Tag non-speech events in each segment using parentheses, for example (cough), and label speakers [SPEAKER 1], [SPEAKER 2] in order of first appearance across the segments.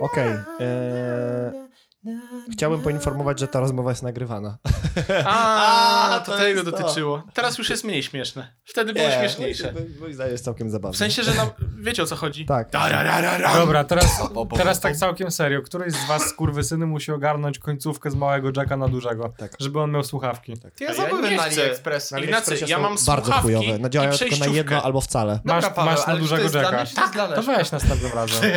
[SPEAKER 1] Okej. e, Chciałbym poinformować, że ta rozmowa jest nagrywana. (laughs)
[SPEAKER 2] A,
[SPEAKER 3] A,
[SPEAKER 2] to
[SPEAKER 3] to
[SPEAKER 2] tego
[SPEAKER 3] jest to.
[SPEAKER 2] dotyczyło. Teraz już jest mniej śmieszne. Wtedy było śmieszniejsze.
[SPEAKER 1] Moim- Moim zdaniem jest całkiem zabawne.
[SPEAKER 2] W sensie, że nam... wiecie o co chodzi.
[SPEAKER 1] Tak.
[SPEAKER 4] Dobra, teraz, teraz tak całkiem serio. Któryś z was, skurwysyny, musi ogarnąć końcówkę z małego Jacka na dużego,
[SPEAKER 1] Tak.
[SPEAKER 4] żeby on miał słuchawki.
[SPEAKER 3] To ja
[SPEAKER 2] A ja
[SPEAKER 3] zamówię
[SPEAKER 2] nie
[SPEAKER 3] na
[SPEAKER 2] chcę.
[SPEAKER 3] AliExpress.
[SPEAKER 1] Na
[SPEAKER 2] Ignacy,
[SPEAKER 1] AliExpressie
[SPEAKER 2] ja
[SPEAKER 1] są
[SPEAKER 2] mam
[SPEAKER 1] bardzo
[SPEAKER 2] słuchawki
[SPEAKER 1] chujowe. No,
[SPEAKER 2] i
[SPEAKER 1] działają tylko na
[SPEAKER 2] przejściówkę. No,
[SPEAKER 1] jedno
[SPEAKER 2] (laughs)
[SPEAKER 1] albo wcale.
[SPEAKER 4] Masz,
[SPEAKER 3] Dobra, Paweł,
[SPEAKER 4] masz na
[SPEAKER 3] ale czy to
[SPEAKER 4] dużego
[SPEAKER 3] jest dla
[SPEAKER 4] Jacka. Tak,
[SPEAKER 3] mnie, czy to jest dla
[SPEAKER 4] To
[SPEAKER 3] Leszka?
[SPEAKER 4] weź następnym razem.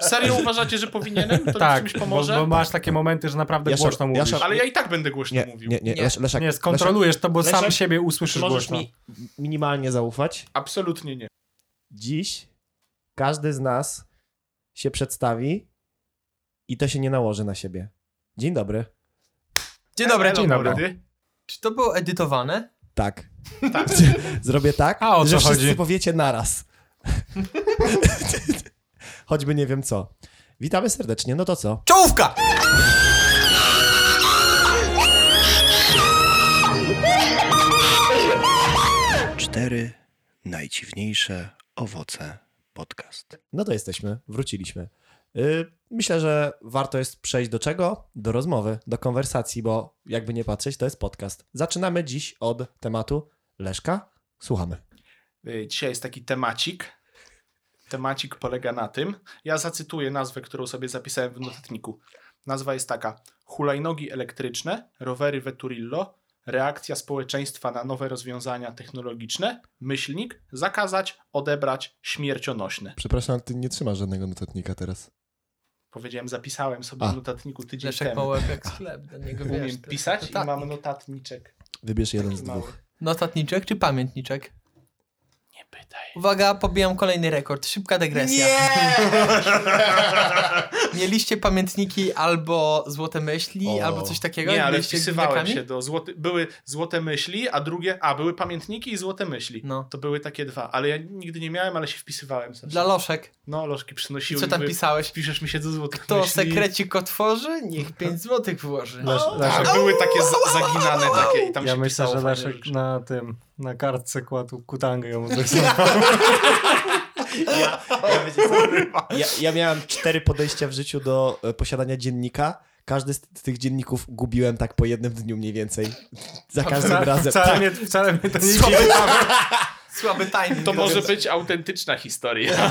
[SPEAKER 2] Serio uważacie, że powinienem? To tak,
[SPEAKER 4] tak,
[SPEAKER 2] czymś
[SPEAKER 4] bo,
[SPEAKER 2] pomoże?
[SPEAKER 4] bo masz takie momenty, że naprawdę
[SPEAKER 1] Jasza-
[SPEAKER 4] głośno mówisz.
[SPEAKER 1] Jasza-
[SPEAKER 2] Ale ja i tak będę głośno
[SPEAKER 1] Nie,
[SPEAKER 2] mówił.
[SPEAKER 1] nie, nie,
[SPEAKER 3] Nie.
[SPEAKER 1] Lesz- Leszek.
[SPEAKER 4] nie,
[SPEAKER 1] Leszek,
[SPEAKER 4] skontrolujesz to, bo
[SPEAKER 1] Leszek,
[SPEAKER 4] sam siebie usłyszysz
[SPEAKER 1] możesz
[SPEAKER 4] głośno.
[SPEAKER 1] mi minimalnie zaufać.
[SPEAKER 2] Absolutnie nie.
[SPEAKER 1] Dziś każdy z nas się przedstawi i to się nie nałoży na siebie. Dzień dobry.
[SPEAKER 3] Dzień dobry.
[SPEAKER 4] dzień dobry.
[SPEAKER 3] Czy to było edytowane?
[SPEAKER 1] Tak. (laughs) Zrobię tak,
[SPEAKER 4] A, o
[SPEAKER 1] że
[SPEAKER 4] co
[SPEAKER 1] wszyscy
[SPEAKER 4] chodzi?
[SPEAKER 1] powiecie naraz. (laughs) Choćby nie wiem co. Witamy serdecznie, no to co?
[SPEAKER 3] Czołówka!
[SPEAKER 5] Cztery najdziwniejsze owoce podcast.
[SPEAKER 1] No to jesteśmy, wróciliśmy. Yy, myślę, że warto jest przejść do czego? Do rozmowy, do konwersacji, bo jakby nie patrzeć, to jest podcast. Zaczynamy dziś od tematu Leszka. Słuchamy.
[SPEAKER 2] Y, Dzisiaj jest taki temacik. Temacik polega na tym. Ja zacytuję nazwę, którą sobie zapisałem w notatniku. Nazwa jest taka: Hulajnogi elektryczne, rowery Veturillo, reakcja społeczeństwa na nowe rozwiązania technologiczne, myślnik, zakazać, odebrać, śmiercionośne.
[SPEAKER 1] Przepraszam, ty nie trzymasz żadnego notatnika teraz.
[SPEAKER 2] Powiedziałem, zapisałem sobie
[SPEAKER 1] A.
[SPEAKER 2] w notatniku tydzień
[SPEAKER 3] Leszek ma
[SPEAKER 2] temu.
[SPEAKER 3] łeb jak sklep, do niego wiesz.
[SPEAKER 2] Umiem
[SPEAKER 3] to-
[SPEAKER 2] pisać
[SPEAKER 3] to tak.
[SPEAKER 2] i mam notatniczek.
[SPEAKER 1] Wybierz jeden z
[SPEAKER 2] Taki mały.
[SPEAKER 1] dwóch.
[SPEAKER 3] Notatniczek czy pamiętniczek?
[SPEAKER 2] Nie pytaj.
[SPEAKER 3] Uwaga, pobijam kolejny rekord. Szybka dygresja. (laughs) Mieliście pamiętniki albo złote myśli,
[SPEAKER 1] O.
[SPEAKER 3] albo coś takiego?
[SPEAKER 2] Nie, ale
[SPEAKER 3] Byliście
[SPEAKER 2] wpisywałem
[SPEAKER 3] dzieciakami?
[SPEAKER 2] się do złoty, były złote myśli, a drugie, a były pamiętniki i złote myśli.
[SPEAKER 3] No.
[SPEAKER 2] To były takie dwa, ale ja nigdy nie miałem, ale się wpisywałem. zawsze.
[SPEAKER 3] Dla loszek.
[SPEAKER 2] No, lożki
[SPEAKER 3] I
[SPEAKER 2] przynosiły.
[SPEAKER 3] co tam
[SPEAKER 2] mówię,
[SPEAKER 3] pisałeś?
[SPEAKER 2] Piszesz mi się do złotych
[SPEAKER 3] Kto
[SPEAKER 2] myśli.
[SPEAKER 3] sekrecik otworzy, niech 5 złotych włoży.
[SPEAKER 1] Lesz, Leszek,
[SPEAKER 2] A, Tak, były takie za, zaginane takie i tam
[SPEAKER 4] Ja
[SPEAKER 2] się
[SPEAKER 4] myślę,
[SPEAKER 2] pisało
[SPEAKER 4] że no.
[SPEAKER 2] fajne
[SPEAKER 4] Leszek
[SPEAKER 2] rzeczy.
[SPEAKER 4] na tym, na kartce kładł kutangę
[SPEAKER 1] (laughs)
[SPEAKER 4] ją zresztą.
[SPEAKER 1] Ja, wiecie co? ja, ja miałem cztery podejścia w życiu do e, posiadania dziennika. Każdy z tych dzienników gubiłem tak po jednym dniu mniej więcej. Za każdym razem.
[SPEAKER 4] Wcale,
[SPEAKER 1] Tak,
[SPEAKER 4] mnie, wcale mnie to nie
[SPEAKER 3] Słaby,
[SPEAKER 4] dziwi.
[SPEAKER 3] słaby timing.
[SPEAKER 2] To może
[SPEAKER 3] powiem.
[SPEAKER 2] być autentyczna (laughs) historia.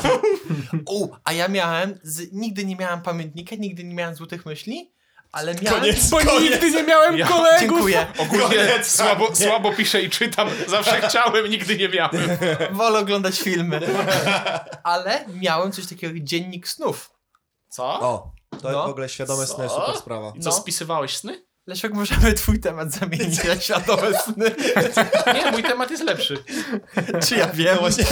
[SPEAKER 3] U, a ja miałem, z, nigdy nie miałem pamiętnika, nigdy nie miałem złotych myśli, ale miałem...
[SPEAKER 4] Bo nigdy nie miałem
[SPEAKER 2] Ja-
[SPEAKER 4] kolegów!
[SPEAKER 3] Dziękuję.
[SPEAKER 1] Tak.
[SPEAKER 2] Ogólnie słabo, słabo piszę i czytam. Zawsze chciałem, nigdy nie (laughs) miałem.
[SPEAKER 3] (laughs) Wolę oglądać filmy. Ale miałem coś takiego jak dziennik snów.
[SPEAKER 2] Co?
[SPEAKER 1] O, to
[SPEAKER 3] No.
[SPEAKER 1] w ogóle świadome sny,
[SPEAKER 2] Co?
[SPEAKER 1] super sprawa.
[SPEAKER 2] I co,
[SPEAKER 3] No.
[SPEAKER 2] spisywałeś sny?
[SPEAKER 3] Leszek, możemy twój temat zamienić na świadome sny.
[SPEAKER 2] Nie, mój temat jest lepszy.
[SPEAKER 3] Czy ja wiem?
[SPEAKER 1] Właśnie,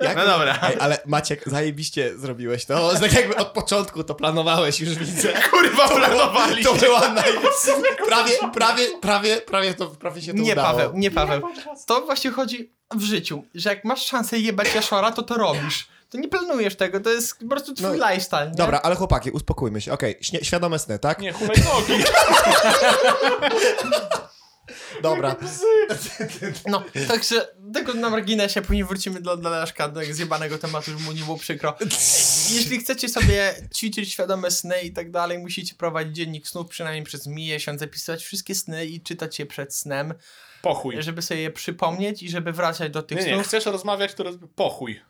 [SPEAKER 1] jak,
[SPEAKER 2] No dobra.
[SPEAKER 1] Ej, ale Maciek, zajebiście zrobiłeś to. Tak jakby od początku to planowałeś, już widzę.
[SPEAKER 2] (laughs) (laughs) Kurwa, planowaliście.
[SPEAKER 1] To była
[SPEAKER 2] (laughs)
[SPEAKER 1] naj...
[SPEAKER 2] tak
[SPEAKER 1] prawie, prawie, prawie, prawie, to, prawie się to
[SPEAKER 3] Nie
[SPEAKER 1] udało.
[SPEAKER 3] Paweł, nie Paweł. To właśnie chodzi w życiu, że jak masz szansę jebać jaszora, to to robisz. To nie planujesz tego, to jest po prostu twój lifestyle. Nie?
[SPEAKER 1] Dobra, ale chłopaki, uspokójmy się. Okej, śnie- świadome sny, tak?
[SPEAKER 2] Nie, hulajnogi.
[SPEAKER 1] Dobra.
[SPEAKER 3] No, także tego na marginesie, później wrócimy do, do Leszka, do zjebanego tematu, żeby mu nie było przykro. Jeśli chcecie sobie ćwiczyć świadome sny i tak dalej, musicie prowadzić dziennik snów przynajmniej przez miesiąc, zapisywać wszystkie sny i czytać je przed snem,
[SPEAKER 2] Pochuj.
[SPEAKER 3] żeby sobie je przypomnieć i żeby wracać do tych
[SPEAKER 2] Nie, nie,
[SPEAKER 3] snów. (laughs)
[SPEAKER 2] chcesz rozmawiać, to roz... pochuj.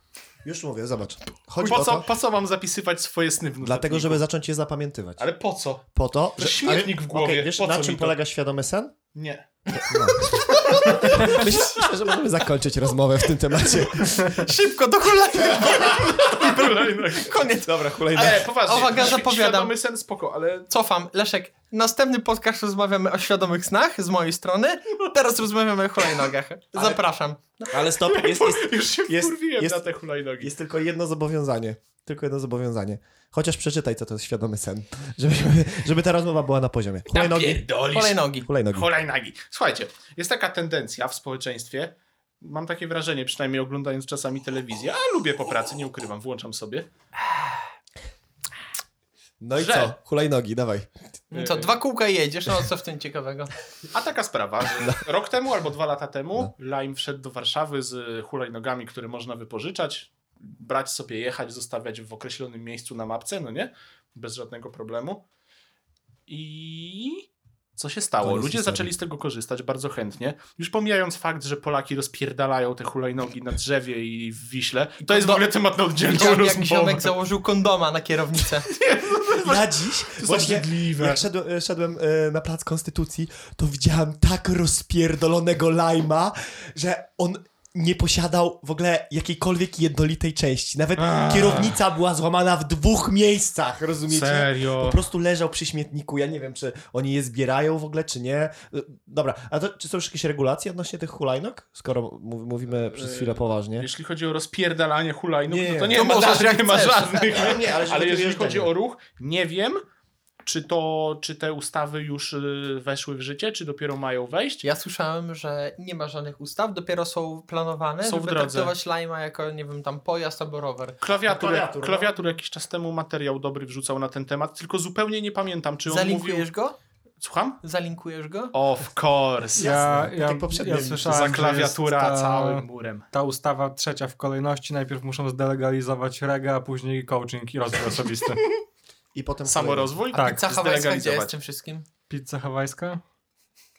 [SPEAKER 1] Już mówię, zobacz. Chodzi
[SPEAKER 2] Po
[SPEAKER 1] o
[SPEAKER 2] co,
[SPEAKER 1] to,
[SPEAKER 2] po co mam zapisywać swoje sny w notatniku?
[SPEAKER 1] dlatego żeby zacząć je zapamiętywać.
[SPEAKER 2] Ale po co?
[SPEAKER 1] Po to,
[SPEAKER 2] To śmietnik w głowie,
[SPEAKER 1] Okej, wiesz,
[SPEAKER 2] po co
[SPEAKER 1] na
[SPEAKER 2] mi
[SPEAKER 1] czym
[SPEAKER 2] to?
[SPEAKER 1] polega świadomy sen? (laughs)
[SPEAKER 2] Nie.
[SPEAKER 1] Myślę, że możemy zakończyć rozmowę w tym temacie.
[SPEAKER 3] Szybko, do kolejnego! Koniec.
[SPEAKER 1] Dobra, kolejna.
[SPEAKER 2] Ale poważnie,
[SPEAKER 3] Uwaga,
[SPEAKER 2] świ-
[SPEAKER 3] zapowiadam.
[SPEAKER 2] świadomy sen spoko, ale
[SPEAKER 3] Cofam, Leszek, następny podcast rozmawiamy o świadomych snach z mojej strony, teraz rozmawiamy o hulajnogach. Zapraszam.
[SPEAKER 1] Ale stop, jest, jest,
[SPEAKER 2] (laughs) już się
[SPEAKER 1] Jest-
[SPEAKER 2] wkurwiłem
[SPEAKER 1] jest-
[SPEAKER 2] na te hulajnogi.
[SPEAKER 1] jest tylko jedno zobowiązanie. Tylko jedno zobowiązanie. Chociaż przeczytaj, co to jest świadomy sen. (laughs) Żebyśmy, żeby ta rozmowa była na poziomie. Hulajnogi.
[SPEAKER 2] Hulajnogi.
[SPEAKER 3] Hulajnogi.
[SPEAKER 1] Hulajnogi.
[SPEAKER 2] Hulajnogi. Słuchajcie, jest taka tendencja w społeczeństwie, mam takie wrażenie, przynajmniej oglądając czasami telewizję, a lubię po pracy, nie ukrywam, włączam sobie.
[SPEAKER 1] No i
[SPEAKER 2] Że-
[SPEAKER 1] co? Hulajnogi, dawaj.
[SPEAKER 3] No co, dwa kółka i jedziesz, no co w tym ciekawego?
[SPEAKER 2] A taka sprawa,
[SPEAKER 3] No.
[SPEAKER 2] że rok temu albo dwa lata temu Lime wszedł do Warszawy z hulajnogami, które można wypożyczać. brać sobie, jechać, zostawiać w określonym miejscu na mapce, no nie? Bez żadnego problemu. I co się stało?
[SPEAKER 1] Koniec
[SPEAKER 2] Ludzie
[SPEAKER 1] historii.
[SPEAKER 2] zaczęli z tego korzystać bardzo chętnie. Już pomijając fakt, że Polaki rozpierdalają te hulajnogi na drzewie i w Wiśle, to jest w
[SPEAKER 3] Do-
[SPEAKER 2] ogóle temat na oddzielną
[SPEAKER 3] No. Widziałem, jak
[SPEAKER 2] rozmowę.
[SPEAKER 3] ziomek założył kondoma na kierownicę.
[SPEAKER 1] Ja dziś właśnie, jak szedłem, szedłem e, na plac Konstytucji, to widziałem tak rozpierdolonego lajma, że on nie posiadał w ogóle jakiejkolwiek jednolitej części. Nawet
[SPEAKER 4] Ach.
[SPEAKER 1] kierownica była złamana w dwóch miejscach, rozumiecie? Po
[SPEAKER 4] Serio.
[SPEAKER 1] prostu leżał przy śmietniku. Ja nie wiem, czy oni je zbierają w ogóle, czy nie. E, Dobra, a to, czy są już jakieś regulacje odnośnie tych hulajnóg? Skoro mów, mówimy przez chwilę poważnie.
[SPEAKER 2] Jeśli chodzi o rozpierdalanie hulajnóg,
[SPEAKER 1] Nie,
[SPEAKER 2] no to nie,
[SPEAKER 3] to
[SPEAKER 2] ma,
[SPEAKER 3] możesz,
[SPEAKER 2] żadnych-
[SPEAKER 3] jak
[SPEAKER 2] nie ma
[SPEAKER 3] chcesz.
[SPEAKER 2] żadnych.
[SPEAKER 1] Nie, ale że
[SPEAKER 2] Ale
[SPEAKER 1] to
[SPEAKER 2] jeżeli
[SPEAKER 1] jest
[SPEAKER 2] chodzi
[SPEAKER 1] ten.
[SPEAKER 2] o ruch, nie wiem, czy, to, czy te ustawy już y, weszły w życie, czy dopiero mają wejść.
[SPEAKER 3] Ja słyszałem, że nie ma żadnych ustaw, dopiero są planowane,
[SPEAKER 2] Są w
[SPEAKER 3] żeby
[SPEAKER 2] drodze.
[SPEAKER 3] traktować Lima jako, nie wiem, tam pojazd albo rower.
[SPEAKER 2] Klawiatur,
[SPEAKER 1] Klawiatur, no.
[SPEAKER 2] klawiatur jakiś czas temu materiał dobry wrzucał na ten temat, tylko zupełnie nie pamiętam, czy on
[SPEAKER 3] Zalinkujesz
[SPEAKER 2] mówił...
[SPEAKER 3] go?
[SPEAKER 2] Słucham?
[SPEAKER 3] Zalinkujesz go?
[SPEAKER 2] Of course.
[SPEAKER 4] Ja,
[SPEAKER 1] Jasne,
[SPEAKER 4] ja,
[SPEAKER 1] tak poprzednio
[SPEAKER 4] ja słyszałem,
[SPEAKER 2] Za
[SPEAKER 4] że
[SPEAKER 2] klawiatura
[SPEAKER 4] jest e, ta,
[SPEAKER 2] całym murem.
[SPEAKER 4] Ta ustawa trzecia w kolejności. Najpierw muszą zdelegalizować reggae, a później coaching i rozwój osobisty.
[SPEAKER 1] I potem
[SPEAKER 2] Samorozwój?
[SPEAKER 4] Tak,
[SPEAKER 3] Pizza hawajska gdzie jest
[SPEAKER 2] zdelegalizować.
[SPEAKER 3] tym wszystkim?
[SPEAKER 4] Pizza hawajska?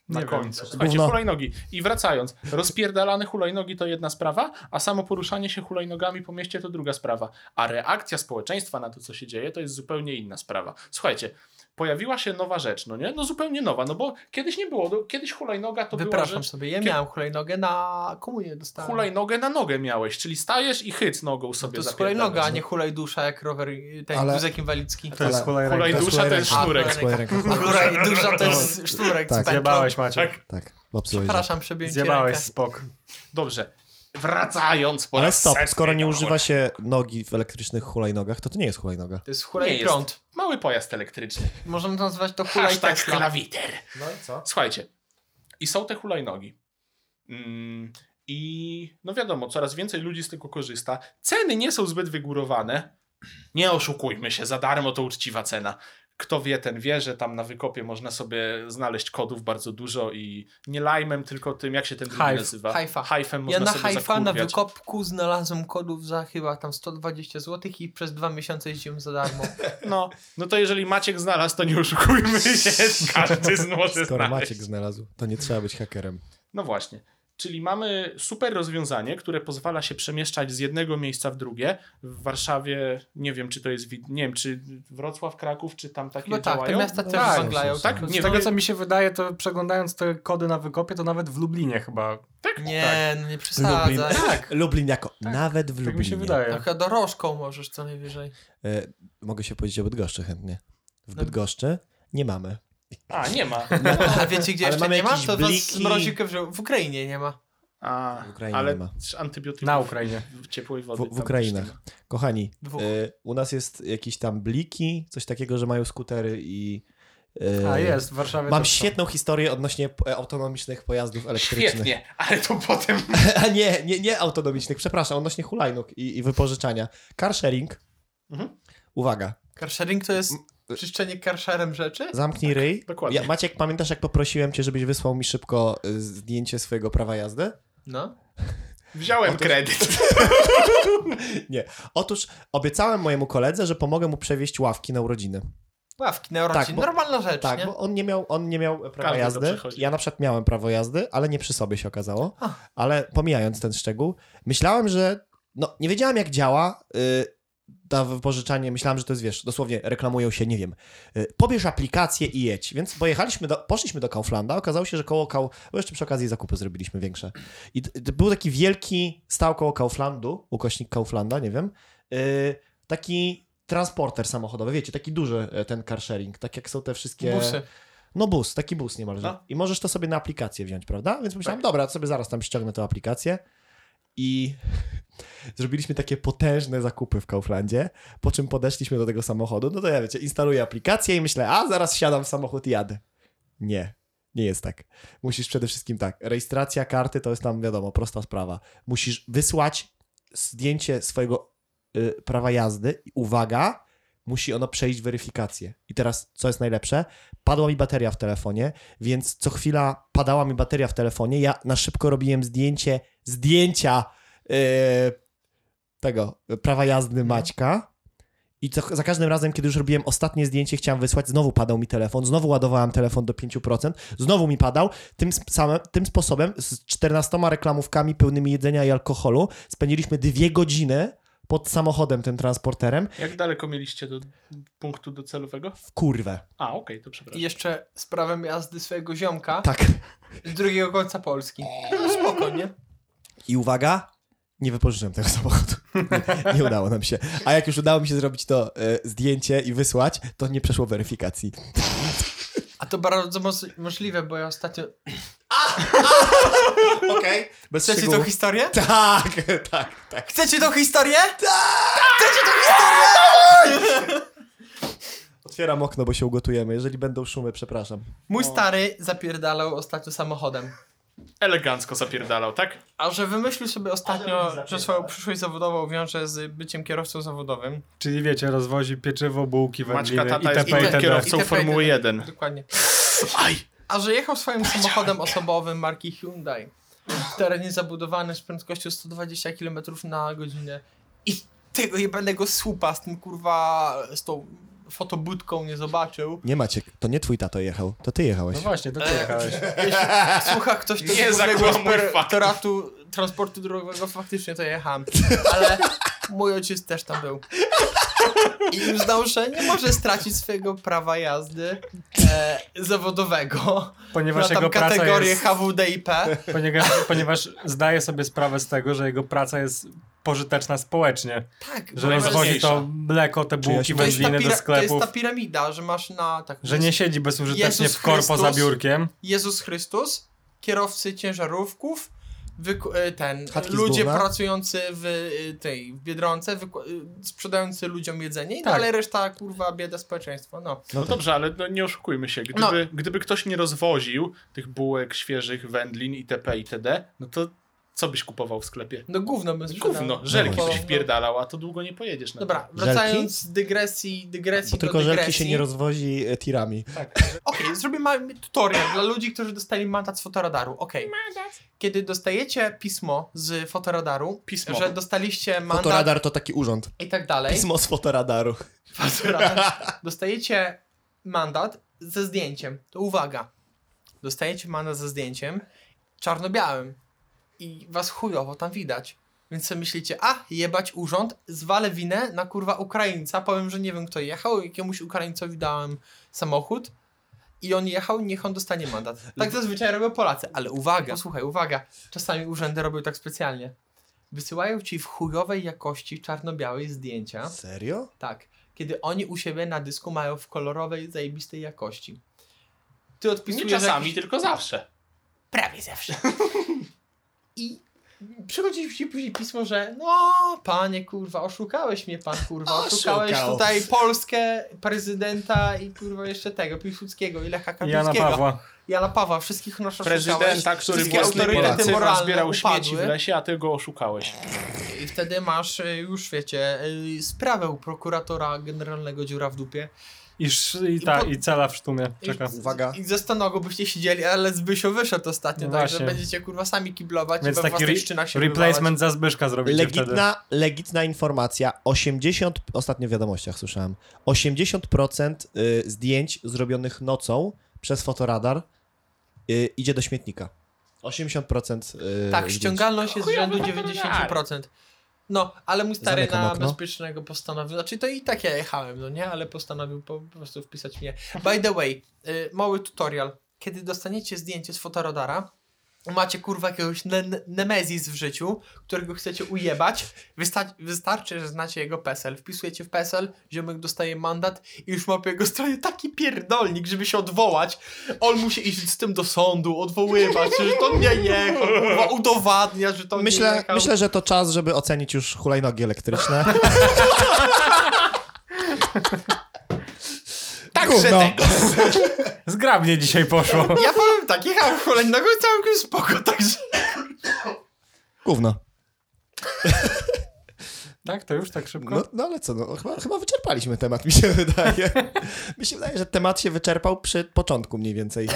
[SPEAKER 2] Na
[SPEAKER 4] Nie wiem.
[SPEAKER 2] końcu. Słuchajcie,
[SPEAKER 1] Gówno.
[SPEAKER 2] hulajnogi. I wracając, rozpierdalane hulajnogi to jedna sprawa, a samo poruszanie się hulajnogami po mieście to druga sprawa. A reakcja społeczeństwa na to, co się dzieje, to jest zupełnie inna sprawa. Słuchajcie, pojawiła się nowa rzecz, no nie? No zupełnie nowa, no bo kiedyś nie było, no, kiedyś hulajnoga to była
[SPEAKER 3] Wypraszam
[SPEAKER 2] rzecz...
[SPEAKER 3] sobie, ja
[SPEAKER 2] Kie-
[SPEAKER 3] miałem hulajnogę na komunię dostałem.
[SPEAKER 2] Hulajnogę na nogę miałeś, czyli stajesz i chyc nogą sobie
[SPEAKER 3] No to jest
[SPEAKER 2] zapierdalasz.
[SPEAKER 3] hulajnoga, a nie hulaj-dusza jak rower, y, ten
[SPEAKER 1] Ale-
[SPEAKER 3] wózek inwalidzki.
[SPEAKER 4] To jest
[SPEAKER 1] Ale-
[SPEAKER 4] hulajnoga.
[SPEAKER 2] Hulaj dusza to jest
[SPEAKER 3] A,
[SPEAKER 2] sznurek.
[SPEAKER 3] hulajnoga.
[SPEAKER 1] Tak, Swoje rękawy.
[SPEAKER 3] A hulaj-dusza to
[SPEAKER 2] no,
[SPEAKER 3] jest sznurek
[SPEAKER 1] Tak.
[SPEAKER 3] z pętlą.
[SPEAKER 4] Zjebałeś Maciek.
[SPEAKER 1] Tak, popsułeś.
[SPEAKER 3] Przepraszam, przebiłem ci
[SPEAKER 4] Zjebałeś
[SPEAKER 3] rękę.
[SPEAKER 4] spok.
[SPEAKER 2] Dobrze, wracając po
[SPEAKER 1] Ale
[SPEAKER 2] raz
[SPEAKER 1] stop,
[SPEAKER 2] setny
[SPEAKER 1] skoro nie
[SPEAKER 2] do
[SPEAKER 1] używa się nogi w elektrycznych hulajnogach, to to nie jest hulajnoga.
[SPEAKER 3] To jest
[SPEAKER 2] Nie jest.
[SPEAKER 3] hulaj-prąd.
[SPEAKER 2] hulaj- Mały pojazd elektryczny.
[SPEAKER 3] Możemy to nazywać to
[SPEAKER 2] Hashtag
[SPEAKER 3] hulaj-tesla.
[SPEAKER 2] klawiter.
[SPEAKER 1] No i co?
[SPEAKER 2] Słuchajcie, i są te hulajnogi. Mm, I no wiadomo, coraz więcej ludzi z tego korzysta. Ceny nie są zbyt wygórowane. Nie oszukujmy się, za darmo to uczciwa cena. Kto wie, ten wie, że tam na wykopie można sobie znaleźć kodów bardzo dużo i nie lajmem, tylko tym, jak się ten drugi
[SPEAKER 4] Hive.
[SPEAKER 2] nazywa.
[SPEAKER 3] Hive'a.
[SPEAKER 2] Hajfem
[SPEAKER 3] Ja
[SPEAKER 2] można
[SPEAKER 3] na
[SPEAKER 2] sobie
[SPEAKER 3] Haifa na
[SPEAKER 2] zakurwiać.
[SPEAKER 3] wykopku znalazłem kodów za chyba tam 120 zł i przez dwa miesiące jeździłem za
[SPEAKER 2] (laughs)
[SPEAKER 3] darmo.
[SPEAKER 2] No, no to jeżeli Maciek znalazł, to
[SPEAKER 3] (laughs)
[SPEAKER 2] nie oszukujmy się, każdy z może
[SPEAKER 1] Skoro
[SPEAKER 2] znaleźć.
[SPEAKER 1] Maciek znalazł, to nie trzeba być hakerem.
[SPEAKER 2] No właśnie. Czyli mamy super rozwiązanie, które pozwala się przemieszczać z jednego miejsca w drugie. W Warszawie, nie wiem czy to jest, Wid- nie wiem czy Wrocław, Kraków, czy tam takie
[SPEAKER 3] Chyba tak, te
[SPEAKER 2] działają.
[SPEAKER 3] miasta
[SPEAKER 1] No
[SPEAKER 3] też
[SPEAKER 4] tak,
[SPEAKER 3] wanglają.
[SPEAKER 1] są, są.
[SPEAKER 2] Tak?
[SPEAKER 4] Z
[SPEAKER 2] Nie,
[SPEAKER 4] tego
[SPEAKER 2] no-
[SPEAKER 4] co mi się wydaje, to przeglądając te kody na wykopie, to nawet w Lublinie chyba. Tak
[SPEAKER 2] tak.
[SPEAKER 3] Nie, no nie przesadzaj.
[SPEAKER 1] Lublin. Tak. Lublin jako. Nawet w Lublinie.
[SPEAKER 4] Tak mi się wydaje.
[SPEAKER 3] Trochę dorożką możesz co
[SPEAKER 1] (laughs)
[SPEAKER 3] najwyżej.
[SPEAKER 1] E, mogę się powiedzieć o Bydgoszczy chętnie. W Bydgoszczy nie mamy.
[SPEAKER 2] A,
[SPEAKER 1] (laughs)
[SPEAKER 2] nie ma.
[SPEAKER 3] A wiecie gdzie
[SPEAKER 1] Ale
[SPEAKER 3] jeszcze
[SPEAKER 1] mamy
[SPEAKER 3] nie ma?
[SPEAKER 1] jakieś
[SPEAKER 3] To was
[SPEAKER 1] bliki.
[SPEAKER 3] mrozikę wziął. W Ukrainie nie ma.
[SPEAKER 2] A,
[SPEAKER 1] W Ukrainie
[SPEAKER 2] ale
[SPEAKER 1] nie ma.
[SPEAKER 2] antybiotyków
[SPEAKER 4] Na Ukrainie.
[SPEAKER 2] w ciepłej wody.
[SPEAKER 1] W, w
[SPEAKER 2] tam Tak,
[SPEAKER 1] Ukrainach.
[SPEAKER 2] też nie ma.
[SPEAKER 1] Kochani,
[SPEAKER 3] Dwóch.
[SPEAKER 1] e, u nas jest jakieś tam bliki, coś takiego, że mają skutery i...
[SPEAKER 2] No
[SPEAKER 1] e,
[SPEAKER 4] A jest, w Warszawie
[SPEAKER 1] Mam
[SPEAKER 4] też są.
[SPEAKER 1] świetną historię odnośnie e, autonomicznych pojazdów elektrycznych.
[SPEAKER 2] Świetnie, ale to potem... (laughs)
[SPEAKER 1] A (laughs) nie, nie, nie autonomicznych, przepraszam, odnośnie hulajnóg i, i wypożyczania. Carsharing.
[SPEAKER 2] Mhm.
[SPEAKER 1] Uwaga,
[SPEAKER 3] Carsharing to jest
[SPEAKER 1] y-
[SPEAKER 3] czyszczenie karszerem rzeczy?
[SPEAKER 1] zamknij ryj.
[SPEAKER 2] Tak, dokładnie.
[SPEAKER 1] Ja, Maciek, pamiętasz jak poprosiłem cię, żebyś wysłał mi szybko y, zdjęcie swojego prawa jazdy?
[SPEAKER 3] No.
[SPEAKER 2] Wziąłem kredyt. (laughs)
[SPEAKER 1] Otóż obiecałem mojemu koledze, że pomogę mu przewieźć ławki na urodziny.
[SPEAKER 3] Ławki na urodzin.
[SPEAKER 1] bo-
[SPEAKER 3] Normalna rzecz,
[SPEAKER 1] Tak,
[SPEAKER 3] nie?
[SPEAKER 1] bo on nie miał, on nie miał prawa
[SPEAKER 2] Każdy to
[SPEAKER 1] jazdy.
[SPEAKER 2] przechodzi.
[SPEAKER 1] Ja na przykład miałem prawo jazdy, ale nie przy sobie się okazało.
[SPEAKER 3] A.
[SPEAKER 1] Ale pomijając ten szczegół, myślałem, że. No, nie wiedziałem, jak działa. Y, to wypożyczanie, myślałem, że to jest, wiesz, dosłownie reklamują się, nie wiem, y, pobierz aplikację i jedź. Więc pojechaliśmy, do, poszliśmy do Kauflanda, okazało się, że koło Kau... Bo jeszcze przy okazji zakupy zrobiliśmy większe. I t- t- był taki wielki, stał koło Kauflandu, ukośnik Kauflanda, nie wiem, y, taki transporter samochodowy, wiecie, taki duży y, ten car sharing, tak jak są te wszystkie...
[SPEAKER 3] Busy.
[SPEAKER 1] No bus, taki bus niemalże.
[SPEAKER 2] No.
[SPEAKER 1] I możesz to sobie na aplikację wziąć, prawda? Więc myślałem, dobra, sobie zaraz tam ściągnę tę aplikację. I (laughs) zrobiliśmy takie potężne zakupy w Kauflandzie, po czym podeszliśmy do tego samochodu. No to ja wiecie, instaluję aplikację i myślę, a zaraz siadam w samochód i jadę. Nie, nie jest tak. Musisz przede wszystkim tak, rejestracja karty to jest tam wiadomo, prosta sprawa. Musisz wysłać zdjęcie swojego y, prawa jazdy i uwaga, musi ono przejść weryfikację. I teraz, co jest najlepsze? Padła mi bateria w telefonie, więc co chwila padała mi bateria w telefonie. Ja na szybko robiłem zdjęcie, zdjęcia yy, e, tego y, prawa jazdy Maćka. I co, za każdym razem, kiedy już robiłem ostatnie zdjęcie, chciałem wysłać, znowu padał mi telefon, znowu ładowałem telefon do 5%, znowu mi padał. Tym sp- samym, tym sposobem, z 14 reklamówkami pełnymi jedzenia i alkoholu, spędziliśmy dwie godziny pod samochodem, tym transporterem,
[SPEAKER 2] Jak daleko mieliście do punktu docelowego?
[SPEAKER 1] w kurwę.
[SPEAKER 2] A, okej, to
[SPEAKER 3] I
[SPEAKER 2] przepraszam.
[SPEAKER 3] jeszcze sprawę jazdy swojego ziomka
[SPEAKER 1] Tak.
[SPEAKER 3] z drugiego końca Polski. No Spoko, nie?
[SPEAKER 1] I uwaga, nie wypożyczyłem tego samochodu. (laughs) Nie udało nam się. A jak już udało mi się zrobić to e, zdjęcie i wysłać, to nie przeszło weryfikacji.
[SPEAKER 3] A to bardzo moz- możliwe, bo ja ostatnio...
[SPEAKER 1] Okej. Bez
[SPEAKER 3] Chcecie tą
[SPEAKER 1] szczegółów.
[SPEAKER 3] historię?
[SPEAKER 1] (laughs) Tak, tak, tak.
[SPEAKER 3] Chcecie tą historię?
[SPEAKER 1] Otwieram okno, bo się ugotujemy. Jeżeli będą szumy, przepraszam.
[SPEAKER 3] Mój stary zapierdalał ostatnio samochodem.
[SPEAKER 2] Elegancko zapierdalał, tak?
[SPEAKER 3] A że wymyślił sobie ostatnio, że swoją przyszłość zawodową wiąże z byciem kierowcą zawodowym.
[SPEAKER 4] Czyli wiecie, rozwozi pieczywo, bułki, wędliny,
[SPEAKER 2] Maćka tata jest
[SPEAKER 4] itp.
[SPEAKER 3] inny
[SPEAKER 4] itd.
[SPEAKER 2] kierowcą
[SPEAKER 3] itd.
[SPEAKER 2] Formuły 1.
[SPEAKER 3] Dokładnie.
[SPEAKER 2] Aj!
[SPEAKER 3] A że jechał swoim samochodem osobowym marki Hyundai w terenie zabudowanym z prędkością 120 km na godzinę i tego jebanego słupa z tym kurwa, z tą fotobudką nie zobaczył.
[SPEAKER 1] Nie Maciek, to nie twój tato jechał, to ty jechałeś.
[SPEAKER 4] No właśnie, to ty jechałeś.
[SPEAKER 2] (laughs)
[SPEAKER 3] Jeśli słucha ktoś, kto
[SPEAKER 2] Nie
[SPEAKER 3] jest
[SPEAKER 2] zakłamuj
[SPEAKER 3] inspektoratu transportu drogowego, faktycznie to jechałem. Ale mój ojciec też tam był. I uznał, że nie może stracić swojego prawa jazdy e, zawodowego.
[SPEAKER 4] Ponieważ
[SPEAKER 3] na
[SPEAKER 4] jego
[SPEAKER 3] tam
[SPEAKER 4] praca
[SPEAKER 3] kategorię
[SPEAKER 4] jest...
[SPEAKER 3] HWDIP.
[SPEAKER 4] Ponieważ, ponieważ zdaje sobie sprawę z tego, że jego praca jest pożyteczna społecznie.
[SPEAKER 3] Tak,
[SPEAKER 4] Że
[SPEAKER 3] bo
[SPEAKER 2] jest
[SPEAKER 4] rozwozi
[SPEAKER 2] ważniejsza.
[SPEAKER 4] to mleko, te
[SPEAKER 1] Czyjaś
[SPEAKER 4] bułki,
[SPEAKER 3] to jest, ta
[SPEAKER 4] wędliny do
[SPEAKER 3] pira- to jest
[SPEAKER 4] sklepów.
[SPEAKER 3] ta piramida, że masz na... Tak,
[SPEAKER 4] Że nie siedzi bezużytecznie
[SPEAKER 3] Jezus
[SPEAKER 4] w korpo za
[SPEAKER 3] Chrystus.
[SPEAKER 4] biurkiem.
[SPEAKER 3] Jezus Chrystus, kierowcy ciężarówków, wyku- e, ten,
[SPEAKER 1] Chatki z
[SPEAKER 3] ludzie
[SPEAKER 1] gówna.
[SPEAKER 3] pracujący w e, tej w Biedronce, wyku- e, sprzedający ludziom jedzenie,
[SPEAKER 4] Tak.
[SPEAKER 3] no, ale reszta kurwa bieda społeczeństwa, no.
[SPEAKER 1] No
[SPEAKER 2] No
[SPEAKER 1] tak.
[SPEAKER 2] dobrze, ale no nie oszukujmy się. Gdyby,
[SPEAKER 3] No.
[SPEAKER 2] gdyby ktoś nie rozwoził tych bułek, świeżych wędlin itp. itd., no to co byś kupował w sklepie?
[SPEAKER 3] No gówno bym sprzedał. No.
[SPEAKER 2] Gówno, żelki
[SPEAKER 1] właśnie.
[SPEAKER 2] byś wpierdalał, a to długo nie pojedziesz na
[SPEAKER 3] Dobra,
[SPEAKER 1] Żelki?
[SPEAKER 3] wracając z dygresji, dygresji
[SPEAKER 1] Bo tylko
[SPEAKER 3] do
[SPEAKER 1] żelki
[SPEAKER 3] dygresji.
[SPEAKER 1] się nie rozwozi e, tirami.
[SPEAKER 3] Okej, zrobię mały tutorial dla ludzi, którzy dostali mandat z fotoradaru. Okej. Kiedy dostajecie pismo z fotoradaru,
[SPEAKER 2] Pismo.
[SPEAKER 3] że dostaliście mandat
[SPEAKER 1] Fotoradar to taki urząd.
[SPEAKER 3] i tak dalej.
[SPEAKER 1] Pismo z fotoradaru.
[SPEAKER 3] Fotoradar. Dostajecie mandat ze zdjęciem. To uwaga. Dostajecie mandat ze zdjęciem czarno-białym. I was chujowo tam widać. Więc sobie myślicie, a jebać urząd, zwalę winę na kurwa Ukraińca, powiem, że nie wiem kto jechał, jakiemuś Ukraińcowi dałem samochód i on jechał, niech on dostanie mandat. Tak zazwyczaj robią Polacy, ale uwaga, posłuchaj, uwaga, czasami urzędy robią tak specjalnie. Wysyłają ci w chujowej jakości czarno-białej zdjęcia.
[SPEAKER 1] Serio?
[SPEAKER 3] Tak. Kiedy oni u siebie na dysku mają w kolorowej, zajebistej jakości. Ty
[SPEAKER 2] Nie
[SPEAKER 3] odpisujesz
[SPEAKER 2] czasami,
[SPEAKER 3] jakiś-
[SPEAKER 2] tylko zawsze.
[SPEAKER 3] prawie
[SPEAKER 2] (laughs)
[SPEAKER 3] zawsze. I przychodzi ci później pismo, że no panie kurwa, oszukałeś mnie pan kurwa, oszukałeś
[SPEAKER 1] Oszukał.
[SPEAKER 3] tutaj Polskę, prezydenta i kurwa jeszcze tego, Piłsudskiego i Lecha
[SPEAKER 4] Jana
[SPEAKER 3] Kaczyńskiego.
[SPEAKER 4] Pawła.
[SPEAKER 3] Jana Pawła, wszystkich nas oszukałeś.
[SPEAKER 2] Prezydenta, który
[SPEAKER 3] wszystkie
[SPEAKER 2] własnej
[SPEAKER 3] autorytety
[SPEAKER 2] pomocy
[SPEAKER 3] moralne
[SPEAKER 2] zbierał
[SPEAKER 3] upadły.
[SPEAKER 2] śmieci w lesie, a ty go oszukałeś.
[SPEAKER 3] I wtedy masz y, już wiecie, y, sprawę u prokuratora generalnego dziura w dupie.
[SPEAKER 4] I, sz, i, ta,
[SPEAKER 3] I po-
[SPEAKER 4] I cela w sztumie.
[SPEAKER 3] I-
[SPEAKER 4] Czeka.
[SPEAKER 1] Uwaga.
[SPEAKER 3] I ze stanogu byście siedzieli, ale Zbysio wyszedł ostatnio,
[SPEAKER 4] No
[SPEAKER 3] także
[SPEAKER 4] właśnie.
[SPEAKER 3] będziecie kurwa sami kiblować i
[SPEAKER 4] Więc
[SPEAKER 3] we
[SPEAKER 4] taki
[SPEAKER 3] własnych
[SPEAKER 4] re
[SPEAKER 3] szczynach się
[SPEAKER 4] replacement za Zbyszka zrobicie wtedy.
[SPEAKER 1] Legitna, legitna informacja. 80, ostatnio w wiadomościach słyszałem, 80% y, zdjęć zrobionych nocą przez fotoradar y, idzie do śmietnika. 80% y,
[SPEAKER 3] wyrywać. Tak,
[SPEAKER 1] zdjęć.
[SPEAKER 3] ściągalność jest rzędu
[SPEAKER 2] Chujowy
[SPEAKER 3] 90%. No, ale mój stary
[SPEAKER 1] Zamykam
[SPEAKER 3] na
[SPEAKER 1] okno.
[SPEAKER 3] bezpiecznego postanowił, znaczy to i tak ja jechałem, no nie, ale postanowił po, po prostu wpisać mnie. By the way, y, mały tutorial. Kiedy dostaniecie zdjęcie z fotorodara, macie kurwa jakiegoś ne ne- nemezis w życiu, którego chcecie ujebać, Wysta wystarczy, że znacie jego PESEL. Wpisujecie w PESEL, ziomek dostaje mandat i już ma po jego stronie taki pierdolnik, żeby się odwołać. On musi iść z tym do sądu, odwoływać, się, że to nie jechał, kurwa, udowadnia, że to nie
[SPEAKER 1] Myślę,
[SPEAKER 3] jechał.
[SPEAKER 1] myślę, że to czas, żeby ocenić już hulajnogi elektryczne.
[SPEAKER 3] (laughs)
[SPEAKER 1] (laughs) tak, no.
[SPEAKER 4] Zgrabnie dzisiaj poszło.
[SPEAKER 3] (laughs) Ja powiem tak, jechałem kolejnego i całkiem spoko, także...
[SPEAKER 1] Gówno.
[SPEAKER 4] tak, to już tak szybko?
[SPEAKER 1] No, no ale co, no, chyba, chyba wyczerpaliśmy temat, mi się (laughs) wydaje. mi się wydaje, że temat się wyczerpał przy początku mniej więcej.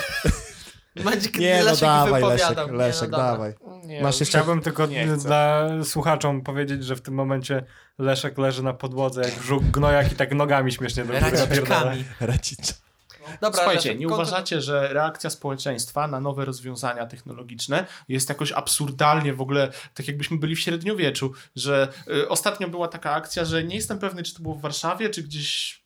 [SPEAKER 3] Maciek,
[SPEAKER 1] Nie, no
[SPEAKER 3] Leszek
[SPEAKER 1] dawaj,
[SPEAKER 3] wypowiadał.
[SPEAKER 1] Leszek,
[SPEAKER 3] Nie,
[SPEAKER 1] Leszek
[SPEAKER 3] no dobra.
[SPEAKER 1] dawaj.
[SPEAKER 2] Nie,
[SPEAKER 1] Masz jeszcze-
[SPEAKER 4] Chciałbym tylko
[SPEAKER 2] Nie chcę.
[SPEAKER 4] dla słuchaczom powiedzieć, że w tym momencie Leszek leży na podłodze jak żuk gnojak i tak nogami śmiesznie do góry napierdala.
[SPEAKER 3] Raciczkami.
[SPEAKER 1] Racić.
[SPEAKER 3] Dobra,
[SPEAKER 2] Słuchajcie,
[SPEAKER 3] Leszek,
[SPEAKER 2] nie
[SPEAKER 3] kontynu-
[SPEAKER 2] uważacie, że reakcja społeczeństwa na nowe rozwiązania technologiczne jest jakoś absurdalnie w ogóle, tak jakbyśmy byli w średniowieczu, że y, ostatnio była taka akcja, że nie jestem pewny, czy to było w Warszawie, czy gdzieś,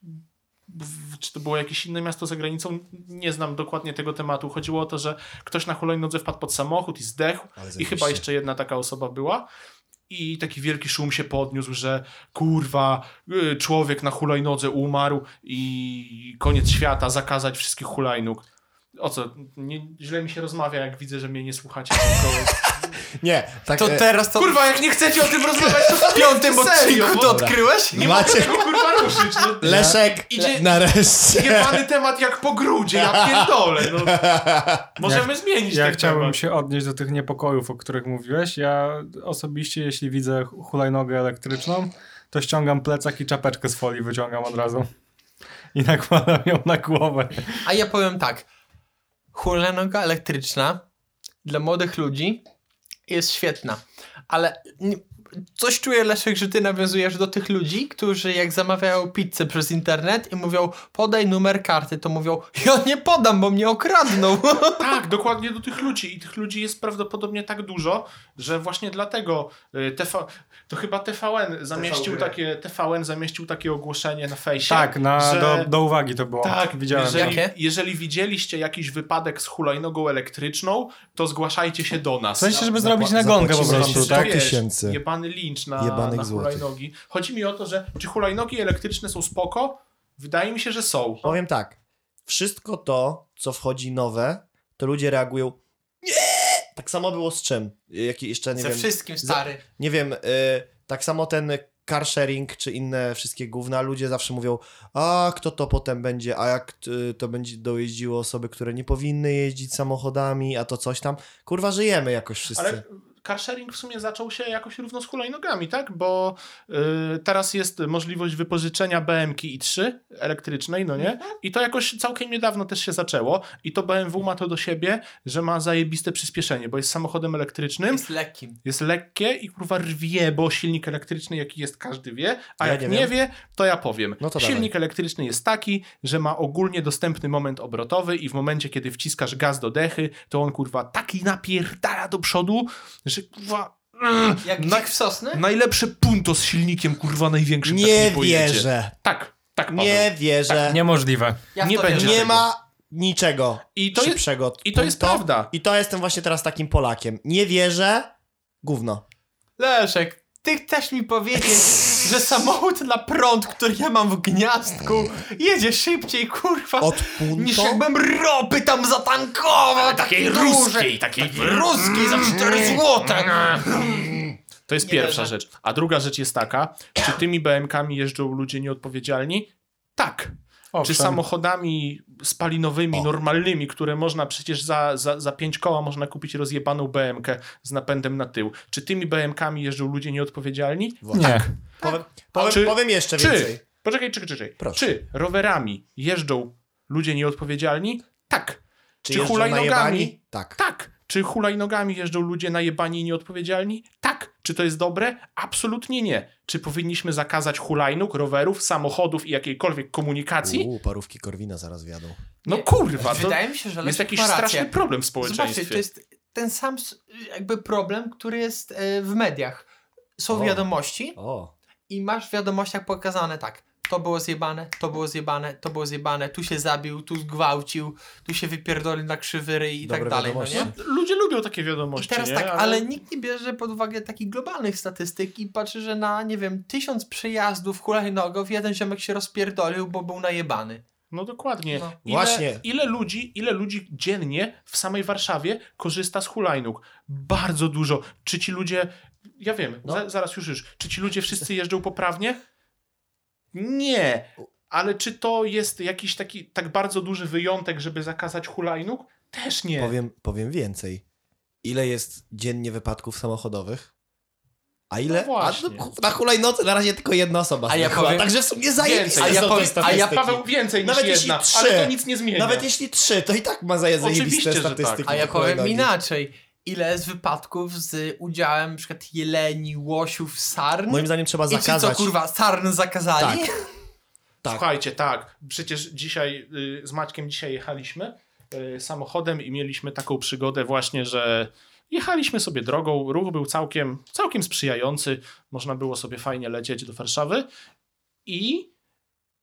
[SPEAKER 2] w, czy to było jakieś inne miasto za granicą, nie znam dokładnie tego tematu. Chodziło o to, że ktoś na hulajnodze wpadł pod samochód i zdechł
[SPEAKER 1] Ale
[SPEAKER 2] i
[SPEAKER 1] zajebiście.
[SPEAKER 2] chyba jeszcze jedna taka osoba była. I taki wielki szum się podniósł, że kurwa, y, człowiek na hulajnodze umarł i koniec świata, zakazać wszystkich hulajnóg. O co? Nie, źle mi się rozmawia, jak widzę, że mnie nie
[SPEAKER 3] (laughs)
[SPEAKER 2] słuchacie. Tylko...
[SPEAKER 1] Nie, tak.
[SPEAKER 3] To
[SPEAKER 1] e,
[SPEAKER 3] teraz to
[SPEAKER 2] Kurwa, jak nie chcecie o tym rozmawiać, to
[SPEAKER 3] w piątym
[SPEAKER 2] serio,
[SPEAKER 3] odcinku to
[SPEAKER 2] bo-
[SPEAKER 3] odkryłeś?
[SPEAKER 2] nie
[SPEAKER 1] Macie-
[SPEAKER 2] macie tego kurwa ruszyć. No,
[SPEAKER 1] Leszek,
[SPEAKER 2] Idzie-
[SPEAKER 1] nareszcie.
[SPEAKER 2] Jebany temat jak po grudzie, ja pierdolę. No. Możemy zmienić
[SPEAKER 4] Ja
[SPEAKER 2] ten
[SPEAKER 4] chciałbym
[SPEAKER 2] temat.
[SPEAKER 4] się odnieść do tych niepokojów, o których mówiłeś. Ja osobiście, jeśli widzę hulajnogę elektryczną, to ściągam plecak i czapeczkę z folii wyciągam od razu. I nakładam ją na głowę.
[SPEAKER 3] A ja powiem tak. Hulajnoga elektryczna dla młodych ludzi jest świetna, ale nie- coś czuję, Leszek, że ty nawiązujesz do tych ludzi, którzy jak zamawiają pizzę przez internet i mówią podaj numer karty, to mówią ja nie podam, bo mnie
[SPEAKER 2] (laughs)
[SPEAKER 3] okradną. (laughs)
[SPEAKER 2] Tak, dokładnie do tych ludzi. I tych ludzi jest prawdopodobnie tak dużo, że właśnie dlatego y, TV, to chyba TVN zamieścił takie TVN zamieścił takie ogłoszenie na fejsie.
[SPEAKER 4] Tak, na,
[SPEAKER 2] że,
[SPEAKER 4] do, do uwagi to było.
[SPEAKER 2] Tak,
[SPEAKER 4] widziałem.
[SPEAKER 2] Jeżeli,
[SPEAKER 3] Jakie?
[SPEAKER 2] jeżeli widzieliście jakiś wypadek z hulajnogą elektryczną, to zgłaszajcie się do nas.
[SPEAKER 4] W sensie, żeby
[SPEAKER 1] Zap-
[SPEAKER 4] zrobić nagonkę po
[SPEAKER 1] zapłacimy wam
[SPEAKER 4] prostu,
[SPEAKER 1] sto
[SPEAKER 4] tak?
[SPEAKER 2] Wiesz,
[SPEAKER 1] tysięcy.
[SPEAKER 2] Jebany lincz na,
[SPEAKER 1] Jebanych
[SPEAKER 2] na
[SPEAKER 1] złotych.
[SPEAKER 2] hulajnogi. Chodzi mi o to, że czy hulajnogi elektryczne są spoko? Wydaje mi się, że są.
[SPEAKER 1] Powiem tak. Wszystko to, co wchodzi nowe, to ludzie reagują. Nie! Tak samo było z czym? Jaki jeszcze nie
[SPEAKER 3] Ze
[SPEAKER 1] wiem.
[SPEAKER 3] wszystkim, stary.
[SPEAKER 1] Nie wiem, y, tak samo ten car sharing czy inne wszystkie gówna, ludzie zawsze mówią, a kto to potem będzie, a jak y, to będzie dojeździło osoby, które nie powinny jeździć samochodami, a to coś tam. Kurwa, żyjemy jakoś wszyscy.
[SPEAKER 2] Ale carsharing w sumie zaczął się jakoś równo z hulajnogami, tak? Bo y, teraz jest możliwość wypożyczenia BMW i3 elektrycznej, no nie?
[SPEAKER 1] Mhm.
[SPEAKER 2] I to jakoś całkiem niedawno też się zaczęło. I to BMW ma to do siebie, że ma zajebiste przyspieszenie, bo jest samochodem elektrycznym.
[SPEAKER 3] Jest lekkim.
[SPEAKER 2] Jest lekkie i kurwa rwie, bo silnik elektryczny jaki jest każdy wie, a
[SPEAKER 1] Ja
[SPEAKER 2] jak
[SPEAKER 1] nie
[SPEAKER 2] nie,
[SPEAKER 1] wiem.
[SPEAKER 2] wie, to ja powiem.
[SPEAKER 1] No to dawaj.
[SPEAKER 2] silnik elektryczny jest taki, że ma ogólnie dostępny moment obrotowy i w momencie, kiedy wciskasz gaz do dechy, to on kurwa taki napierdala do przodu, że kurwa mm,
[SPEAKER 3] Jak
[SPEAKER 2] na,
[SPEAKER 3] dzik w sosny?
[SPEAKER 2] najlepsze punto z silnikiem kurwa największym.
[SPEAKER 1] nie
[SPEAKER 2] takim pojedzie.
[SPEAKER 1] wierzę.
[SPEAKER 2] Tak, tak Paweł. Tak,
[SPEAKER 1] Nie wierzę.
[SPEAKER 4] Niemożliwe.
[SPEAKER 3] Ja w
[SPEAKER 2] nie
[SPEAKER 3] to wierzę.
[SPEAKER 2] będzie
[SPEAKER 1] Nie
[SPEAKER 2] tego.
[SPEAKER 1] ma niczego
[SPEAKER 2] I to jest,
[SPEAKER 1] szybszego.
[SPEAKER 2] i to jest
[SPEAKER 1] Punto.
[SPEAKER 2] prawda.
[SPEAKER 1] I to jestem właśnie teraz takim Polakiem. Nie wierzę, gówno.
[SPEAKER 3] Leszek, ty chcesz mi powiedzieć, że samochód na prąd, który ja mam w gniazdku, jedzie szybciej, kurwa,
[SPEAKER 1] Od
[SPEAKER 3] niż
[SPEAKER 1] punto?
[SPEAKER 3] jakbym ropy tam zatankował, takiej ruskiej, takiej ruskiej
[SPEAKER 2] Mm.
[SPEAKER 3] za 4 złote.
[SPEAKER 2] To jest
[SPEAKER 3] Nie
[SPEAKER 2] pierwsza
[SPEAKER 3] wierzę.
[SPEAKER 2] rzecz. A druga rzecz jest taka, czy tymi BMK-ami jeżdżą ludzie nieodpowiedzialni? Tak. Czy samochodami spalinowymi,
[SPEAKER 1] O.
[SPEAKER 2] normalnymi, które można przecież za, za, za pięć koła można kupić rozjebaną BMK z napędem na tył. Czy tymi BMK-ami jeżdżą ludzie nieodpowiedzialni?
[SPEAKER 4] Nie.
[SPEAKER 1] Powiem, powiem,
[SPEAKER 2] Czy-
[SPEAKER 1] Tak. powiem jeszcze
[SPEAKER 2] Czy,
[SPEAKER 1] więcej.
[SPEAKER 2] poczekaj, czekaj, czekaj.
[SPEAKER 1] Proszę.
[SPEAKER 2] Czy rowerami jeżdżą ludzie nieodpowiedzialni? Tak. czy
[SPEAKER 1] jeżdżą
[SPEAKER 2] hulajnogami?
[SPEAKER 1] najebani? Tak.
[SPEAKER 2] Tak. Czy hulajnogami jeżdżą ludzie najebani i nieodpowiedzialni? Tak. Czy to jest dobre? Absolutnie nie. Czy powinniśmy zakazać hulajnóg, rowerów, samochodów i jakiejkolwiek komunikacji?
[SPEAKER 1] Uuu, parówki Korwina zaraz wjadą.
[SPEAKER 2] No kurwa, to
[SPEAKER 3] Wydaje mi się, że Leszek
[SPEAKER 2] jest jakiś
[SPEAKER 3] ma rację.
[SPEAKER 2] straszny problem w społeczeństwie.
[SPEAKER 3] Zobaczcie, to jest ten sam s- jakby problem, który jest e, w mediach. Są
[SPEAKER 1] O.
[SPEAKER 3] wiadomości
[SPEAKER 1] O.
[SPEAKER 3] i masz w wiadomościach pokazane tak, to było zjebane, to było zjebane, to było zjebane, tu się zabił, tu zgwałcił, tu się wypierdolił na krzywy ryj i
[SPEAKER 1] Dobre
[SPEAKER 3] tak dalej, no
[SPEAKER 1] wiadomości.
[SPEAKER 3] nie?
[SPEAKER 2] Ludzie lubią takie
[SPEAKER 3] I
[SPEAKER 2] wiadomości.
[SPEAKER 3] teraz
[SPEAKER 2] nie?
[SPEAKER 3] tak, ale nikt nie bierze pod uwagę takich globalnych statystyk i patrzy, że na, nie wiem, tysiąc przejazdów hulajnogów jeden ziomek się rozpierdolił, bo był najebany.
[SPEAKER 2] No dokładnie.
[SPEAKER 3] No.
[SPEAKER 2] Ile,
[SPEAKER 1] Właśnie.
[SPEAKER 2] Ile ludzi, ile ludzi dziennie w samej Warszawie korzysta z hulajnóg? Bardzo dużo. Czy ci ludzie, ja wiem,
[SPEAKER 1] No.
[SPEAKER 2] za, zaraz już już, czy ci ludzie wszyscy jeżdżą poprawnie? Nie. Ale czy to jest jakiś taki tak bardzo duży wyjątek, żeby zakazać hulajnóg? Też nie.
[SPEAKER 1] Powiem, powiem więcej. Ile jest dziennie wypadków samochodowych? A ile?
[SPEAKER 2] No
[SPEAKER 1] a,
[SPEAKER 2] właśnie.
[SPEAKER 1] no, ku- na hulajnodze na razie tylko jedna osoba.
[SPEAKER 3] A ja
[SPEAKER 1] zdechła,
[SPEAKER 3] powiem-
[SPEAKER 1] Także w sumie zajęcie.
[SPEAKER 2] Więcej. A ja
[SPEAKER 3] powiem- a ja
[SPEAKER 2] Paweł więcej
[SPEAKER 1] Nawet
[SPEAKER 2] niż
[SPEAKER 1] jeśli
[SPEAKER 2] jedna,
[SPEAKER 1] trzy.
[SPEAKER 2] ale to nic nie zmienia.
[SPEAKER 1] Nawet jeśli trzy, to i tak ma za
[SPEAKER 2] Oczywiście,
[SPEAKER 1] zajebiste
[SPEAKER 2] że tak.
[SPEAKER 1] statystyki.
[SPEAKER 3] A ja powiem
[SPEAKER 1] hulajnogi.
[SPEAKER 3] inaczej. ile jest wypadków z udziałem na przykład jeleni, łosiów, sarn.
[SPEAKER 1] Moim zdaniem trzeba
[SPEAKER 3] I ci co,
[SPEAKER 1] zakazać.
[SPEAKER 3] kurwa, sarn zakazali?
[SPEAKER 1] Tak. Tak.
[SPEAKER 2] Słuchajcie, tak. Przecież dzisiaj y, z Maćkiem dzisiaj jechaliśmy y, samochodem i mieliśmy taką przygodę właśnie, że jechaliśmy sobie drogą, ruch był całkiem, całkiem sprzyjający, można było sobie fajnie lecieć do Warszawy i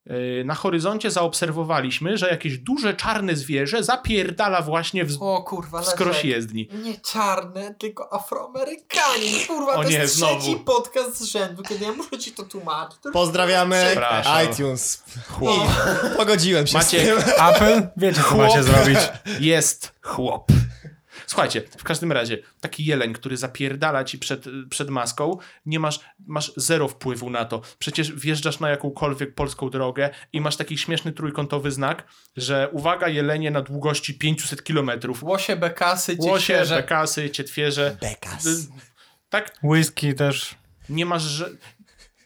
[SPEAKER 2] y, na horyzoncie zaobserwowaliśmy, że jakieś duże czarne zwierzę zapierdala właśnie w,
[SPEAKER 3] O kurwa,
[SPEAKER 2] w
[SPEAKER 3] na
[SPEAKER 2] skroś
[SPEAKER 3] rzecz.
[SPEAKER 2] jezdni.
[SPEAKER 3] Nie czarne, tylko afroamerykanin. Kurwa,
[SPEAKER 2] O
[SPEAKER 3] to
[SPEAKER 2] nie,
[SPEAKER 3] jest
[SPEAKER 2] znowu.
[SPEAKER 3] trzeci podcast z rzędu, kiedy ja muszę ci to tłumaczyć. To
[SPEAKER 1] Pozdrawiamy
[SPEAKER 2] Przepraszam.
[SPEAKER 1] iTunes. Chłop. Pogodziłem się z
[SPEAKER 2] Maciek.
[SPEAKER 1] tym.
[SPEAKER 4] Apple, wiecie co
[SPEAKER 2] Chłop.
[SPEAKER 4] macie zrobić.
[SPEAKER 2] Jest chłop. Słuchajcie, w każdym razie, taki jeleń, który zapierdala ci przed, przed maską, nie masz, masz zero wpływu na to. Przecież wjeżdżasz na jakąkolwiek polską drogę i masz taki śmieszny trójkątowy znak, że uwaga, jelenie na długości 500 km.
[SPEAKER 3] Łosie, bekasy,
[SPEAKER 2] Łosie,
[SPEAKER 3] ciecierze.
[SPEAKER 2] bekasy, cietwierze.
[SPEAKER 1] Bekas.
[SPEAKER 2] Tak,
[SPEAKER 4] Whisky też.
[SPEAKER 2] nie masz, że...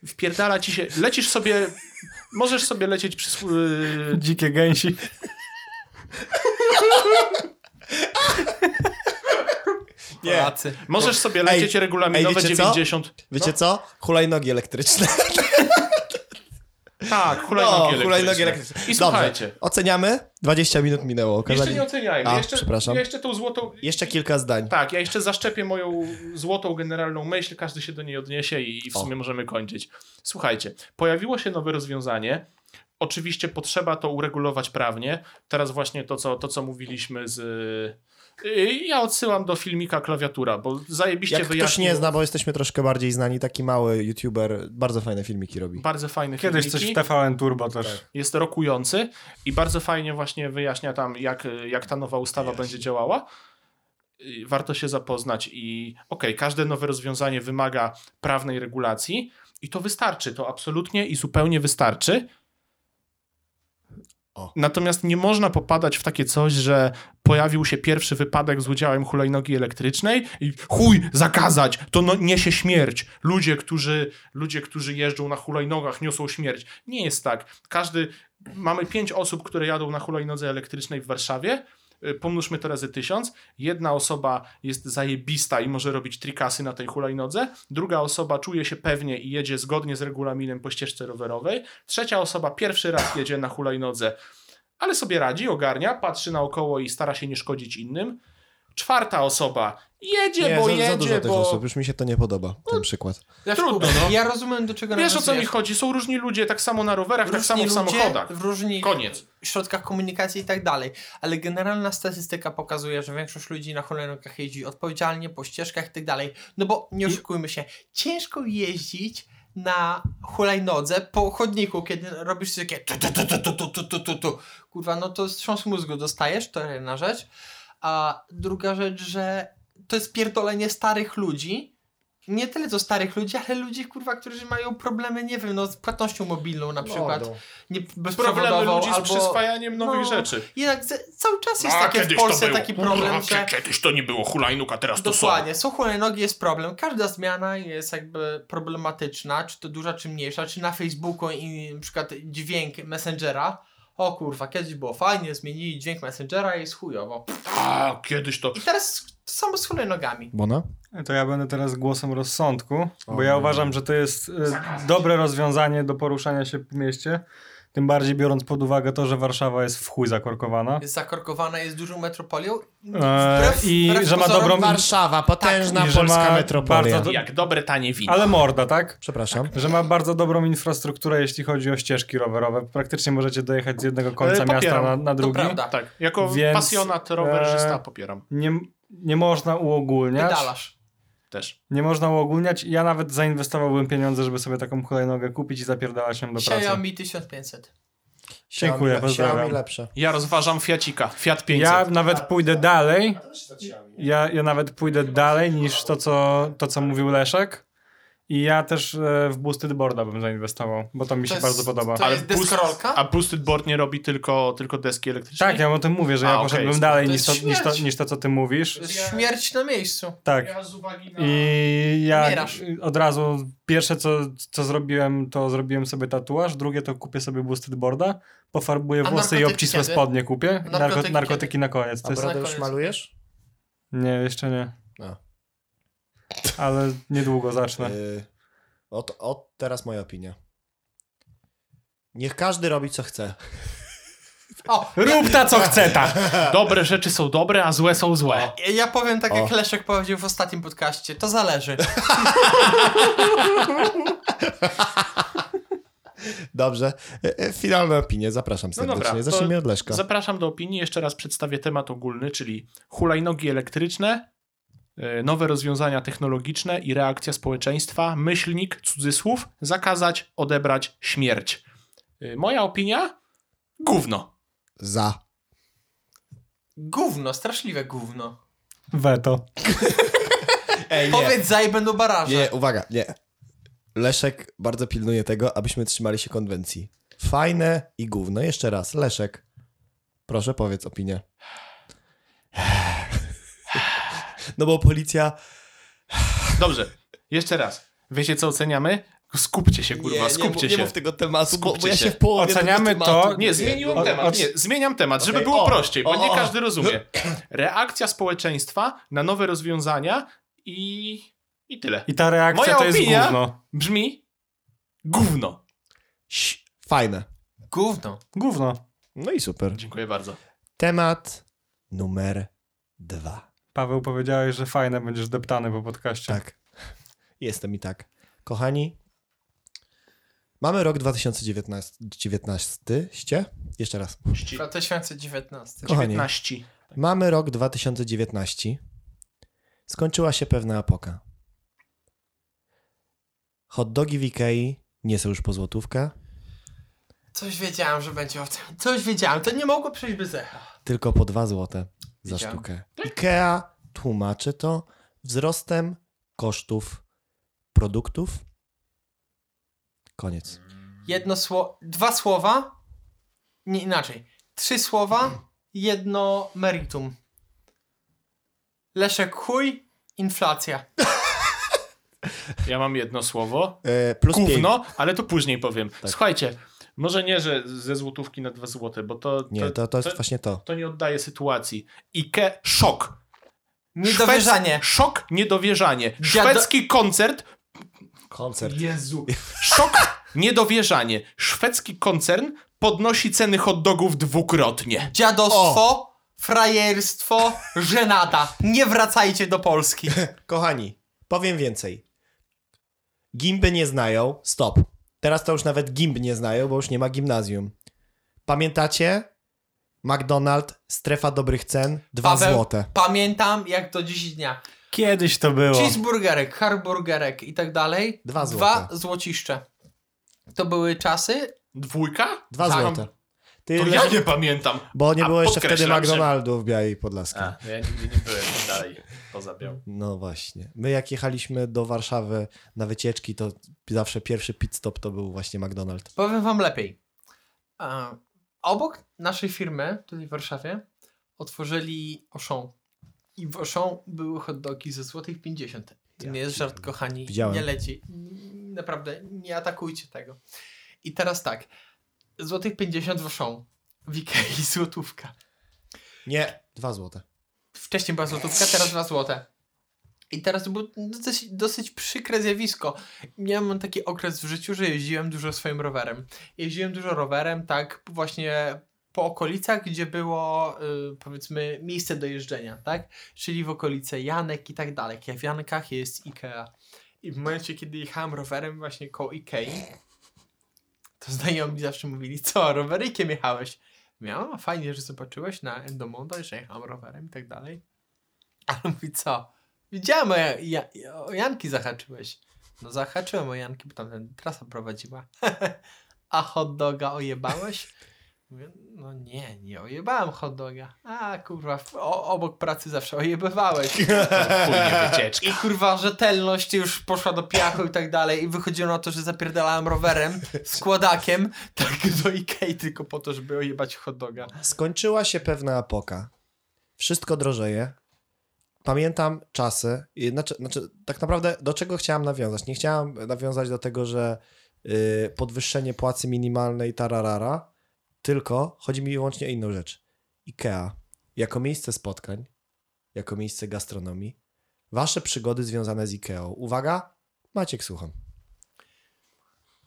[SPEAKER 2] Wpierdala ci się, lecisz sobie, możesz sobie lecieć przy... sł- Yy,
[SPEAKER 4] Dzikie gęsi.
[SPEAKER 1] Nie.
[SPEAKER 3] Polacy.
[SPEAKER 2] możesz sobie lecieć
[SPEAKER 1] Ej,
[SPEAKER 2] regulaminowe
[SPEAKER 1] ej, wiecie co?
[SPEAKER 2] 90...
[SPEAKER 1] Wiecie co? Hulajnogi elektryczne.
[SPEAKER 2] Tak,
[SPEAKER 1] No,
[SPEAKER 2] (laughs) hulajnogi
[SPEAKER 1] hulajnogi
[SPEAKER 2] elektryczne.
[SPEAKER 1] elektryczne.
[SPEAKER 2] I słuchajcie,
[SPEAKER 1] Dobrze, oceniamy. 20 minut minęło.
[SPEAKER 2] Jeszcze
[SPEAKER 1] Okazali...
[SPEAKER 2] nie oceniajmy.
[SPEAKER 1] A,
[SPEAKER 2] jeszcze,
[SPEAKER 1] przepraszam.
[SPEAKER 2] Ja jeszcze tą złotą.
[SPEAKER 1] Jeszcze kilka zdań.
[SPEAKER 2] Tak, ja jeszcze zaszczepię moją złotą generalną myśl, każdy się do niej odniesie i i w
[SPEAKER 1] O.
[SPEAKER 2] sumie możemy kończyć. Słuchajcie, pojawiło się nowe rozwiązanie. Oczywiście potrzeba to uregulować prawnie. Teraz właśnie to, co, to, co mówiliśmy z. Yy, Ja odsyłam do filmika klawiatura, bo zajebiście
[SPEAKER 1] Jak ktoś
[SPEAKER 2] wyjaśnił.
[SPEAKER 1] nie zna, bo jesteśmy troszkę bardziej znani, taki mały youtuber bardzo fajne filmiki robi.
[SPEAKER 2] Bardzo fajny
[SPEAKER 4] Kiedyś
[SPEAKER 2] filmiki.
[SPEAKER 4] coś w TVN Turbo też.
[SPEAKER 2] jest rokujący i bardzo fajnie właśnie wyjaśnia tam, jak, jak ta nowa ustawa będzie działała. Y, Warto się zapoznać i okej, każde nowe rozwiązanie wymaga prawnej regulacji i to wystarczy, to absolutnie i zupełnie wystarczy.
[SPEAKER 1] O.
[SPEAKER 2] Natomiast nie można popadać w takie coś, że pojawił się pierwszy wypadek z udziałem hulajnogi elektrycznej i chuj, zakazać, to no, niesie śmierć. Ludzie którzy, ludzie, którzy jeżdżą na hulajnogach niosą śmierć. Nie jest tak. Każdy, mamy pięć osób, które jadą na hulajnodze elektrycznej w Warszawie, Y, pomnóżmy to razy tysiąc, jedna osoba jest zajebista i może robić trikasy na tej hulajnodze, druga osoba czuje się pewnie i jedzie zgodnie z regulaminem po ścieżce rowerowej, trzecia osoba pierwszy raz jedzie na hulajnodze ale sobie radzi, ogarnia, patrzy naokoło i stara się nie szkodzić innym. Czwarta osoba jedzie,
[SPEAKER 1] Nie,
[SPEAKER 2] bo
[SPEAKER 1] za,
[SPEAKER 2] jedzie,
[SPEAKER 1] za dużo tych
[SPEAKER 2] bo...
[SPEAKER 1] osób, już mi się to nie podoba, ten przykład.
[SPEAKER 3] Ja,
[SPEAKER 2] Trudno,
[SPEAKER 3] skupię.
[SPEAKER 2] no.
[SPEAKER 3] ja rozumiem, do czego
[SPEAKER 2] Wiesz o co
[SPEAKER 3] nawiązujesz.
[SPEAKER 2] mi chodzi, są różni ludzie, tak samo na rowerach, tak
[SPEAKER 3] Różni
[SPEAKER 2] samo w
[SPEAKER 3] ludzie
[SPEAKER 2] samochodach.
[SPEAKER 3] W różnych
[SPEAKER 2] Koniec.
[SPEAKER 3] środkach komunikacji i tak dalej. Ale generalna statystyka pokazuje, że większość ludzi na hulajnogach jeździ odpowiedzialnie, po ścieżkach i tak dalej. No bo nie oszukujmy się, ciężko jeździć na hulajnodze po chodniku, kiedy robisz coś takie tu, tu, tu, tu, tu, tu, tu, tu, tu, tu. Kurwa, no to strząs mózgu dostajesz, to jedna rzecz. A druga rzecz, że to jest pierdolenie starych ludzi, nie tyle co starych ludzi, ale ludzi, kurwa, którzy mają problemy, nie wiem, no z płatnością mobilną na przykład. Nie, bezprzewodową,
[SPEAKER 2] Problemy ludzi z
[SPEAKER 3] albo...
[SPEAKER 2] przyswajaniem nowych
[SPEAKER 3] no,
[SPEAKER 2] rzeczy.
[SPEAKER 3] Jednak z- cały czas jest
[SPEAKER 2] A,
[SPEAKER 3] takie w
[SPEAKER 2] kiedyś
[SPEAKER 3] Polsce
[SPEAKER 2] to było.
[SPEAKER 3] taki problem,
[SPEAKER 2] Kurwa,
[SPEAKER 3] że
[SPEAKER 2] Kiedyś to nie było hulajnóg, a teraz to są.
[SPEAKER 3] dokładnie, są hulajnogi, jest problem. Każda zmiana jest jakby problematyczna, czy to duża, czy mniejsza, czy na Facebooku i na przykład dźwięk Messengera. O kurwa, kiedyś było fajnie, zmienili dźwięk Messengera i jest chujowo.
[SPEAKER 2] A, kiedyś to...
[SPEAKER 3] I teraz to samo z hulajnogami.
[SPEAKER 1] Bona?
[SPEAKER 4] To ja będę teraz głosem rozsądku,
[SPEAKER 1] O
[SPEAKER 4] bo
[SPEAKER 1] nie.
[SPEAKER 4] ja uważam, że to jest e, dobre rozwiązanie do poruszania się po mieście. Tym bardziej biorąc pod uwagę to, że Warszawa jest w chuj zakorkowana.
[SPEAKER 3] Jest zakorkowana, jest dużą metropolią.
[SPEAKER 4] E, i że ma
[SPEAKER 3] pozorom-
[SPEAKER 4] dobrą-
[SPEAKER 1] Warszawa, potężna
[SPEAKER 4] I że
[SPEAKER 1] polska
[SPEAKER 4] ma
[SPEAKER 1] metropolia.
[SPEAKER 4] bardzo do-
[SPEAKER 2] Jak dobre, tanie wino.
[SPEAKER 4] Ale morda, tak?
[SPEAKER 1] Przepraszam.
[SPEAKER 4] Że ma bardzo dobrą infrastrukturę, jeśli chodzi o ścieżki rowerowe. Praktycznie możecie dojechać z jednego końca miasta
[SPEAKER 2] popieram.
[SPEAKER 4] na, na drugi.
[SPEAKER 3] E, prawda.
[SPEAKER 2] Tak, jako
[SPEAKER 4] Więc,
[SPEAKER 2] pasjonat rowerzysta
[SPEAKER 4] e,
[SPEAKER 2] popieram
[SPEAKER 4] Nie, nie można uogólniać.
[SPEAKER 3] Wydalasz.
[SPEAKER 2] też.
[SPEAKER 4] Nie można uogólniać. Ja nawet zainwestowałbym pieniądze, żeby sobie taką hulajnogę kupić i zapierdalać się do pracy.
[SPEAKER 3] Xiaomi 1500.
[SPEAKER 4] Dziękuję,
[SPEAKER 1] Xiaomi-
[SPEAKER 4] pozdrawiam.
[SPEAKER 1] Xiaomi lepsze.
[SPEAKER 2] Ja rozważam Fiacika, Fiat 500.
[SPEAKER 4] Ja nawet pójdę dalej. Ja, ja nawet pójdę dalej niż to co, to, co mówił Leszek. I ja też e, w Boosted Boarda bym zainwestował, bo to mi się
[SPEAKER 3] jest-
[SPEAKER 4] bardzo podoba.
[SPEAKER 3] to- jest deskorolka?
[SPEAKER 2] A Boosted Board nie robi tylko, tylko deski elektryczne?
[SPEAKER 4] Tak, ja o tym mówię, że
[SPEAKER 2] A,
[SPEAKER 4] ja
[SPEAKER 2] okej,
[SPEAKER 4] poszedłbym
[SPEAKER 2] spoko.
[SPEAKER 4] dalej
[SPEAKER 3] To
[SPEAKER 4] niż to,
[SPEAKER 3] jest
[SPEAKER 4] niż, to,
[SPEAKER 3] śmierć.
[SPEAKER 4] niż to, co ty mówisz.
[SPEAKER 3] Śmierć na miejscu.
[SPEAKER 4] Tak.
[SPEAKER 2] Ja z uwagi na...
[SPEAKER 4] I ja
[SPEAKER 3] Umierasz.
[SPEAKER 4] od razu pierwsze co, co zrobiłem, to zrobiłem sobie tatuaż, drugie to kupię sobie boosted boarda, pofarbuję
[SPEAKER 3] A
[SPEAKER 4] włosy i
[SPEAKER 3] narkotyki
[SPEAKER 4] obcisłe
[SPEAKER 3] kiedy?
[SPEAKER 4] spodnie kupię. Narko
[SPEAKER 3] Narkotyki
[SPEAKER 4] narkotyki na koniec. To
[SPEAKER 1] A
[SPEAKER 4] jest...
[SPEAKER 1] brodę już
[SPEAKER 3] koniec.
[SPEAKER 1] malujesz?
[SPEAKER 4] Nie, jeszcze nie.
[SPEAKER 1] A.
[SPEAKER 4] ale niedługo zacznę.
[SPEAKER 1] Y, Od, od teraz moja opinia. Niech każdy robi co chce. (laughs)
[SPEAKER 3] O,
[SPEAKER 4] Rób ta co chce ta!
[SPEAKER 2] Dobre rzeczy są dobre, a złe są złe.
[SPEAKER 3] ja- ja powiem tak, jak
[SPEAKER 1] O.
[SPEAKER 3] Leszek powiedział w ostatnim podcaście. To zależy.
[SPEAKER 1] Dobrze. Y, y, Finalne opinie. Zapraszam
[SPEAKER 4] No
[SPEAKER 1] serdecznie.
[SPEAKER 2] dobra, to
[SPEAKER 1] Zacznijmy od Leszka.
[SPEAKER 2] Zapraszam do opinii. Jeszcze raz przedstawię temat ogólny, czyli hulajnogi elektryczne, y, nowe rozwiązania technologiczne i reakcja społeczeństwa, myślnik, cudzysłów, zakazać, odebrać, śmierć. Y, Moja opinia? Gówno.
[SPEAKER 1] Za.
[SPEAKER 3] Gówno, straszliwe gówno.
[SPEAKER 4] Weto.
[SPEAKER 1] Ej,
[SPEAKER 3] Powiedz zajebę do baraża.
[SPEAKER 1] Nie, uwaga, nie. Leszek bardzo pilnuje tego, abyśmy trzymali się konwencji. Fajne i gówno. Jeszcze raz, Leszek. Proszę, powiedz
[SPEAKER 4] (sighs)
[SPEAKER 1] opinię. No bo policja.
[SPEAKER 2] Dobrze, jeszcze raz. Wiecie co oceniamy? Skupcie się, kurwa, skupcie się.
[SPEAKER 1] mów tego tematu, bo, bo
[SPEAKER 2] Skupcie
[SPEAKER 1] ja
[SPEAKER 2] się.
[SPEAKER 1] się w połowie
[SPEAKER 4] Oceniamy
[SPEAKER 1] tego tematu no.
[SPEAKER 4] to-
[SPEAKER 1] gubię.
[SPEAKER 2] Nie, zmieniłem
[SPEAKER 4] O-
[SPEAKER 2] temat.
[SPEAKER 4] o-
[SPEAKER 2] nie, zmieniam temat, żeby
[SPEAKER 1] Okej.
[SPEAKER 2] było
[SPEAKER 1] O,
[SPEAKER 2] prościej, bo
[SPEAKER 1] o,
[SPEAKER 2] nie
[SPEAKER 1] o. No.
[SPEAKER 2] każdy rozumie. Reakcja społeczeństwa na nowe rozwiązania i, i tyle.
[SPEAKER 4] I ta reakcja
[SPEAKER 2] Moja
[SPEAKER 4] to jest
[SPEAKER 2] opinia-
[SPEAKER 4] gówno.
[SPEAKER 2] Brzmi gówno.
[SPEAKER 1] Ś, Fajne.
[SPEAKER 3] Gówno.
[SPEAKER 4] Gówno.
[SPEAKER 1] No i super.
[SPEAKER 2] Dziękuję bardzo.
[SPEAKER 1] Temat numer dwa.
[SPEAKER 4] Paweł, powiedziałeś, że fajne, będziesz deptany po podcaście.
[SPEAKER 1] Tak. (laughs) Jestem i tak. Kochani, mamy rok 2019. 19? Ście? Jeszcze raz.
[SPEAKER 3] 2019.
[SPEAKER 1] Kochani,
[SPEAKER 2] 15.
[SPEAKER 1] Mamy rok 2019. Skończyła się pewna epoka. Hot dogi w Ikei nie są już po złotówkę,
[SPEAKER 3] Coś wiedziałem, że będzie o tym. Coś wiedziałem. To nie mogło przejść bez echa.
[SPEAKER 1] tylko po 2 złote za
[SPEAKER 3] Widziałem.
[SPEAKER 1] sztukę. Ikea tłumaczy to wzrostem kosztów produktów. Koniec.
[SPEAKER 3] Jedno słowo, dwa słowa, nie inaczej. Trzy słowa, jedno meritum. Leszek chuj, inflacja.
[SPEAKER 2] Ja mam jedno słowo.
[SPEAKER 1] E, plus pięć.
[SPEAKER 2] Gówno, ale to później powiem.
[SPEAKER 1] Tak.
[SPEAKER 2] Słuchajcie, może nie, że ze złotówki na dwa złote, bo to,
[SPEAKER 1] Nie, to, to jest właśnie to.
[SPEAKER 2] to nie oddaje sytuacji. Ike, szok.
[SPEAKER 3] Niedowierzanie.
[SPEAKER 2] Szwedz- Szok, niedowierzanie.
[SPEAKER 3] Dziado-
[SPEAKER 2] Szwedzki koncert
[SPEAKER 1] Koncert.
[SPEAKER 2] Jezu. Szok, niedowierzanie. Szwedzki koncern podnosi ceny hot dogów dwukrotnie.
[SPEAKER 3] Dziadostwo, frajerstwo, żenada. Nie wracajcie do Polski.
[SPEAKER 1] Kochani, powiem więcej. Gimby nie znają. Stop. Teraz to już nawet gimb nie znają, bo już nie ma gimnazjum. Pamiętacie? McDonald's, strefa dobrych cen, 2
[SPEAKER 3] Paweł,
[SPEAKER 1] złote.
[SPEAKER 3] Pamiętam jak do dziś dnia.
[SPEAKER 4] Kiedyś to było.
[SPEAKER 3] Cheeseburgerek, harburgerek i tak dalej.
[SPEAKER 1] Dwa
[SPEAKER 3] Dwa
[SPEAKER 1] złote.
[SPEAKER 3] złociszcze. To były czasy.
[SPEAKER 2] Dwójka?
[SPEAKER 1] 2
[SPEAKER 3] tak.
[SPEAKER 1] złote. Ty,
[SPEAKER 2] To
[SPEAKER 1] Leszek-
[SPEAKER 2] ja nie pamiętam.
[SPEAKER 1] Bo nie
[SPEAKER 2] A,
[SPEAKER 1] było jeszcze wtedy
[SPEAKER 2] podkreślam, że-
[SPEAKER 1] McDonaldu w Białej Podlaskiej.
[SPEAKER 2] A, No ja nigdy nie byłem dalej poza biał.
[SPEAKER 1] No właśnie. My jak jechaliśmy do Warszawy na wycieczki, to zawsze pierwszy pit stop to był właśnie McDonald's.
[SPEAKER 3] Powiem wam lepiej. E, Obok naszej firmy, tutaj w Warszawie, otworzyli Auchan. I w Auchan były hot dogi ze złotych 50. To
[SPEAKER 1] Ja
[SPEAKER 3] nie jest żart, kochani.
[SPEAKER 1] Widziałem.
[SPEAKER 3] Nie leci. Naprawdę, nie atakujcie tego. I teraz tak. Złotych 50 w Auchan. W Ikei złotówka.
[SPEAKER 1] Nie, 2 złote.
[SPEAKER 3] Wcześniej była złotówka, teraz dwa złote. I teraz to było dosyć, dosyć przykre zjawisko. Miałem taki okres w życiu, że jeździłem dużo swoim rowerem. Jeździłem dużo rowerem, tak właśnie po okolicach, gdzie było y, powiedzmy miejsce do jeżdżenia, tak? Czyli w okolice Janek i tak dalej. Jak w Jankach jest Ikea. I w momencie, kiedy jechałem rowerem właśnie koło Ikei, to znajomi zawsze mówili, co, rowerykiem jechałeś? Miałem, a No, fajnie, że zobaczyłeś na Endomondo, że jechałem rowerem i tak dalej. Ale mówi, co? Widziałem, o, ja, ja, o Janki zahaczyłeś. No zahaczyłem o Janki, bo tam ten trasa prowadziła. (laughs) a hot doga ojebałeś? Mówię, no nie, nie ojebałem hot doga. A kurwa, w- o, obok pracy zawsze ojebywałeś.
[SPEAKER 2] Później wycieczki.
[SPEAKER 3] I kurwa, rzetelność już poszła do piachu i tak dalej. I wychodziło na to, że zapierdalałem rowerem, składakiem, tak do Ikei tylko po to, żeby ojebać hot doga.
[SPEAKER 1] Skończyła się pewna epoka. Wszystko drożeje. Pamiętam czasy. i Znaczy, znaczy, tak naprawdę do czego chciałam nawiązać? Nie chciałam nawiązać do tego, że y, podwyższenie płacy minimalnej tararara, tylko chodzi mi wyłącznie o inną rzecz. IKEA jako miejsce spotkań, jako miejsce gastronomii Wasze przygody związane z Ikeą. Uwaga, Maciek Suchon.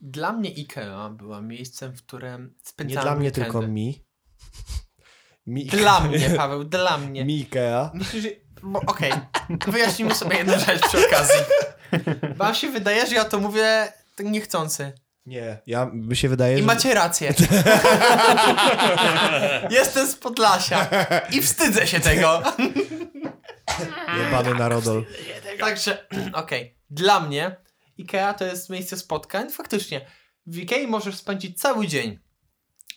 [SPEAKER 3] Dla mnie Ikea była miejscem, w którym
[SPEAKER 1] Nie
[SPEAKER 3] spędzałem
[SPEAKER 1] dla mnie,
[SPEAKER 3] weekendy.
[SPEAKER 1] tylko mi. mi (laughs)
[SPEAKER 3] Dla mnie, Paweł, dla mnie.
[SPEAKER 1] Mi Ikea.
[SPEAKER 3] Myślisz, że... bo okej, wyjaśnimy sobie jedną rzecz przy okazji. Wam się wydaje, że ja to mówię tak niechcący.
[SPEAKER 1] Nie, ja mi się wydaje,
[SPEAKER 3] I
[SPEAKER 1] że...
[SPEAKER 3] macie rację. Jestem z Podlasia i wstydzę się tego.
[SPEAKER 1] Jebany narodol.
[SPEAKER 3] Także, okej, dla mnie Ikea to jest miejsce spotkań. Faktycznie, w Ikei możesz spędzić cały dzień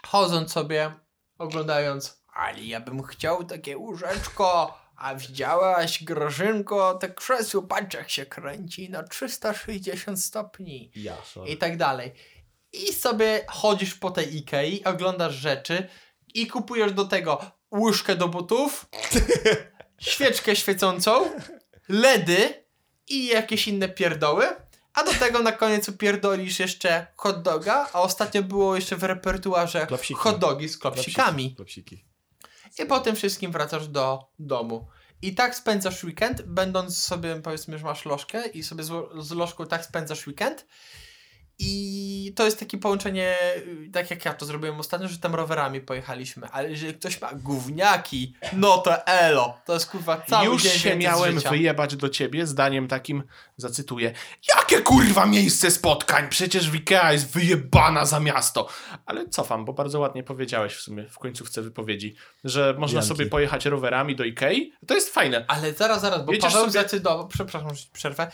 [SPEAKER 3] chodząc sobie, oglądając, ale ja bym chciał takie łóżeczko, a widziałaś Grażynko, te krzesło, patrz jak się kręci na 360 stopni
[SPEAKER 1] Ja,
[SPEAKER 3] i tak dalej. I sobie chodzisz po tej Ikei, oglądasz rzeczy i kupujesz do tego łyżkę do
[SPEAKER 1] (laughs)
[SPEAKER 3] butów, świeczkę świecącą, ledy i jakieś inne pierdoły. A do tego na koniec upierdolisz jeszcze hot doga, a ostatnio było jeszcze w repertuarze
[SPEAKER 1] Klapsiki.
[SPEAKER 3] hot dogi z klopsikami.
[SPEAKER 1] Klopsiki.
[SPEAKER 3] I po tym wszystkim wracasz do domu. I tak spędzasz weekend, będąc sobie, powiedzmy, że masz lożkę i sobie z, z lożką tak spędzasz weekend. I to jest takie połączenie, y, tak jak ja to zrobiłem ostatnio, że tam rowerami pojechaliśmy. Ale jeżeli ktoś ma gówniaki, no to elo. To jest kurwa cały
[SPEAKER 2] Już
[SPEAKER 3] dzień
[SPEAKER 2] się
[SPEAKER 3] więcej
[SPEAKER 2] miałem
[SPEAKER 3] życia.
[SPEAKER 2] wyjebać do ciebie zdaniem takim, zacytuję, jakie kurwa miejsce spotkań, przecież w Ikea jest wyjebana za miasto. Ale cofam, bo bardzo ładnie powiedziałeś w sumie w końcówce wypowiedzi, że można
[SPEAKER 1] Janki.
[SPEAKER 2] sobie pojechać rowerami do Ikei. To jest fajne.
[SPEAKER 3] Ale zaraz, zaraz, bo
[SPEAKER 2] Jedziesz
[SPEAKER 3] Paweł
[SPEAKER 2] sobie-
[SPEAKER 3] zdecydował, przepraszam, że ci przerwę,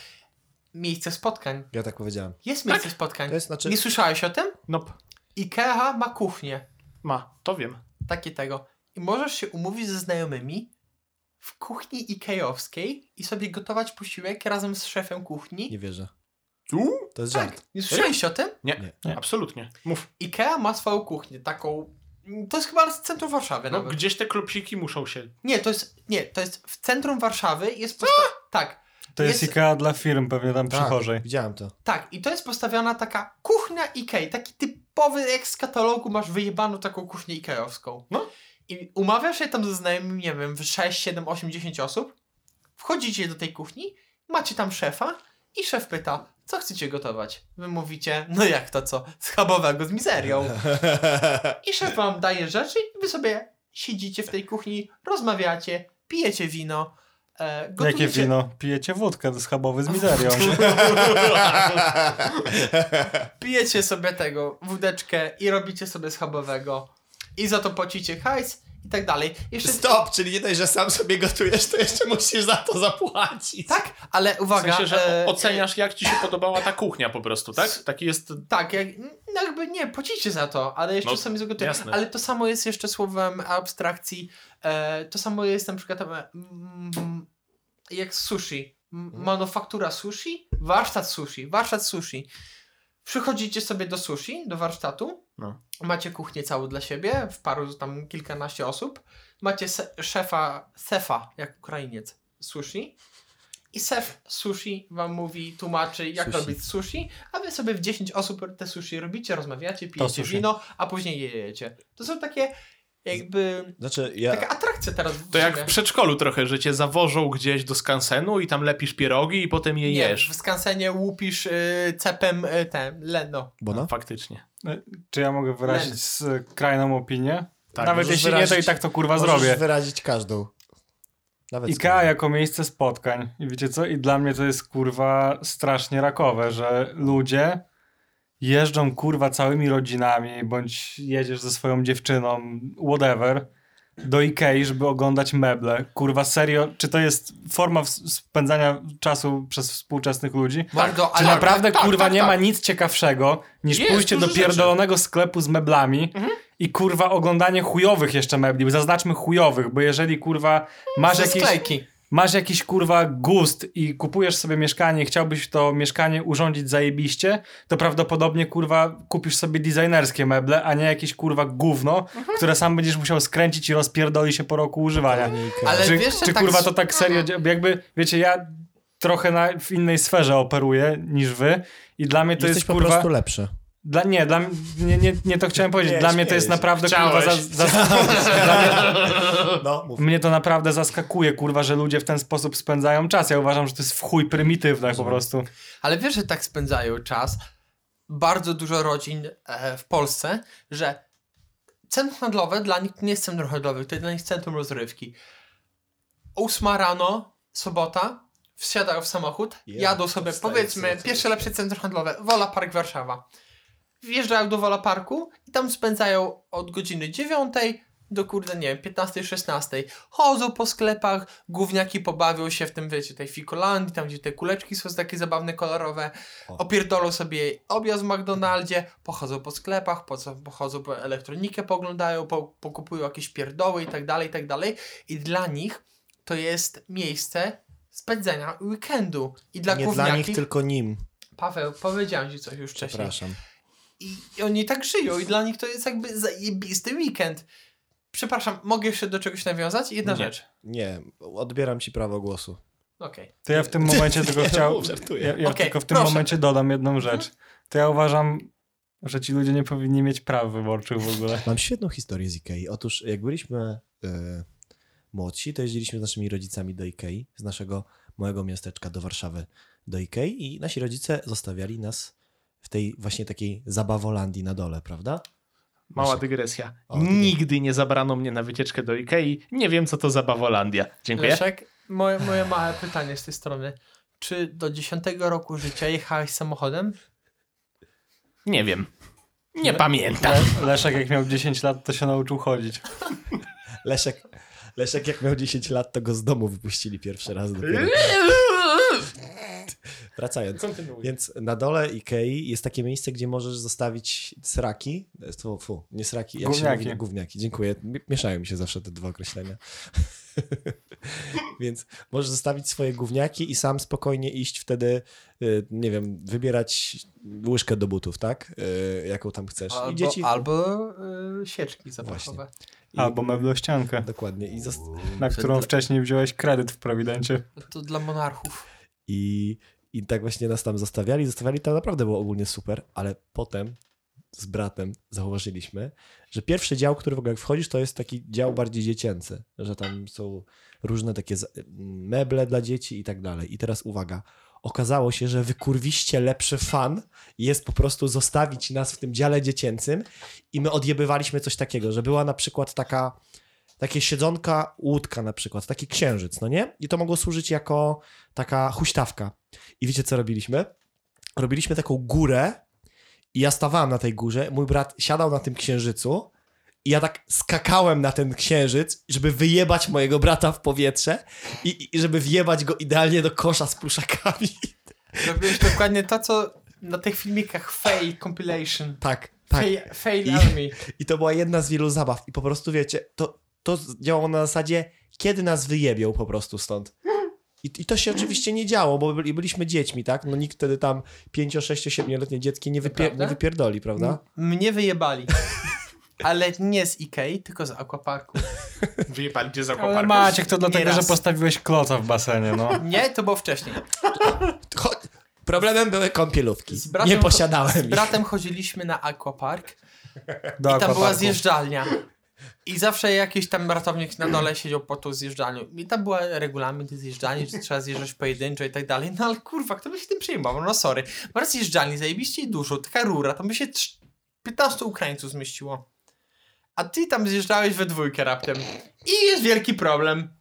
[SPEAKER 3] miejsce spotkań.
[SPEAKER 1] Ja tak powiedziałem.
[SPEAKER 3] Jest miejsce spotkań.
[SPEAKER 1] To jest znaczy-
[SPEAKER 3] Nie słyszałeś o tym?
[SPEAKER 2] Nop,
[SPEAKER 3] Ikea ma kuchnię.
[SPEAKER 2] ma, to wiem.
[SPEAKER 3] takie tego. I możesz się umówić ze znajomymi w kuchni Ikeowskiej i sobie gotować posiłek razem z szefem kuchni.
[SPEAKER 1] Nie wierzę.
[SPEAKER 2] Tu?
[SPEAKER 1] To jest
[SPEAKER 3] Tak,
[SPEAKER 1] żart.
[SPEAKER 3] nie słyszeliście o tym?
[SPEAKER 2] Nie,
[SPEAKER 4] Nie.
[SPEAKER 2] absolutnie. Mów.
[SPEAKER 3] Ikea ma swoją kuchnię, taką... To jest chyba z centrum Warszawy
[SPEAKER 2] No,
[SPEAKER 3] nawet.
[SPEAKER 2] gdzieś te klopsiki muszą się...
[SPEAKER 3] Nie, to jest... Nie, to jest w centrum Warszawy jest... Posta... Tak,
[SPEAKER 4] To jest
[SPEAKER 3] Jest-
[SPEAKER 4] IKEA dla firm, pewnie tam
[SPEAKER 1] Tak,
[SPEAKER 4] przychorzej.
[SPEAKER 1] widziałem to.
[SPEAKER 3] tak. I to jest postawiona taka kuchnia Ikei. Taki typowy, jak z katalogu masz wyjebaną taką kuchnię Ikeowską.
[SPEAKER 2] No.
[SPEAKER 3] I umawiasz się tam ze znajomymi, nie wiem, w 6, 7, 8, 10 osób. Wchodzicie do tej kuchni, macie tam szefa i szef pyta, co chcecie gotować? Wy mówicie, no jak to co, schabowego z mizerią. I szef wam daje rzeczy i wy sobie siedzicie w tej kuchni, rozmawiacie, pijecie wino, e, gotujecie...
[SPEAKER 4] Jakie wino? Pijecie wódkę schabowy
[SPEAKER 1] (laughs)
[SPEAKER 4] z mizerią.
[SPEAKER 3] pijecie sobie tego wódeczkę i robicie sobie schabowego i za to płacicie hajs i tak dalej. Jeszcze
[SPEAKER 1] Stop, czyli nie dość, że sam sobie gotujesz, to jeszcze musisz za to zapłacić.
[SPEAKER 3] tak, ale
[SPEAKER 2] W
[SPEAKER 3] uwaga.
[SPEAKER 2] sensie, że
[SPEAKER 3] e,
[SPEAKER 2] oceniasz, jak ci się podobała ta kuchnia po prostu, tak? Taki jest...
[SPEAKER 3] Tak, jak, no jakby nie, płacicie za to, ale jeszcze
[SPEAKER 2] No,
[SPEAKER 3] sami zagotują.
[SPEAKER 2] jasne.
[SPEAKER 3] Ale to samo jest jeszcze słowem abstrakcji. E, to samo jest na przykład e, mm, jak sushi. M-
[SPEAKER 2] Mhm.
[SPEAKER 3] Manufaktura sushi, warsztat sushi, warsztat sushi. Przychodzicie sobie do sushi, do warsztatu.
[SPEAKER 2] No.
[SPEAKER 3] Macie kuchnię całą dla siebie, w paru tam kilkanaście osób. Macie se- szefa, sefa, jak Ukrainiec, sushi. I szef sushi wam mówi, tłumaczy, jak
[SPEAKER 1] Sushi.
[SPEAKER 3] robić sushi, a wy sobie w 10 osób te sushi robicie, rozmawiacie, pijecie
[SPEAKER 4] sushi.
[SPEAKER 3] wino, a później je jecie. To są takie jakby...
[SPEAKER 1] Znaczy, ja...
[SPEAKER 3] Taka atrakcja teraz. w
[SPEAKER 2] To jak
[SPEAKER 3] sumie.
[SPEAKER 2] w przedszkolu trochę, że cię zawożą gdzieś do skansenu i tam lepisz pierogi i potem je
[SPEAKER 3] Nie,
[SPEAKER 2] jesz.
[SPEAKER 3] w skansenie łupisz y, cepem y, ten, leno.
[SPEAKER 1] Bona?
[SPEAKER 2] Faktycznie.
[SPEAKER 4] Czy ja mogę
[SPEAKER 3] Len.
[SPEAKER 4] wyrazić skrajną opinię?
[SPEAKER 2] Tak,
[SPEAKER 4] Nawet
[SPEAKER 1] możesz
[SPEAKER 4] jeśli nie, to i
[SPEAKER 1] wyrazić-
[SPEAKER 4] tak to kurwa
[SPEAKER 1] Możesz
[SPEAKER 4] zrobię.
[SPEAKER 1] wyrazić każdą. Nawet
[SPEAKER 4] IKEA jako miejsce spotkań. I wiecie co? I dla mnie to jest kurwa strasznie rakowe, że ludzie jeżdżą kurwa całymi rodzinami, bądź jedziesz ze swoją dziewczyną, whatever, do Ikei, żeby oglądać meble. Kurwa serio, czy to jest forma w- spędzania czasu przez współczesnych ludzi?
[SPEAKER 3] Mordo,
[SPEAKER 4] Czy
[SPEAKER 3] ale
[SPEAKER 4] naprawdę
[SPEAKER 2] tak,
[SPEAKER 4] kurwa
[SPEAKER 2] tak,
[SPEAKER 4] nie
[SPEAKER 2] tak.
[SPEAKER 4] ma nic ciekawszego niż
[SPEAKER 2] Jest
[SPEAKER 4] pójście do
[SPEAKER 2] dużo Mhm.
[SPEAKER 4] pierdolonego sklepu z meblami i kurwa oglądanie chujowych jeszcze mebli, bo zaznaczmy chujowych, bo jeżeli kurwa masz
[SPEAKER 3] Ze
[SPEAKER 4] jakieś,
[SPEAKER 3] sklejki.
[SPEAKER 4] masz jakiś kurwa gust i kupujesz sobie mieszkanie i chciałbyś to mieszkanie urządzić zajebiście, to prawdopodobnie kurwa kupisz sobie designerskie meble, a nie jakieś kurwa gówno,
[SPEAKER 2] Mhm.
[SPEAKER 4] które sam będziesz musiał skręcić i rozpierdoli się po roku
[SPEAKER 2] No
[SPEAKER 4] używania
[SPEAKER 3] Ale
[SPEAKER 4] czy,
[SPEAKER 3] wiesz, że
[SPEAKER 4] czy
[SPEAKER 3] tak
[SPEAKER 4] kurwa
[SPEAKER 3] z-
[SPEAKER 4] to tak serio, dzia- jakby, wiecie, ja trochę na, w innej sferze operuję niż wy i dla mnie to
[SPEAKER 1] Jesteś
[SPEAKER 4] jest
[SPEAKER 1] po
[SPEAKER 4] kurwa,
[SPEAKER 1] prostu lepszy.
[SPEAKER 4] Dla, nie, dla, m- nie, nie, nie to chciałem powiedzieć.
[SPEAKER 1] Nie,
[SPEAKER 4] Dla mnie
[SPEAKER 1] śmieję
[SPEAKER 4] to jest
[SPEAKER 1] się.
[SPEAKER 4] naprawdę kurwa
[SPEAKER 2] Chciałeś.
[SPEAKER 4] za, za, dla mnie,
[SPEAKER 1] No, mów.
[SPEAKER 4] (laughs) Mnie to naprawdę zaskakuje, kurwa, że ludzie w ten sposób spędzają czas. Ja uważam, że to jest w chuj prymitywne po prostu.
[SPEAKER 3] Ale wiesz, że tak spędzają czas bardzo dużo rodzin e, w Polsce, że centrum handlowe dla nich to nie jest centrum handlowe, to jest dla nich centrum rozrywki. Ósma rano, sobota, wsiadają w samochód,
[SPEAKER 1] Yeah,
[SPEAKER 3] jadą sobie,
[SPEAKER 1] wstaję
[SPEAKER 3] powiedzmy,
[SPEAKER 1] sobie.
[SPEAKER 3] pierwsze lepsze centrum handlowe, Wola Park Warszawa. Wjeżdżają do Wola Parku i tam spędzają od godziny 9 do kurde, nie wiem, 15, 16. Chodzą po sklepach, gówniaki pobawią się w tym, wiecie, tej fikolandii, tam gdzie te kuleczki są takie zabawne, kolorowe. Opierdolą sobie obiad w McDonaldzie, pochodzą po sklepach, po- pochodzą po elektronikę, poglądają, po, pokupują jakieś pierdoły i tak dalej, i tak dalej. I dla nich to jest miejsce spędzenia weekendu. I dla
[SPEAKER 1] nie
[SPEAKER 3] gówniaki...
[SPEAKER 1] dla nich, tylko nim.
[SPEAKER 3] Paweł, powiedziałem ci coś już wcześniej.
[SPEAKER 1] Przepraszam.
[SPEAKER 3] I, I oni tak żyją i dla nich to jest jakby zajebisty weekend. Przepraszam, mogę jeszcze do czegoś nawiązać? Jedna
[SPEAKER 4] Nie.
[SPEAKER 3] rzecz.
[SPEAKER 1] Nie, odbieram ci prawo głosu.
[SPEAKER 3] Okej.
[SPEAKER 4] To ja w tym momencie
[SPEAKER 3] (laughs)
[SPEAKER 4] tylko
[SPEAKER 1] Nie,
[SPEAKER 4] chciał.
[SPEAKER 1] mów, żartuję.
[SPEAKER 4] Ja, ja
[SPEAKER 3] Okej,
[SPEAKER 4] tylko w tym
[SPEAKER 3] proszę. Mhm.
[SPEAKER 4] momencie dodam jedną rzecz. To ja uważam, że ci ludzie nie powinni mieć praw wyborczych w
[SPEAKER 3] (laughs)
[SPEAKER 4] ogóle.
[SPEAKER 1] Mam świetną historię z Ikei. Otóż jak byliśmy y, młodsi, to jeździliśmy z naszymi rodzicami do Ikei, z naszego małego miasteczka do Warszawy do Ikei i nasi rodzice zostawiali nas w tej właśnie takiej zabawolandii na dole, prawda?
[SPEAKER 2] Mała
[SPEAKER 1] Proszę.
[SPEAKER 2] dygresja.
[SPEAKER 1] O, dygresja.
[SPEAKER 2] Nigdy nie zabrano mnie na wycieczkę do Ikei. Nie wiem, co to za Bawolandia. Dziękuję.
[SPEAKER 3] Leszek, moje, moje małe pytanie z tej strony. Czy do 10 roku życia jechałeś samochodem?
[SPEAKER 2] Nie wiem. Nie pamiętam.
[SPEAKER 4] Le- Leszek, jak miał 10 lat, to się nauczył chodzić.
[SPEAKER 1] Leszek, Leszek jak miał 10 lat, to go z domu wypuścili pierwszy raz dopiero. Wracając. Więc na dole Ikei jest takie miejsce, gdzie możesz zostawić sraki. To, fu, nie sraki, jak
[SPEAKER 4] Gówniaki.
[SPEAKER 1] się mówi, gówniaki. Dziękuję. Mi- Mieszają mi się zawsze te dwa określenia. (laughs) Więc możesz zostawić swoje gówniaki i sam spokojnie iść wtedy, y, nie wiem, wybierać łyżkę do butów, tak? Y, Jaką tam chcesz. I
[SPEAKER 3] Albo,
[SPEAKER 1] dzieci...
[SPEAKER 3] albo y, sieczki zapachowe.
[SPEAKER 1] i-
[SPEAKER 4] Albo meblościankę,
[SPEAKER 1] Dokładnie. I zost...
[SPEAKER 4] na którą wcześniej wziąłeś kredyt w Prowidencie.
[SPEAKER 3] No To dla monarchów.
[SPEAKER 1] I, I tak właśnie nas tam zostawiali. Zostawiali tam naprawdę było ogólnie super, ale potem z bratem zauważyliśmy, że pierwszy dział, który w ogóle jak wchodzisz, to jest taki dział bardziej dziecięcy, że tam są różne takie za- meble dla dzieci i tak dalej. I teraz uwaga, okazało się, że wykurwiście lepszy fan jest po prostu zostawić nas w tym dziale dziecięcym i my odjebywaliśmy coś takiego, że była na przykład taka takie siedzonka łódka na przykład, taki księżyc, no nie? I to mogło służyć jako taka huśtawka. I wiecie, co robiliśmy? Robiliśmy taką górę i ja stawałem na tej górze, mój brat siadał na tym księżycu i ja tak skakałem na ten księżyc, żeby wyjebać mojego brata w powietrze i, i- i żeby wjebać go idealnie do kosza z pluszakami.
[SPEAKER 3] Robiłeś dokładnie to, co na tych filmikach fail compilation.
[SPEAKER 1] Tak, tak.
[SPEAKER 3] Fail, fail
[SPEAKER 1] I-
[SPEAKER 3] army.
[SPEAKER 1] I to była jedna z wielu zabaw. I po prostu wiecie, to, to działało na zasadzie, kiedy nas wyjebią po prostu stąd. I, I to się oczywiście nie działo, bo byli, byliśmy dziećmi, tak? No nikt wtedy tam 5, 6, 7-letnie dziecki nie, wypier-
[SPEAKER 3] Prawda?
[SPEAKER 1] nie wypierdoli, prawda?
[SPEAKER 3] Mnie wyjebali. Ale nie z Ikei, tylko z Aquaparku.
[SPEAKER 2] Wyjebali gdzie z
[SPEAKER 4] Ale
[SPEAKER 2] akwaparku.
[SPEAKER 4] Maciek, to dlatego, że
[SPEAKER 3] Nieraz.
[SPEAKER 4] postawiłeś kloca w basenie, no.
[SPEAKER 3] Nie, to było wcześniej.
[SPEAKER 1] Cho- Problemem były kąpielówki.
[SPEAKER 3] Z bratem-
[SPEAKER 1] Nie posiadałem
[SPEAKER 3] Z
[SPEAKER 1] ich.
[SPEAKER 3] bratem chodziliśmy na Aquapark
[SPEAKER 4] Do
[SPEAKER 3] I tam była
[SPEAKER 4] akwaparku.
[SPEAKER 3] zjeżdżalnia. I zawsze jakiś tam ratownik na dole siedział po tą zjeżdżalniu. I tam była regulamin tej zjeżdżalni, że trzeba zjeżdżać pojedynczo i tak dalej. No ale kurwa, kto by się tym przejmował? No sorry. Bo raz zjeżdżalni zajebiście i dużo, taka rura, tam by się trz- 15 Ukraińców zmieściło. A ty tam zjeżdżałeś we dwójkę raptem. I jest wielki problem.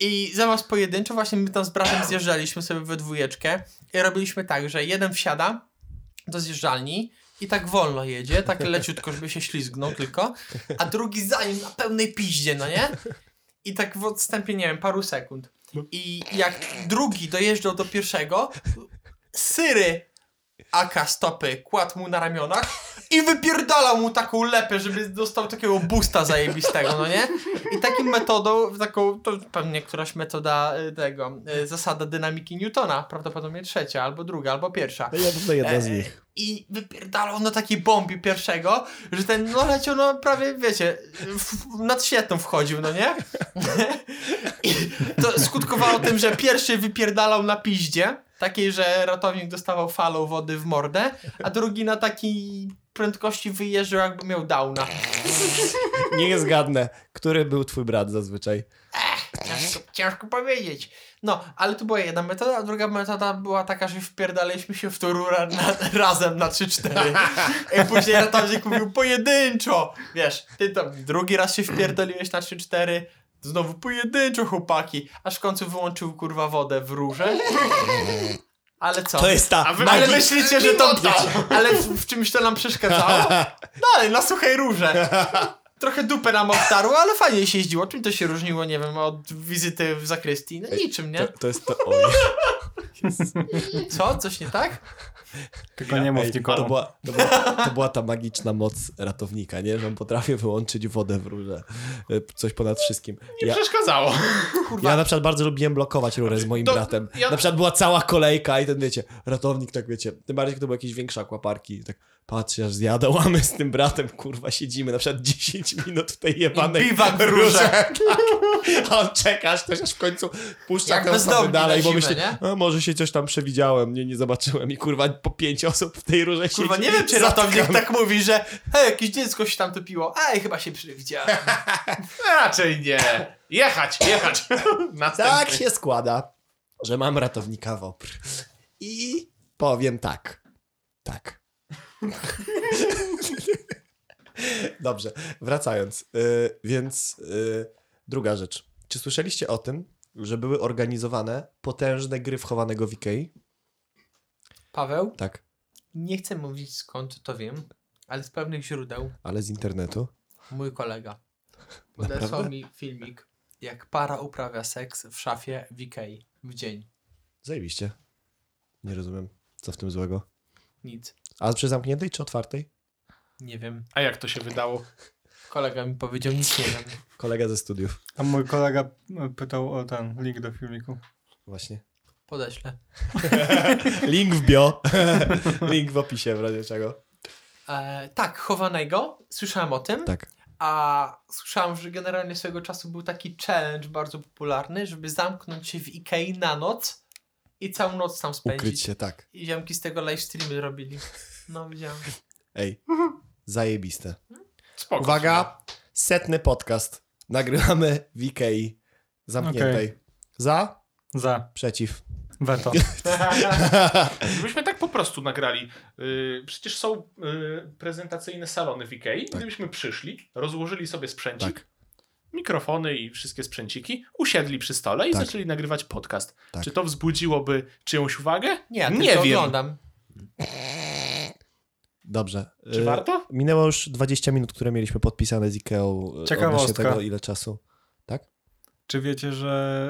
[SPEAKER 3] I zamiast pojedynczo właśnie my tam z bratem zjeżdżaliśmy sobie we dwójeczkę i robiliśmy tak, że jeden wsiada, do zjeżdżalni i tak wolno jedzie, tak leciutko, żeby się ślizgnął tylko, a drugi za nim na pełnej piździe, no nie? I tak w odstępie, nie wiem, paru sekund. I jak drugi dojeżdżał do pierwszego, syry aka stopy kładł mu na ramionach i wypierdalał mu taką lepę, żeby dostał takiego busta zajebistego, no nie? I takim metodą, taką, to pewnie któraś metoda y, tego, y, zasada dynamiki Newtona, prawdopodobnie trzecia, albo druga, albo pierwsza
[SPEAKER 1] To jedna, to jedna z
[SPEAKER 3] E,
[SPEAKER 1] nich.
[SPEAKER 3] i wypierdalał na takiej bombie pierwszego, że ten no leciał no prawie, wiecie, w, nad świetną wchodził, no nie? (laughs) I to skutkowało tym, że pierwszy wypierdalał na piździe, Takiej, że ratownik dostawał falą wody w mordę, a drugi na takiej prędkości wyjeżdżał jakby miał downa.
[SPEAKER 1] Nie zgadnę, który był twój brat zazwyczaj. Mhm.
[SPEAKER 3] Ciężko, ciężko powiedzieć. No, ale to była jedna metoda, a druga metoda była taka, że wpierdaliśmy się w to rura na, (laughs) razem na 3-4. I później ratownik mówił pojedynczo. Wiesz, ty tam drugi raz się wpierdoliłeś na 3-4. Znowu pojedynczo chłopaki, aż w końcu wyłączył kurwa wodę w
[SPEAKER 1] (laughs)
[SPEAKER 3] rurze. Ale co?
[SPEAKER 1] To jest ta
[SPEAKER 2] A wy-
[SPEAKER 3] Ale
[SPEAKER 1] magi-
[SPEAKER 3] myślicie, że to Ale w, w czymś to nam
[SPEAKER 1] (laughs)
[SPEAKER 3] przeszkadzało? Dalej, na suchej rurze. Trochę dupę nam obtarło, ale fajnie się jeździło. Czym to się różniło, nie wiem, od wizyty w zakrystii? No niczym, nie?
[SPEAKER 1] To, to jest to... Oj,
[SPEAKER 3] Co? Coś nie tak?
[SPEAKER 4] Tylko nie mów
[SPEAKER 1] ej,
[SPEAKER 4] nikomu.
[SPEAKER 1] to, była, to, była, to była ta magiczna moc ratownika, nie? Że on potrafię wyłączyć wodę w rurze. Y, Coś ponad wszystkim. Ja,
[SPEAKER 2] Przeszkadzało.
[SPEAKER 1] ja na przykład bardzo lubiłem blokować rurę z moim
[SPEAKER 2] To-
[SPEAKER 1] bratem.
[SPEAKER 2] ja-
[SPEAKER 1] Na przykład była cała kolejka i ten, wiecie, ratownik tak, wiecie, tym bardziej, jak to były jakieś większe akwaparki. Tak patrz, aż zjadał, a my z tym bratem, kurwa, siedzimy na przykład 10 minut w tej jebanej Tak.
[SPEAKER 3] Biwak w
[SPEAKER 1] (laughs)
[SPEAKER 3] rurze.
[SPEAKER 1] A on czeka, aż ktoś aż w końcu puszcza
[SPEAKER 3] Jak
[SPEAKER 1] tę
[SPEAKER 3] bezdomni
[SPEAKER 1] osobę dalej, bo
[SPEAKER 3] na
[SPEAKER 1] myśli,
[SPEAKER 3] zimę,
[SPEAKER 1] a może się coś tam przewidziałem, nie, nie zobaczyłem i kurwa po pięć osób w tej rurze
[SPEAKER 3] Kurwa,
[SPEAKER 1] siedzi
[SPEAKER 3] nie wiem, czy
[SPEAKER 1] zatkany.
[SPEAKER 3] ratownik tak mówi, że hej, jakieś dziecko się tam topiło. Ej, chyba się
[SPEAKER 1] (laughs)
[SPEAKER 3] przewidziałem.
[SPEAKER 1] Tak.
[SPEAKER 2] Raczej nie. Jechać, jechać. Następny.
[SPEAKER 1] Tak się składa, że mam ratownika WOPR i powiem tak, tak. (laughs) Dobrze, wracając, y, więc y, druga rzecz. Czy słyszeliście o tym, że były organizowane potężne gry wchowanego w Ikei?
[SPEAKER 3] Paweł,
[SPEAKER 1] Tak,
[SPEAKER 3] nie chcę mówić skąd to wiem, ale z pewnych źródeł
[SPEAKER 1] ale z internetu.
[SPEAKER 3] mój kolega
[SPEAKER 1] Naprawdę?
[SPEAKER 3] podesłał mi filmik, jak para uprawia seks w szafie w Ikei w dzień.
[SPEAKER 1] Zajebiście. Nie rozumiem, co w tym złego.
[SPEAKER 3] Nic.
[SPEAKER 1] A przy zamkniętej czy otwartej?
[SPEAKER 3] Nie wiem.
[SPEAKER 2] A jak to się wydało?
[SPEAKER 3] Kolega mi powiedział, nic nie wiem.
[SPEAKER 1] Kolega ze studiów.
[SPEAKER 4] A mój kolega e, pytał o ten link do filmiku.
[SPEAKER 1] Właśnie.
[SPEAKER 3] Podeślę.
[SPEAKER 1] Link w bio. (laughs) Link w opisie, w razie czego.
[SPEAKER 3] E, tak, chowanego. Słyszałem o tym.
[SPEAKER 1] Tak.
[SPEAKER 3] A słyszałem, że generalnie swego czasu był taki challenge bardzo popularny, żeby zamknąć się w Ikei na noc i całą noc tam spędzić.
[SPEAKER 1] Ukryć się, tak.
[SPEAKER 3] I ziomki z tego livestreamy robili. No widziałem.
[SPEAKER 1] Ej, zajebiste.
[SPEAKER 2] Spoko.
[SPEAKER 1] Uwaga, setny podcast. Nagrywamy w Ikei. Zamkniętej. Za,
[SPEAKER 4] Za.
[SPEAKER 1] przeciw.
[SPEAKER 4] Weto.
[SPEAKER 2] (laughs) Gdybyśmy tak po prostu nagrali, y, przecież są y, prezentacyjne salony w Ikei. Gdybyśmy przyszli, rozłożyli sobie sprzęcik,
[SPEAKER 1] Tak.
[SPEAKER 2] mikrofony i wszystkie sprzęciki, usiedli przy stole i
[SPEAKER 1] Tak.
[SPEAKER 2] zaczęli nagrywać podcast.
[SPEAKER 1] Tak.
[SPEAKER 2] Czy to wzbudziłoby czyjąś uwagę?
[SPEAKER 3] Nie,
[SPEAKER 2] nie
[SPEAKER 3] tylko
[SPEAKER 2] wiem.
[SPEAKER 3] oglądam.
[SPEAKER 1] Dobrze.
[SPEAKER 2] Czy
[SPEAKER 1] Y,
[SPEAKER 2] warto?
[SPEAKER 1] Minęło już 20 minut, które mieliśmy podpisane z Ikeą. y,
[SPEAKER 4] Ciekawostka.
[SPEAKER 1] odnośnie tego, ile czasu. Tak?
[SPEAKER 4] (laughs) Czy wiecie, że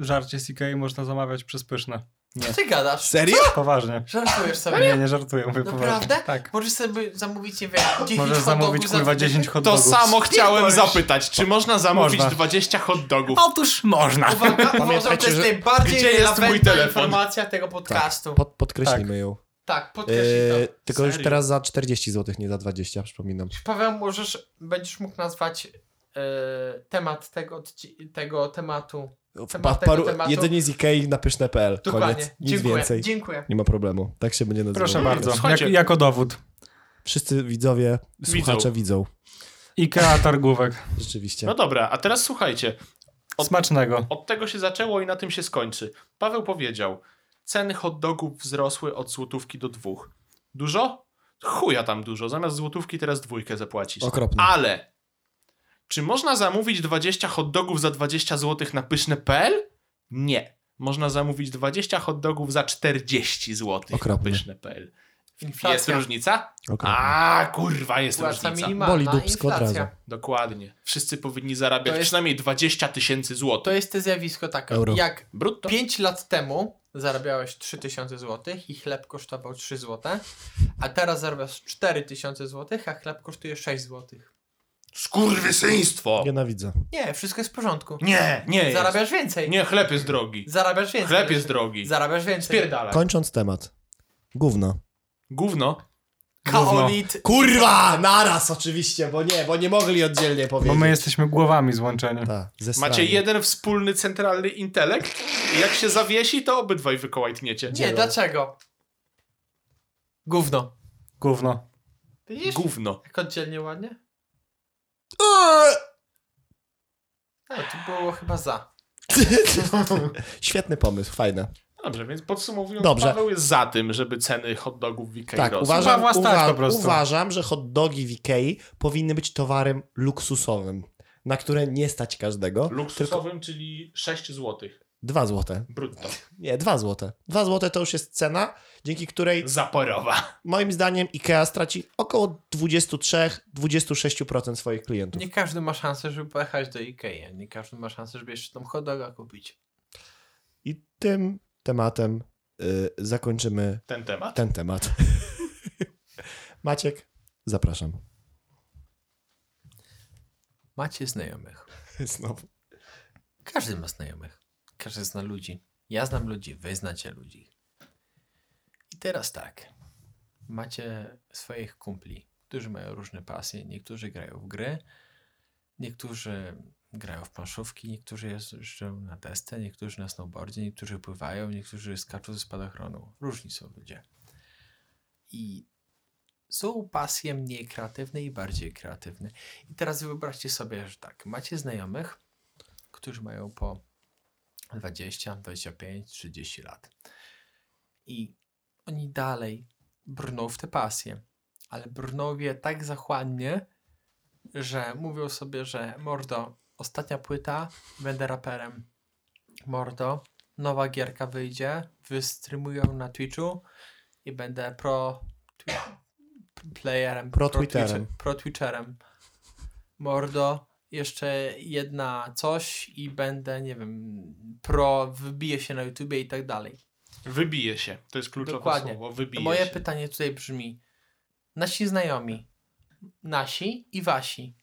[SPEAKER 4] y, żarcie z Ikei można zamawiać przez pyszne?
[SPEAKER 3] Co ty gadasz?
[SPEAKER 1] Serio?
[SPEAKER 4] Poważnie.
[SPEAKER 3] Żartujesz sobie.
[SPEAKER 4] Nie, nie żartuję, mówię
[SPEAKER 3] Naprawdę?
[SPEAKER 4] poważnie. Tak.
[SPEAKER 3] Możesz sobie zamówić, nie wiem, 10
[SPEAKER 4] Możesz
[SPEAKER 3] hot
[SPEAKER 4] zamówić
[SPEAKER 3] dogów
[SPEAKER 4] kurwa
[SPEAKER 3] za-
[SPEAKER 4] 10 hot
[SPEAKER 2] To
[SPEAKER 4] dogów.
[SPEAKER 2] samo chciałem
[SPEAKER 3] Pierdolisz.
[SPEAKER 2] zapytać. Czy można zamówić
[SPEAKER 4] Można.
[SPEAKER 2] 20 hot dogów?
[SPEAKER 4] Otóż można.
[SPEAKER 3] Uwaga, uważam, to
[SPEAKER 1] Pamiętajcie,
[SPEAKER 3] jest
[SPEAKER 1] że-
[SPEAKER 3] najbardziej
[SPEAKER 2] Gdzie jest mój
[SPEAKER 3] relevantna
[SPEAKER 2] telefon?
[SPEAKER 3] informacja tego podcastu.
[SPEAKER 1] Pod, podkreślimy ją.
[SPEAKER 3] Tak, podkreśl
[SPEAKER 1] Eee,
[SPEAKER 3] to.
[SPEAKER 1] tylko już
[SPEAKER 2] Serio?
[SPEAKER 1] teraz za 40 zł, nie za 20, przypominam.
[SPEAKER 3] Paweł, możesz, będziesz mógł nazwać e, temat tego, odci- tego tematu.
[SPEAKER 1] W
[SPEAKER 3] Temat tego
[SPEAKER 1] paru,
[SPEAKER 3] tematu.
[SPEAKER 1] jedzenie z Ikei na pyszne.pl.
[SPEAKER 3] Dokładnie.
[SPEAKER 1] Koniec. Nic
[SPEAKER 3] Dziękuję.
[SPEAKER 1] więcej.
[SPEAKER 3] Dziękuję.
[SPEAKER 1] Nie ma problemu. Tak się będzie nazywał.
[SPEAKER 4] Proszę
[SPEAKER 1] podcast.
[SPEAKER 4] bardzo. Jak,
[SPEAKER 2] Słuchajcie.
[SPEAKER 4] jako dowód.
[SPEAKER 1] Wszyscy widzowie,
[SPEAKER 2] Widzą.
[SPEAKER 1] słuchacze widzą.
[SPEAKER 4] Ikea targówek.
[SPEAKER 1] Rzeczywiście.
[SPEAKER 2] No dobra, a teraz słuchajcie. Od-
[SPEAKER 4] Smacznego.
[SPEAKER 2] Od tego się zaczęło i na tym się skończy. Paweł powiedział, ceny hot dogów wzrosły od złotówki do dwóch. Dużo? Chuja tam dużo. Zamiast złotówki teraz dwójkę zapłacić.
[SPEAKER 1] Okropne.
[SPEAKER 2] Ale czy można zamówić 20 hot dogów za 20 zł na pyszne.pl? Nie. Można zamówić 20 hot dogów za 40 zł na
[SPEAKER 1] Okropne.
[SPEAKER 2] pyszne.pl. Jest
[SPEAKER 3] Inflacja.
[SPEAKER 2] różnica?
[SPEAKER 1] Okropne.
[SPEAKER 2] A kurwa jest
[SPEAKER 3] Płaca
[SPEAKER 2] różnica.
[SPEAKER 3] minimalna,
[SPEAKER 1] Boli dupsko od
[SPEAKER 3] inflacja.
[SPEAKER 1] razu.
[SPEAKER 2] Dokładnie. Wszyscy powinni zarabiać
[SPEAKER 3] To jest-
[SPEAKER 2] przynajmniej 20 tysięcy
[SPEAKER 3] To
[SPEAKER 2] złotych.
[SPEAKER 3] jest to zjawisko takie,
[SPEAKER 1] Euro.
[SPEAKER 3] jak
[SPEAKER 2] Brutto.
[SPEAKER 3] 5 lat temu zarabiałeś 3000 zł i chleb kosztował 3 zł, a teraz zarabiasz 4000 zł, a chleb kosztuje 6 zł.
[SPEAKER 2] Skurwysyństwo!
[SPEAKER 1] Nienawidzę.
[SPEAKER 3] Nie, wszystko jest w porządku.
[SPEAKER 2] Nie, nie jest.
[SPEAKER 3] Zarabiasz więcej.
[SPEAKER 2] Nie, chleb jest drogi.
[SPEAKER 3] Zarabiasz więcej.
[SPEAKER 2] Chleb jest drogi.
[SPEAKER 3] Zarabiasz więcej.
[SPEAKER 2] Spierdalaj.
[SPEAKER 1] Kończąc temat. Gówno.
[SPEAKER 2] Gówno.
[SPEAKER 3] Kaolit.
[SPEAKER 1] Kurwa! Naraz oczywiście, bo nie, bo nie mogli oddzielnie
[SPEAKER 4] Bo
[SPEAKER 1] powiedzieć.
[SPEAKER 4] No my jesteśmy głowami złączeni.
[SPEAKER 1] Ta,
[SPEAKER 2] Macie jeden wspólny centralny intelekt i jak się zawiesi, to obydwaj wykołajtniecie.
[SPEAKER 3] Nie, dlaczego? Gówno.
[SPEAKER 4] Gówno.
[SPEAKER 3] Widzisz?
[SPEAKER 2] Gówno.
[SPEAKER 3] Jak tak oddzielnie ładnie? No, to było chyba za.
[SPEAKER 1] (laughs) Świetny pomysł, fajne.
[SPEAKER 2] Dobrze, więc podsumowując,
[SPEAKER 1] Dobrze.
[SPEAKER 2] Paweł jest za tym, żeby ceny hot dogów w Ikei
[SPEAKER 1] Tak,
[SPEAKER 2] rosły.
[SPEAKER 1] uważam,
[SPEAKER 4] Pawła stać po
[SPEAKER 1] uwa
[SPEAKER 4] prostu.
[SPEAKER 1] uważam, że hot dogi w Ikei powinny być towarem luksusowym, na które nie stać każdego. Tylko
[SPEAKER 2] Luksusowym, czyli 6 złotych.
[SPEAKER 1] dwa złote.
[SPEAKER 2] Brutto.
[SPEAKER 1] Nie, dwa złote. Dwa złote to już jest cena, dzięki której
[SPEAKER 2] Zaporowa.
[SPEAKER 1] moim zdaniem Ikea straci około 23-26% swoich klientów.
[SPEAKER 3] Nie każdy ma szansę, żeby pojechać do Ikei. Nie każdy ma szansę, żeby jeszcze tam hot doga kupić.
[SPEAKER 1] I tym tematem y, zakończymy
[SPEAKER 2] Ten temat.
[SPEAKER 1] ten
[SPEAKER 4] (laughs)
[SPEAKER 1] temat. Maciek, zapraszam.
[SPEAKER 3] Macie znajomych.
[SPEAKER 1] Znowu.
[SPEAKER 3] Każdy ma znajomych. Każdy zna ludzi. Ja znam ludzi, wy znacie ludzi. I teraz tak. Macie swoich kumpli, którzy mają różne pasje. Niektórzy grają w gry, niektórzy grają w planszówki, niektórzy jeżdżą na desce, niektórzy na snowboardzie, niektórzy pływają, niektórzy skaczą ze spadochronu. Różni są ludzie. I są pasje mniej kreatywne i bardziej kreatywne. I teraz wyobraźcie sobie, że tak, macie znajomych, którzy mają po 20, 25, 30 lat. I oni dalej brną w te pasje, ale brną je tak zachłannie, że mówią sobie, że mordo, ostatnia płyta, będę raperem. Mordo, nowa gierka wyjdzie, wystreamuję ją na Twitchu i będę pro twi- playerem,
[SPEAKER 1] Pro
[SPEAKER 3] twitcher-
[SPEAKER 1] Twitterem.
[SPEAKER 3] pro Twitcherem. Mordo, jeszcze jedna coś i będę, nie wiem, pro, wybiję się na YouTubie i tak dalej.
[SPEAKER 2] Wybije się. To jest kluczowe
[SPEAKER 3] Dokładnie.
[SPEAKER 2] słowo. Wybije
[SPEAKER 3] Moje
[SPEAKER 2] się.
[SPEAKER 3] pytanie tutaj brzmi: nasi znajomi, nasi i wasi,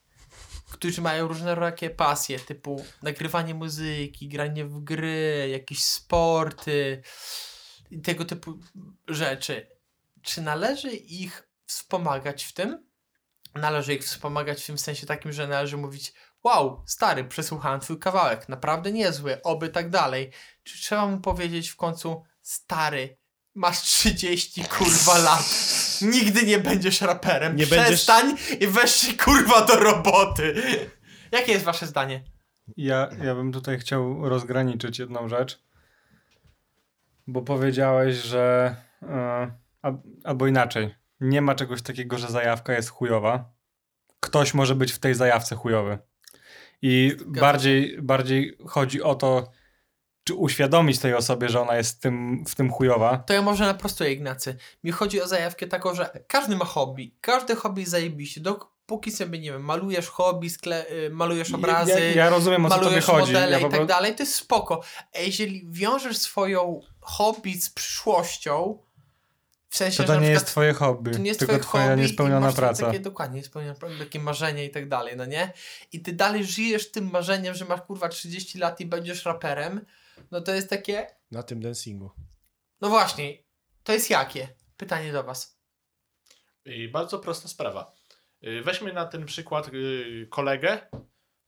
[SPEAKER 3] którzy mają różnorakie pasje, typu nagrywanie muzyki, granie w gry, jakieś sporty i tego typu rzeczy. Czy należy ich wspomagać w tym? Należy ich wspomagać w tym sensie takim, że należy mówić: Wow, stary, przesłuchałem twój kawałek, naprawdę niezły, oby tak dalej. Czy trzeba mu powiedzieć w końcu: Stary, masz 30 kurwa lat. Nigdy nie będziesz raperem.
[SPEAKER 1] Nie będziesz-
[SPEAKER 3] Przestań i weź się kurwa do roboty. Jakie jest wasze zdanie?
[SPEAKER 4] Ja, ja bym tutaj chciał rozgraniczyć jedną rzecz, bo powiedziałeś, że e, al- albo inaczej, nie ma czegoś takiego, że zajawka jest chujowa. Ktoś może być w tej zajawce chujowy. I
[SPEAKER 3] Zgadza
[SPEAKER 4] bardziej, bardziej chodzi o to, czy uświadomić tej osobie, że ona jest w tym, w tym chujowa.
[SPEAKER 3] To ja może naprostuję, Ignacy. Mi chodzi o zajawkę taką, że każdy ma hobby. Każdy hobby jest zajebiście. Dopóki sobie, nie wiem, malujesz hobby, skle... y, malujesz obrazy,
[SPEAKER 4] Ja, ja rozumiem, o co tobie
[SPEAKER 3] malujesz
[SPEAKER 4] chodzi.
[SPEAKER 3] modele
[SPEAKER 4] Ja
[SPEAKER 3] i
[SPEAKER 4] po
[SPEAKER 3] tak
[SPEAKER 4] prostu-
[SPEAKER 3] dalej, to jest spoko. A jeżeli wiążesz swoją hobby z przyszłością, w sensie,
[SPEAKER 4] to,
[SPEAKER 3] że
[SPEAKER 4] to
[SPEAKER 3] na
[SPEAKER 4] nie
[SPEAKER 3] przykład
[SPEAKER 4] jest twoje hobby,
[SPEAKER 3] To nie jest
[SPEAKER 4] tylko
[SPEAKER 3] twoje
[SPEAKER 4] twoja
[SPEAKER 3] hobby i
[SPEAKER 4] niespełniona
[SPEAKER 3] masz tam
[SPEAKER 4] praca.
[SPEAKER 3] Takie, dokładnie, niespełniona praca, takie marzenie i tak dalej, no nie? I ty dalej żyjesz tym marzeniem, że masz kurwa 30 lat i będziesz raperem, no to jest takie,
[SPEAKER 1] Na tym dancingu.
[SPEAKER 3] no właśnie, to jest jakie? Pytanie do was.
[SPEAKER 2] I bardzo prosta sprawa. Y, Weźmy na ten przykład y, kolegę,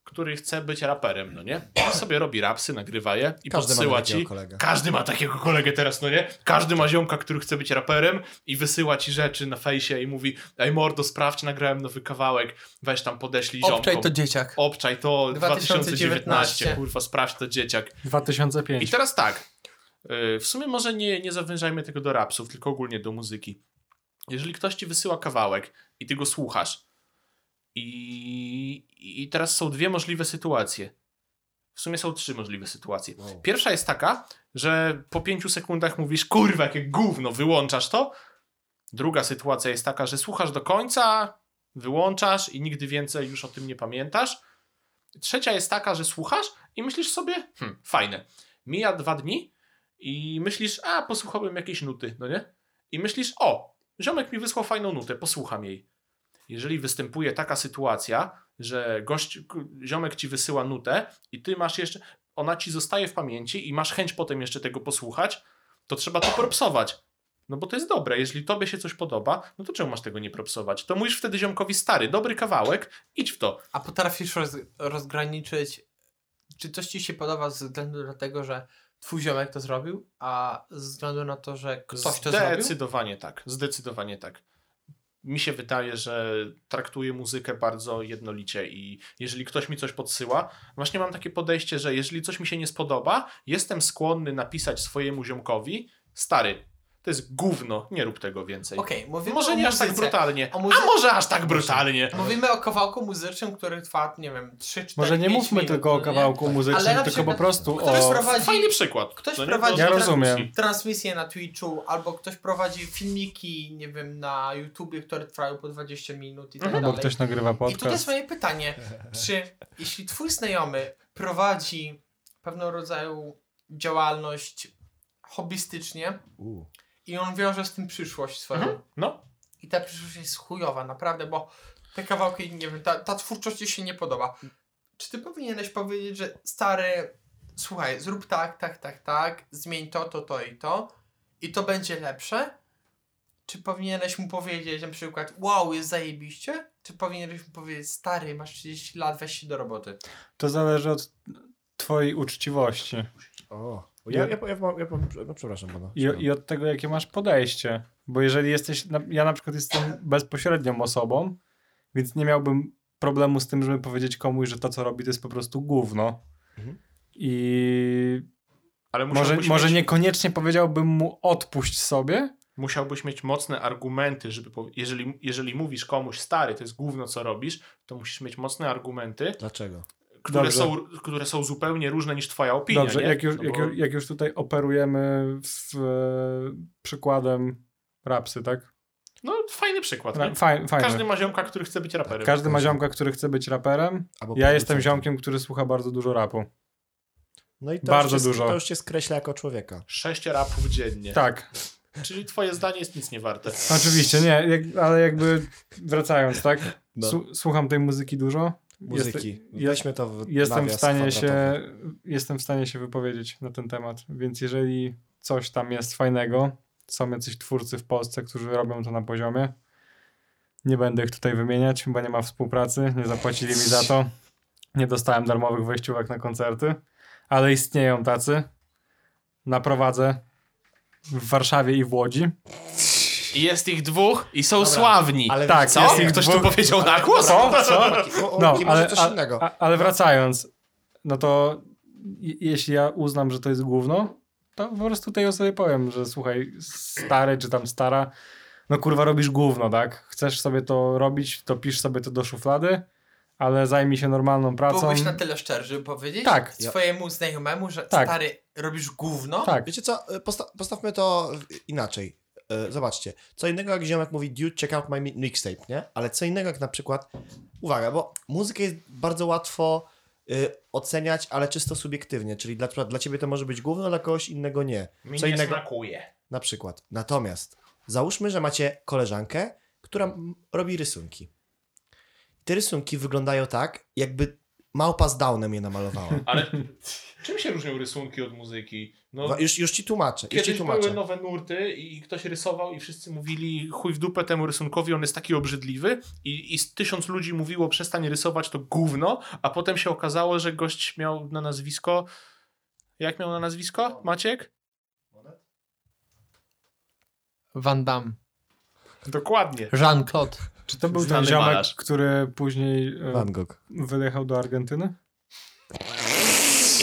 [SPEAKER 2] który chce być raperem, no nie? On sobie robi rapsy, nagrywa je i
[SPEAKER 1] Każdy ma
[SPEAKER 2] podsyła
[SPEAKER 1] takiego
[SPEAKER 2] ci.
[SPEAKER 1] kolegę.
[SPEAKER 2] Każdy ma takiego kolegę teraz, no nie? Każdy ma ziomka, który chce być raperem i wysyła ci rzeczy na fejsie i mówi ej mordo, sprawdź, nagrałem nowy kawałek, weź tam podeślij
[SPEAKER 3] Obczaj
[SPEAKER 2] ziomkom.
[SPEAKER 3] to dzieciak.
[SPEAKER 2] Obczaj to
[SPEAKER 3] 2019,
[SPEAKER 2] 2019, kurwa, sprawdź to dzieciak.
[SPEAKER 4] 2005.
[SPEAKER 2] I teraz tak. y, W sumie może nie, nie zawężajmy tego do rapsów, tylko ogólnie do muzyki. Jeżeli ktoś ci wysyła kawałek i ty go słuchasz, i, i teraz są dwie możliwe sytuacje. W sumie są trzy możliwe sytuacje.
[SPEAKER 1] Wow.
[SPEAKER 2] Pierwsza jest taka, że po pięciu sekundach mówisz, kurwa, jakie gówno, wyłączasz to. Druga sytuacja jest taka, że słuchasz do końca, wyłączasz i nigdy więcej już o tym nie pamiętasz. Trzecia jest taka, że słuchasz i myślisz sobie, hm, fajne. Mija dwa dni i myślisz, a posłuchałbym jakiejś nuty, no nie? I myślisz, o, ziomek mi wysłał fajną nutę, posłucham jej. Jeżeli występuje taka sytuacja, że gość, k- ziomek ci wysyła nutę i ty masz jeszcze, ona ci zostaje w pamięci i masz chęć potem jeszcze tego posłuchać, to trzeba to propsować. No bo to jest dobre, jeżeli tobie się coś podoba, no to czemu masz tego nie propsować? To mówisz wtedy ziomkowi stary, dobry kawałek, idź w to.
[SPEAKER 3] A potrafisz roz, rozgraniczyć, czy coś ci się podoba ze względu na tego, że twój ziomek to zrobił, a ze względu na to, że ktoś to zrobił?
[SPEAKER 2] Zdecydowanie tak, zdecydowanie tak. Mi się wydaje, że traktuję muzykę bardzo jednolicie i jeżeli ktoś mi coś podsyła, właśnie mam takie podejście, że jeżeli coś mi się nie spodoba, jestem skłonny napisać swojemu ziomkowi, stary, to jest gówno, nie rób tego więcej.
[SPEAKER 3] Okej, mówimy
[SPEAKER 2] Może
[SPEAKER 3] o
[SPEAKER 2] nie aż tak
[SPEAKER 3] muzyce.
[SPEAKER 2] brutalnie,
[SPEAKER 3] O muzy-
[SPEAKER 2] a może aż tak brutalnie.
[SPEAKER 3] Mówimy o kawałku muzycznym, który trwa, nie wiem, 3 4
[SPEAKER 4] Może nie mówmy tylko o kawałku
[SPEAKER 3] Ale na
[SPEAKER 4] muzycznym, tylko po
[SPEAKER 3] przykład
[SPEAKER 4] prostu
[SPEAKER 3] ktoś
[SPEAKER 4] o...
[SPEAKER 3] prowadzi-
[SPEAKER 2] Fajny przykład. no
[SPEAKER 3] Ktoś
[SPEAKER 2] nie?
[SPEAKER 3] prowadzi-
[SPEAKER 2] Do
[SPEAKER 4] Ja
[SPEAKER 2] dyskusji.
[SPEAKER 4] rozumiem.
[SPEAKER 3] Transmisje na Twitchu, albo ktoś prowadzi filmiki, nie wiem, na YouTubie, które trwają po 20 minut i tak
[SPEAKER 4] Albo
[SPEAKER 3] dalej.
[SPEAKER 4] ktoś nagrywa
[SPEAKER 3] I tutaj jest
[SPEAKER 4] podcast.
[SPEAKER 3] moje pytanie, czy jeśli twój znajomy prowadzi pewnego rodzaju działalność hobbystycznie
[SPEAKER 1] U.
[SPEAKER 3] i on wiąże z tym przyszłość swoją
[SPEAKER 2] No,
[SPEAKER 3] i ta przyszłość jest chujowa, naprawdę, bo te kawałki, nie wiem, ta, ta twórczość ci się nie podoba. Czy ty powinieneś powiedzieć, że stary, słuchaj, zrób tak, tak, tak, tak, zmień to, to, to i to i to będzie lepsze? Czy powinieneś mu powiedzieć na przykład, wow, jest zajebiście? Czy powinieneś mu powiedzieć, stary, masz 30 lat, weź się do roboty?
[SPEAKER 4] To zależy od twojej uczciwości
[SPEAKER 1] O. Ja, ja, ja, ja, mam- ja, mam- no, przepraszam pana.
[SPEAKER 4] i, i od tego, jakie masz podejście. Bo jeżeli jesteś... na- Ja na przykład jestem bezpośrednią osobą, więc nie miałbym problemu z tym, żeby powiedzieć komuś, że to, co robi, to jest po prostu gówno.
[SPEAKER 1] Mhm.
[SPEAKER 4] I
[SPEAKER 2] ale musiałbyś
[SPEAKER 4] może, może
[SPEAKER 2] mieć,
[SPEAKER 4] niekoniecznie powiedziałbym mu odpuść sobie,
[SPEAKER 2] musiałbyś mieć mocne argumenty, żeby powie- jeżeli, jeżeli mówisz komuś stary, to jest gówno co robisz, to musisz mieć mocne argumenty,
[SPEAKER 1] Dlaczego?
[SPEAKER 2] które,
[SPEAKER 4] Dobrze.
[SPEAKER 2] są, które są zupełnie różne niż twoja opinia.
[SPEAKER 4] Dobrze,
[SPEAKER 2] nie?
[SPEAKER 4] jak już,
[SPEAKER 2] No
[SPEAKER 4] jak,
[SPEAKER 2] bo-
[SPEAKER 4] ju- jak już tutaj operujemy w, e, przykładem rapsy, tak?
[SPEAKER 2] No, fajny przykład.
[SPEAKER 4] Ra,
[SPEAKER 2] nie?
[SPEAKER 4] fajny, fajny.
[SPEAKER 2] Każdy
[SPEAKER 4] Każdy,
[SPEAKER 2] ma ziomka, który chce być raperem.
[SPEAKER 4] ma ziomka, który chce być raperem.
[SPEAKER 1] Albo
[SPEAKER 4] Ja jestem
[SPEAKER 1] producent.
[SPEAKER 4] ziomkiem, który słucha bardzo dużo rapu.
[SPEAKER 1] No i to
[SPEAKER 4] Bardzo
[SPEAKER 1] już cię,
[SPEAKER 4] dużo.
[SPEAKER 1] To już cię skreśla jako człowieka.
[SPEAKER 2] Sześć rapów dziennie.
[SPEAKER 4] Tak,
[SPEAKER 2] Czyli twoje zdanie jest nic nie warte.
[SPEAKER 4] oczywiście, nie, jak, ale jakby wracając, tak?
[SPEAKER 1] No.
[SPEAKER 4] Su- słucham tej muzyki dużo.
[SPEAKER 1] Muzyki.
[SPEAKER 4] Jest- jest-
[SPEAKER 1] Weźmy to w
[SPEAKER 4] Jestem w
[SPEAKER 1] nawias
[SPEAKER 4] stanie
[SPEAKER 1] kwadratowy.
[SPEAKER 4] się, jestem w stanie się wypowiedzieć na ten temat, więc jeżeli coś tam jest fajnego, są jacyś twórcy w Polsce, którzy robią to na poziomie. Nie będę ich tutaj wymieniać, bo nie ma współpracy, nie zapłacili mi za to. Nie dostałem darmowych wejściówek na koncerty, ale istnieją tacy. Naprowadzę w Warszawie i w Łodzi.
[SPEAKER 2] I jest ich dwóch i są
[SPEAKER 1] Dobra,
[SPEAKER 2] sławni.
[SPEAKER 1] ale
[SPEAKER 4] Tak,
[SPEAKER 2] Co?
[SPEAKER 4] jest ich
[SPEAKER 2] Ktoś
[SPEAKER 4] dwóch-
[SPEAKER 2] to powiedział na głos?
[SPEAKER 4] Co? Co?
[SPEAKER 1] O, o,
[SPEAKER 4] No,
[SPEAKER 1] i może
[SPEAKER 4] ale,
[SPEAKER 1] coś
[SPEAKER 4] a-
[SPEAKER 1] innego.
[SPEAKER 4] A, ale wracając, no to je- jeśli ja uznam, że to jest gówno, to po prostu tej osobie powiem, że słuchaj, stary czy tam stara, no kurwa robisz gówno, tak? Chcesz sobie to robić, to pisz sobie to do szuflady, ale zajmij się normalną pracą.
[SPEAKER 3] Byłbyś na tyle szczery, żeby powiedzieć
[SPEAKER 4] Tak.
[SPEAKER 3] swojemu znajomemu, że
[SPEAKER 4] Tak.
[SPEAKER 3] stary, robisz gówno?
[SPEAKER 4] Tak,
[SPEAKER 1] Wiecie co, E, Posta- postawmy to inaczej. E, Zobaczcie, co innego jak ziomek mówi dude, check out my mi- mixtape, nie? Ale co innego jak na przykład, uwaga, bo muzykę jest bardzo łatwo y, oceniać, ale czysto subiektywnie, czyli dla, dla ciebie to może być główne, dla kogoś innego nie.
[SPEAKER 2] Mi
[SPEAKER 1] Co
[SPEAKER 2] nie
[SPEAKER 1] innego
[SPEAKER 2] smakuje.
[SPEAKER 1] na przykład. Natomiast załóżmy, że macie koleżankę, która m- robi rysunki. Te rysunki wyglądają tak, jakby małpa z Downem je namalowała.
[SPEAKER 2] Ale czym się różnią rysunki od muzyki? (laughs) No,
[SPEAKER 1] Wa- Już, już ci tłumaczę, już ci
[SPEAKER 2] Kiedyś
[SPEAKER 1] tłumaczę.
[SPEAKER 2] były nowe nurty i ktoś rysował i wszyscy mówili chuj w dupę temu rysunkowi, on jest taki obrzydliwy i, i z tysiąc ludzi mówiło przestań rysować to gówno, a potem się okazało, że gość miał na nazwisko jak miał na nazwisko? Maciek?
[SPEAKER 3] Van Damme,
[SPEAKER 2] Dokładnie.
[SPEAKER 3] Jean-Claude.
[SPEAKER 4] czy to był ten
[SPEAKER 2] Znany
[SPEAKER 4] ziomek,
[SPEAKER 2] malarz.
[SPEAKER 4] który później e,
[SPEAKER 1] Van Gogh.
[SPEAKER 4] wyjechał do Argentyny?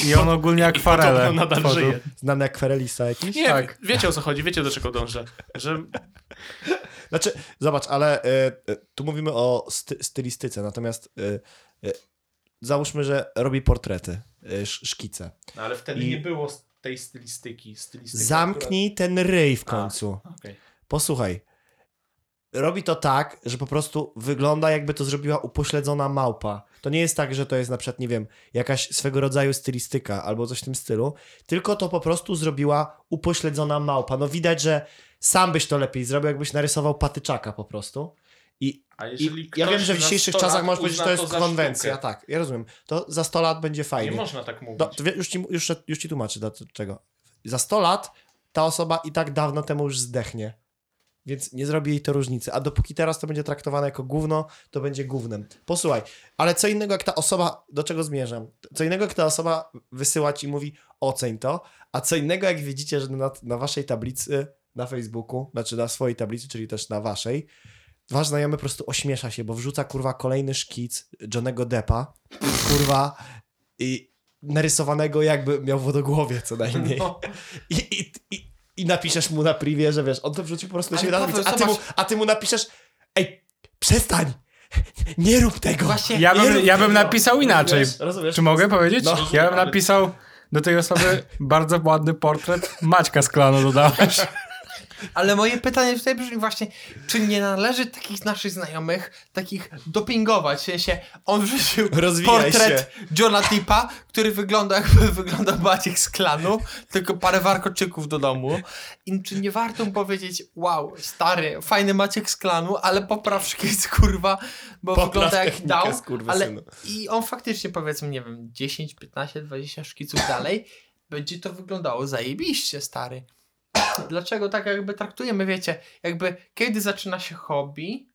[SPEAKER 4] I on ogólnie akwarele.
[SPEAKER 2] podobno nadal
[SPEAKER 4] tworzył.
[SPEAKER 2] żyje.
[SPEAKER 1] Znany akwarelista jakiś?
[SPEAKER 2] Nie,
[SPEAKER 4] Tak.
[SPEAKER 2] wiecie o co chodzi, wiecie do czego dążę. Że
[SPEAKER 1] Znaczy, zobacz, ale e, e, tu mówimy o sty, stylistyce, natomiast e, e, załóżmy, że robi portrety, e, sz, szkice.
[SPEAKER 2] No ale wtedy
[SPEAKER 1] I-
[SPEAKER 2] nie było s- tej stylistyki. stylistyki
[SPEAKER 1] Zamknij ten ryj w końcu.
[SPEAKER 2] Która... Okej.
[SPEAKER 1] Posłuchaj. Robi to tak, że po prostu wygląda jakby to zrobiła upośledzona małpa. To nie jest tak, że to jest na przykład, nie wiem, jakaś swego rodzaju stylistyka albo coś w tym stylu, tylko to po prostu zrobiła upośledzona małpa. No widać, że sam byś to lepiej zrobił, jakbyś narysował patyczaka po prostu. I
[SPEAKER 2] A
[SPEAKER 1] I
[SPEAKER 2] jeżeli
[SPEAKER 1] ja
[SPEAKER 2] ktoś
[SPEAKER 1] wiem, że w
[SPEAKER 2] za
[SPEAKER 1] dzisiejszych
[SPEAKER 2] 100
[SPEAKER 1] czasach
[SPEAKER 2] lat
[SPEAKER 1] można powiedzieć, że to
[SPEAKER 2] uzna
[SPEAKER 1] jest
[SPEAKER 2] za
[SPEAKER 1] konwencja.
[SPEAKER 2] sztukę.
[SPEAKER 1] Tak, ja rozumiem. To za 100 lat będzie
[SPEAKER 2] Nie
[SPEAKER 1] fajnie.
[SPEAKER 2] można tak mówić.
[SPEAKER 1] Do, to wie- już, ci, już, już ci tłumaczę dlaczego. Za 100 lat ta osoba i tak dawno temu już zdechnie. Więc nie zrobi jej to różnicy. A dopóki teraz to będzie traktowane jako gówno, to będzie gównem. Posłuchaj, ale co innego jak ta osoba, do czego zmierzam? Co innego jak ta osoba wysyła ci i mówi oceń to, a co innego jak widzicie, że na, na waszej tablicy na Facebooku, znaczy na swojej tablicy, czyli też na waszej, wasz znajomy po prostu ośmiesza się, bo wrzuca kurwa kolejny szkic Johnego Deppa, kurwa i narysowanego jakby miał wodogłowie co najmniej.
[SPEAKER 3] No.
[SPEAKER 1] I, i, i, I napiszesz mu na privie, że wiesz, on to wrzucił po prostu do
[SPEAKER 3] Ale
[SPEAKER 1] siebie na
[SPEAKER 3] Paweł,
[SPEAKER 1] tablicę, a ty, mu,
[SPEAKER 3] zobacz-
[SPEAKER 1] a ty mu napiszesz, ej, przestań, nie rób tego.
[SPEAKER 3] Właśnie,
[SPEAKER 4] Ja
[SPEAKER 1] Nie
[SPEAKER 4] bym,
[SPEAKER 1] rób
[SPEAKER 4] ja bym
[SPEAKER 1] tego.
[SPEAKER 4] napisał inaczej.
[SPEAKER 1] No. Rozumiesz? Rozumiesz?
[SPEAKER 4] Czy mogę powiedzieć?
[SPEAKER 1] No.
[SPEAKER 4] Ja bym napisał do tej osoby (laughs) bardzo ładny portret Maćka z klanu dodałeś.
[SPEAKER 3] ale moje pytanie tutaj brzmi właśnie, czy nie należy takich naszych znajomych, takich dopingować, w sensie on wrzucił
[SPEAKER 1] Rozwijaj
[SPEAKER 3] portret Johna Tippa, który wygląda jakby (laughs) wyglądał Maciek z klanu, tylko parę warkoczyków do domu. I czy nie warto mu powiedzieć, wow, stary, fajny Maciek z klanu, ale popraw szkic, kurwa, bo
[SPEAKER 1] Popraw
[SPEAKER 3] wygląda jak
[SPEAKER 1] technikę,
[SPEAKER 3] dał, ale
[SPEAKER 1] skurwysynu.
[SPEAKER 3] i on faktycznie powiedzmy, nie wiem, 10, 15, 20 szkiców dalej, będzie to wyglądało zajebiście, stary. Dlaczego tak jakby traktujemy, wiecie, jakby kiedy zaczyna się hobby,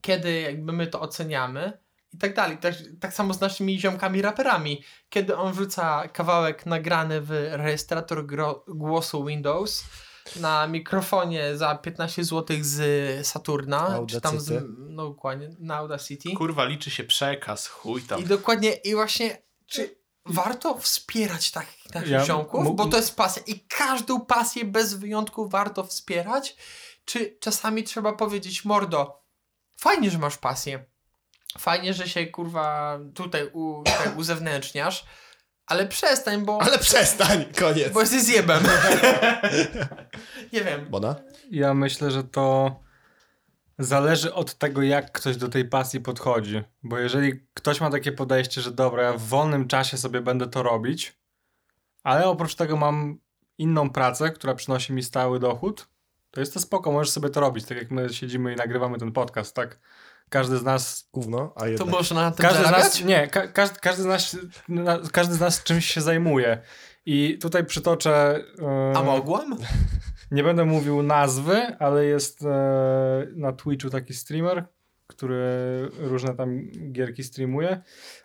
[SPEAKER 3] kiedy jakby my to oceniamy i tak dalej. Tak, tak samo z naszymi ziomkami raperami. Kiedy on wrzuca kawałek nagrany w rejestrator gro- głosu Windows na mikrofonie za 15 zł z Saturna, czy tam z,
[SPEAKER 1] Audacity.
[SPEAKER 3] no dokładnie, na Audacity.
[SPEAKER 2] Kurwa, liczy się przekaz, chuj tam.
[SPEAKER 3] I dokładnie, i właśnie, czy warto wspierać takich naszych
[SPEAKER 4] Ja
[SPEAKER 3] ziomków?
[SPEAKER 4] mógł-
[SPEAKER 3] Bo to jest pasja i każdą pasję bez wyjątku warto wspierać. Czy czasami trzeba powiedzieć, mordo, fajnie, że masz pasję. Fajnie, że się kurwa tutaj, u, tutaj uzewnętrzniasz, ale przestań, bo,
[SPEAKER 1] Ale przestań, koniec.
[SPEAKER 3] bo jesteś zjebem. (laughs) Nie wiem.
[SPEAKER 1] Bona?
[SPEAKER 4] Ja myślę, że to zależy od tego, jak ktoś do tej pasji podchodzi. Bo jeżeli ktoś ma takie podejście, że dobra, ja w wolnym czasie sobie będę to robić, ale oprócz tego mam inną pracę, która przynosi mi stały dochód, to jest to spoko, możesz sobie to robić. Tak jak my siedzimy i nagrywamy ten podcast, tak? Każdy z nas
[SPEAKER 1] Gówno, a
[SPEAKER 3] To
[SPEAKER 1] jednak.
[SPEAKER 3] można na tym
[SPEAKER 4] każdy z
[SPEAKER 3] zarabiać?
[SPEAKER 4] nas, nie, ka każdy, każdy, z nas, na, każdy z nas czymś się zajmuje. I tutaj przytoczę. e,
[SPEAKER 3] A mogłam?
[SPEAKER 4] nie będę mówił nazwy, ale jest e, na Twitchu taki streamer, który różne tam gierki streamuje.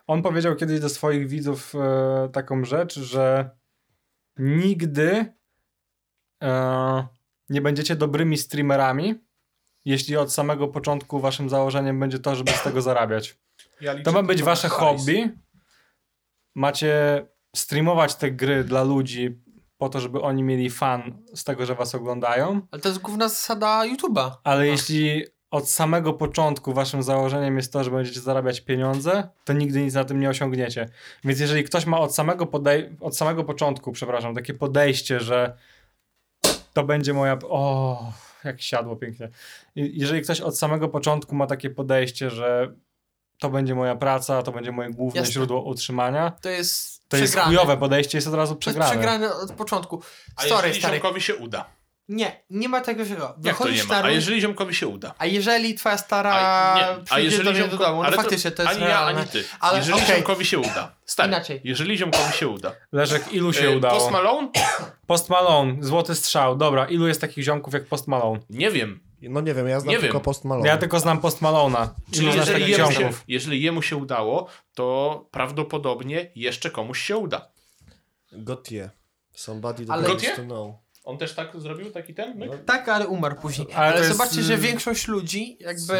[SPEAKER 4] On powiedział kiedyś do swoich widzów e, taką rzecz, że nigdy e, nie będziecie dobrymi streamerami, jeśli od samego początku waszym założeniem będzie to, żeby z tego zarabiać.
[SPEAKER 2] Ja liczę
[SPEAKER 4] To ma być
[SPEAKER 2] tylko na
[SPEAKER 4] wasze
[SPEAKER 2] hajs.
[SPEAKER 4] hobby. Macie streamować te gry dla ludzi po to, żeby oni mieli fan z tego, że was oglądają.
[SPEAKER 3] Ale to jest główna zasada YouTube'a.
[SPEAKER 4] Ale jeśli od samego początku waszym założeniem jest to, że będziecie zarabiać pieniądze, to nigdy nic na tym nie osiągniecie. Więc jeżeli ktoś ma od samego, podej- od samego początku, przepraszam, takie podejście, że to będzie moja... O, jak siadło pięknie. I- Jeżeli ktoś od samego początku ma takie podejście, że to będzie moja praca, to będzie moje główne
[SPEAKER 3] Jasne.
[SPEAKER 4] źródło utrzymania,
[SPEAKER 3] To jest
[SPEAKER 4] to jest
[SPEAKER 3] przegrane.
[SPEAKER 4] chujowe podejście, jest od razu
[SPEAKER 3] To jest
[SPEAKER 4] przegrane.
[SPEAKER 3] przegrane od początku.
[SPEAKER 2] A
[SPEAKER 3] Sorry,
[SPEAKER 2] jeżeli
[SPEAKER 3] stary.
[SPEAKER 2] ziomkowi się uda?
[SPEAKER 3] Nie, nie ma tego czego.
[SPEAKER 2] Jak to nie
[SPEAKER 3] Wychodzisz
[SPEAKER 2] ma?
[SPEAKER 3] na
[SPEAKER 2] A
[SPEAKER 3] run-
[SPEAKER 2] jeżeli ziomkowi się uda?
[SPEAKER 3] a jeżeli twoja stara
[SPEAKER 2] A, nie.
[SPEAKER 3] przyjdzie do, mnie do
[SPEAKER 2] ziomko-
[SPEAKER 3] domu, no
[SPEAKER 2] ale
[SPEAKER 3] faktycznie to jest
[SPEAKER 2] ani ja,
[SPEAKER 3] realne.
[SPEAKER 2] ani ty.
[SPEAKER 3] Ale
[SPEAKER 2] jeżeli
[SPEAKER 3] okej.
[SPEAKER 2] ziomkowi się uda. Stary,
[SPEAKER 3] Inaczej.
[SPEAKER 2] jeżeli ziomkowi się uda.
[SPEAKER 4] Leszek, ilu się
[SPEAKER 2] E,
[SPEAKER 4] udało?
[SPEAKER 2] Post Malone?
[SPEAKER 4] Post Malone, złoty strzał. Dobra, ilu jest takich ziomków jak Post Malone?
[SPEAKER 2] Nie wiem.
[SPEAKER 1] No nie wiem, ja znam
[SPEAKER 2] Nie
[SPEAKER 1] tylko
[SPEAKER 2] wiem.
[SPEAKER 1] post Malone.
[SPEAKER 4] Ja tak- tylko znam Post Malona.
[SPEAKER 2] Czyli
[SPEAKER 4] Ilu znasz
[SPEAKER 2] jeżeli
[SPEAKER 4] takich
[SPEAKER 2] jemu, się,
[SPEAKER 4] ziomków?
[SPEAKER 2] jeżeli jemu się udało, to prawdopodobnie jeszcze komuś się uda.
[SPEAKER 1] Gotye. Somebody that
[SPEAKER 3] Ale-
[SPEAKER 1] wants
[SPEAKER 2] Gotye?
[SPEAKER 1] to know.
[SPEAKER 2] On też tak zrobił, taki ten? myk?
[SPEAKER 3] Tak, ale umarł później.
[SPEAKER 4] Ale
[SPEAKER 3] Ale,
[SPEAKER 4] to jest,
[SPEAKER 3] zobaczcie,
[SPEAKER 4] y-
[SPEAKER 3] że większość ludzi jakby...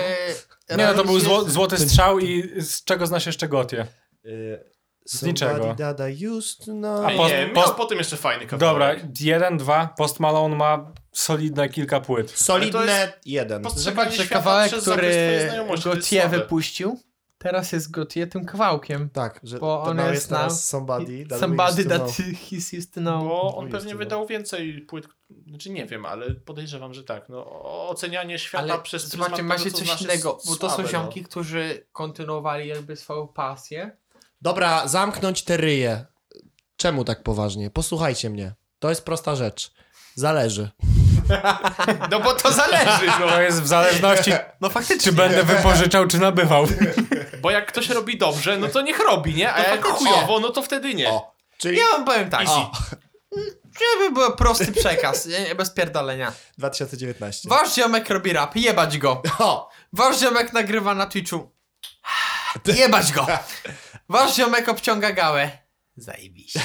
[SPEAKER 4] Nie, no to był
[SPEAKER 3] realizuje-
[SPEAKER 4] zło, złoty strzał i z czego znasz jeszcze Gotię?
[SPEAKER 1] Y,
[SPEAKER 4] Z niczego.
[SPEAKER 1] somebody that I used to know.
[SPEAKER 4] A
[SPEAKER 2] Ej,
[SPEAKER 4] post-
[SPEAKER 2] nie, miał
[SPEAKER 4] post-
[SPEAKER 2] potem jeszcze fajny kawałek.
[SPEAKER 4] Dobra, jeden, dwa. Post Malone ma solidne kilka płyt.
[SPEAKER 1] Solidne
[SPEAKER 2] Ale to
[SPEAKER 1] jeden.
[SPEAKER 2] Postrzeganie
[SPEAKER 3] Zobaczcie,
[SPEAKER 2] świata
[SPEAKER 3] kawałek,
[SPEAKER 2] przez zakres twojej
[SPEAKER 3] który
[SPEAKER 2] znajomości, to jest
[SPEAKER 3] Gotie
[SPEAKER 2] słabe.
[SPEAKER 3] wypuścił, teraz jest Gotie tym kawałkiem.
[SPEAKER 1] Tak, że
[SPEAKER 3] Bo
[SPEAKER 1] to
[SPEAKER 3] on
[SPEAKER 1] now
[SPEAKER 3] jest
[SPEAKER 1] jest teraz
[SPEAKER 3] now-
[SPEAKER 1] somebody that
[SPEAKER 3] Somebody
[SPEAKER 1] we used to
[SPEAKER 3] that
[SPEAKER 1] know.
[SPEAKER 3] he's used to know.
[SPEAKER 2] Bo
[SPEAKER 1] No
[SPEAKER 2] on
[SPEAKER 1] jest,
[SPEAKER 2] pewnie
[SPEAKER 1] no.
[SPEAKER 2] wydał więcej płyt, znaczy nie wiem, ale podejrzewam, że tak. No, o- ocenianie świata
[SPEAKER 3] Ale
[SPEAKER 2] przez pryzmat
[SPEAKER 3] zobaczcie,
[SPEAKER 2] tego,
[SPEAKER 3] macie
[SPEAKER 2] co
[SPEAKER 3] coś
[SPEAKER 2] znasz, jest
[SPEAKER 3] innego, bo to są
[SPEAKER 2] słabe, no.
[SPEAKER 3] ziomki, którzy kontynuowali jakby swoją pasję.
[SPEAKER 1] Dobra, zamknąć te ryje. Czemu tak poważnie? Posłuchajcie mnie. To jest prosta rzecz. Zależy.
[SPEAKER 2] (laughs) No. no bo to zależy, no.
[SPEAKER 4] To jest w zależności,
[SPEAKER 3] No faktycznie.
[SPEAKER 4] czy będę wypożyczał, czy nabywał.
[SPEAKER 2] Bo jak ktoś robi dobrze, no to niech robi, nie? A
[SPEAKER 3] To
[SPEAKER 2] jak
[SPEAKER 3] faktycznie.
[SPEAKER 2] chujowo, no to wtedy nie.
[SPEAKER 1] O, czyli...
[SPEAKER 3] Ja wam powiem tak.
[SPEAKER 2] Easy.
[SPEAKER 3] O. Żeby był prosty przekaz, nie, nie, bez pierdolenia.
[SPEAKER 1] 2019.
[SPEAKER 3] Wasz ziomek robi rap, jebać go.
[SPEAKER 1] O!
[SPEAKER 3] Wasz ziomek nagrywa na Twitchu. Jebać go. Wasz ziomek obciąga gałę. Zajebiście.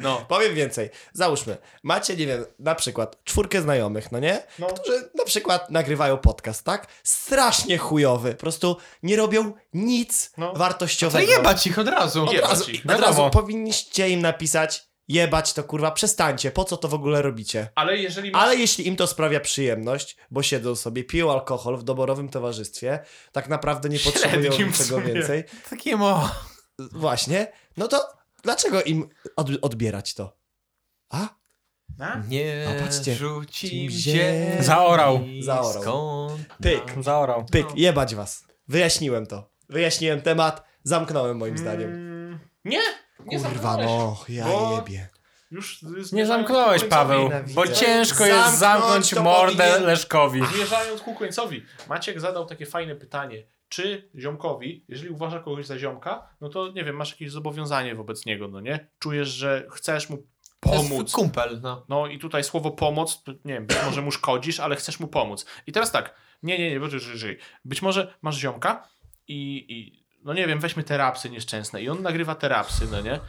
[SPEAKER 1] No. Powiem więcej. Załóżmy, macie, nie wiem, na przykład czwórkę znajomych, no nie? Którzy na przykład nagrywają podcast, tak? Strasznie chujowy. Po prostu nie robią nic
[SPEAKER 2] No.
[SPEAKER 3] To
[SPEAKER 1] wartościowego.
[SPEAKER 3] jebać ich od razu.
[SPEAKER 1] Od
[SPEAKER 2] Jebać
[SPEAKER 1] razu,
[SPEAKER 2] ich,
[SPEAKER 1] od
[SPEAKER 4] wiadomo.
[SPEAKER 1] razu powinniście im napisać jebać to kurwa, przestańcie, po co to w ogóle robicie?
[SPEAKER 2] Ale jeżeli masz...
[SPEAKER 1] Ale jeśli im to sprawia przyjemność, bo siedzą sobie, piją alkohol w doborowym towarzystwie, tak naprawdę nie
[SPEAKER 2] Średnim
[SPEAKER 1] potrzebują
[SPEAKER 2] w
[SPEAKER 1] niczego
[SPEAKER 2] sumie.
[SPEAKER 1] więcej,
[SPEAKER 3] Takie mo.
[SPEAKER 1] właśnie, no to dlaczego im od, odbierać to? A?
[SPEAKER 2] A?
[SPEAKER 3] Nie
[SPEAKER 2] No,
[SPEAKER 1] A, patrzcie.
[SPEAKER 3] rzucim
[SPEAKER 1] Ziemi.
[SPEAKER 3] ziemi
[SPEAKER 4] Zaorał.
[SPEAKER 1] Zaorał.
[SPEAKER 3] skąd
[SPEAKER 1] Pyk.
[SPEAKER 4] Zaorał.
[SPEAKER 1] Pyk,
[SPEAKER 2] No.
[SPEAKER 1] jebać was. Wyjaśniłem to. Wyjaśniłem temat, zamknąłem moim zdaniem.
[SPEAKER 2] Mm, Nie! Nie
[SPEAKER 1] Kurwa
[SPEAKER 2] zamknąłeś.
[SPEAKER 1] no, ja
[SPEAKER 2] Bo-
[SPEAKER 1] jebie.
[SPEAKER 2] Już
[SPEAKER 4] Nie zamknąłeś, Paweł, bo ciężko jest
[SPEAKER 1] Zamknąć
[SPEAKER 4] zamknąć
[SPEAKER 1] to
[SPEAKER 4] mordę
[SPEAKER 1] powinien-
[SPEAKER 4] Leszkowi.
[SPEAKER 2] Zmierzając ku końcowi, Maciek zadał takie fajne pytanie. Czy ziomkowi, jeżeli uważa kogoś za ziomka, no to nie wiem, masz jakieś zobowiązanie wobec niego, no nie? Czujesz, że chcesz mu
[SPEAKER 3] To jest
[SPEAKER 2] pomóc.
[SPEAKER 3] kumpel, no.
[SPEAKER 2] No i tutaj słowo pomoc, to nie wiem, być może mu szkodzisz, ale chcesz mu pomóc. I teraz tak, nie, nie, nie, bo ty żyj. Być może masz ziomka i, i no nie wiem, weźmy te rapsy nieszczęsne i on nagrywa te rapsy, no nie?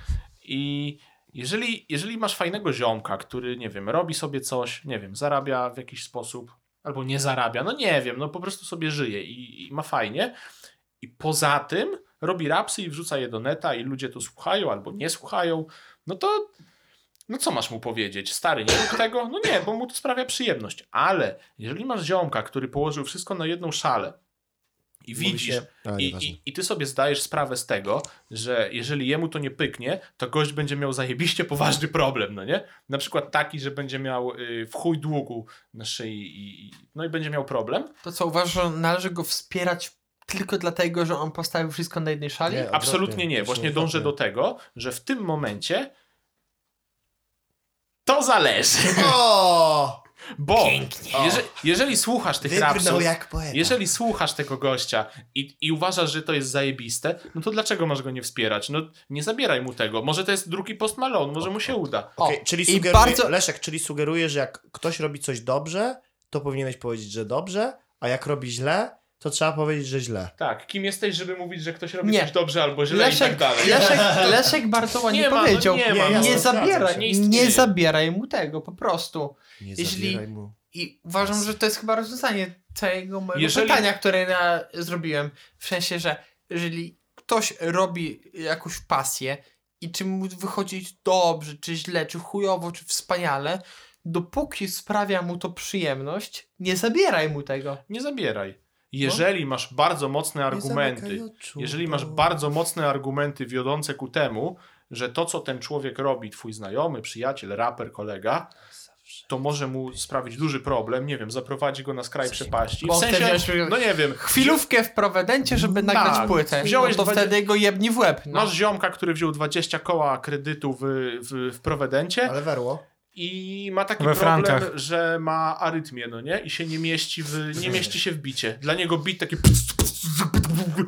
[SPEAKER 2] I jeżeli, jeżeli masz fajnego ziomka, który, nie wiem, robi sobie coś, nie wiem, zarabia w jakiś sposób albo nie zarabia, no nie wiem, no po prostu sobie żyje i, i ma fajnie i poza tym robi rapsy i wrzuca je do neta i ludzie to słuchają albo nie słuchają, no to no co masz mu powiedzieć? Stary, nie rób tego? No nie, bo mu to sprawia przyjemność. Ale jeżeli masz ziomka, który położył wszystko na jedną szalę i
[SPEAKER 1] Mówi
[SPEAKER 2] widzisz,
[SPEAKER 1] się- No, ale
[SPEAKER 2] i,
[SPEAKER 1] nieważne.
[SPEAKER 2] i, I ty sobie zdajesz sprawę z tego, że jeżeli jemu to nie pyknie, to gość będzie miał zajebiście poważny problem, no nie? Na przykład taki, że będzie miał y, w chuj długu na szyi i, i, no i będzie miał problem.
[SPEAKER 3] To co, uważasz, że należy go wspierać tylko dlatego, że on postawił wszystko na jednej szali?
[SPEAKER 1] Nie.
[SPEAKER 2] Absolutnie nie.
[SPEAKER 1] odwrotnie.
[SPEAKER 2] Właśnie
[SPEAKER 1] Właśnie
[SPEAKER 2] dążę do
[SPEAKER 1] odwrotnie.
[SPEAKER 2] tego, że w tym momencie to zależy.
[SPEAKER 1] O!
[SPEAKER 2] Bo
[SPEAKER 1] O.
[SPEAKER 2] jeże, jeżeli słuchasz tych
[SPEAKER 1] Wybrnął
[SPEAKER 2] rapsów,
[SPEAKER 1] jak
[SPEAKER 3] E,
[SPEAKER 1] poeta.
[SPEAKER 2] Jeżeli
[SPEAKER 3] tak.
[SPEAKER 2] słuchasz tego gościa i, i uważasz, że to jest zajebiste, no to dlaczego masz go nie wspierać? No nie zabieraj mu tego. Może to jest drugi post Malone, może mu się uda.
[SPEAKER 1] Okej,
[SPEAKER 3] O,
[SPEAKER 1] czyli
[SPEAKER 3] i
[SPEAKER 1] sugeruje,
[SPEAKER 3] bardzo-
[SPEAKER 1] Leszek, czyli sugeruje, że jak ktoś robi coś dobrze, to powinieneś powiedzieć, że dobrze, a jak robi źle, to trzeba powiedzieć, że źle.
[SPEAKER 2] Tak, kim jesteś, żeby mówić, że ktoś robi
[SPEAKER 3] Nie.
[SPEAKER 2] coś dobrze albo źle i tak
[SPEAKER 3] Leszek,
[SPEAKER 2] dalej?
[SPEAKER 3] Leszek, Leszek bardzo ładnie
[SPEAKER 2] Nie ma, no
[SPEAKER 3] powiedział.
[SPEAKER 2] nie
[SPEAKER 3] nie,
[SPEAKER 1] ma, no. Zgadzam się.
[SPEAKER 3] zabieraj,
[SPEAKER 2] Nie
[SPEAKER 3] nie,
[SPEAKER 2] istnieje.
[SPEAKER 3] zabieraj mu tego, po prostu.
[SPEAKER 1] Nie
[SPEAKER 3] Jeśli-
[SPEAKER 1] zabieraj mu.
[SPEAKER 3] I uważam, że to jest chyba rozwiązanie tego mojego
[SPEAKER 2] Jeżeli-
[SPEAKER 3] pytania, które ja zrobiłem. W sensie, że jeżeli ktoś robi jakąś pasję i czy mu wychodzi dobrze, czy źle, czy chujowo, czy wspaniale, dopóki sprawia mu to przyjemność, nie zabieraj mu tego.
[SPEAKER 2] Nie zabieraj.
[SPEAKER 3] No.
[SPEAKER 2] Jeżeli masz bardzo mocne argumenty, jeżeli masz bardzo mocne argumenty wiodące ku temu, że to, co ten człowiek robi, twój znajomy, przyjaciel, raper, kolega, to może mu sprawić duży problem, nie wiem, zaprowadzi go na skraj przepaści. W
[SPEAKER 3] Bo wtedy
[SPEAKER 2] sensie,
[SPEAKER 3] już-
[SPEAKER 2] no nie wiem,
[SPEAKER 3] Chwilówkę w Prowedencie, żeby nagrać
[SPEAKER 2] Tak.
[SPEAKER 3] płytę.
[SPEAKER 2] Wziąłeś
[SPEAKER 3] no to
[SPEAKER 2] 20
[SPEAKER 3] wtedy go jebni w łeb. No.
[SPEAKER 2] Masz ziomka, który wziął 20 koła kredytu w, w, w Prowedencie
[SPEAKER 1] Ale werło.
[SPEAKER 2] i ma taki
[SPEAKER 4] We
[SPEAKER 2] problem,
[SPEAKER 4] frankach.
[SPEAKER 2] że ma arytmię, no nie? I się nie mieści, w, nie mieści się w bicie. Dla niego bit taki... pst, pst,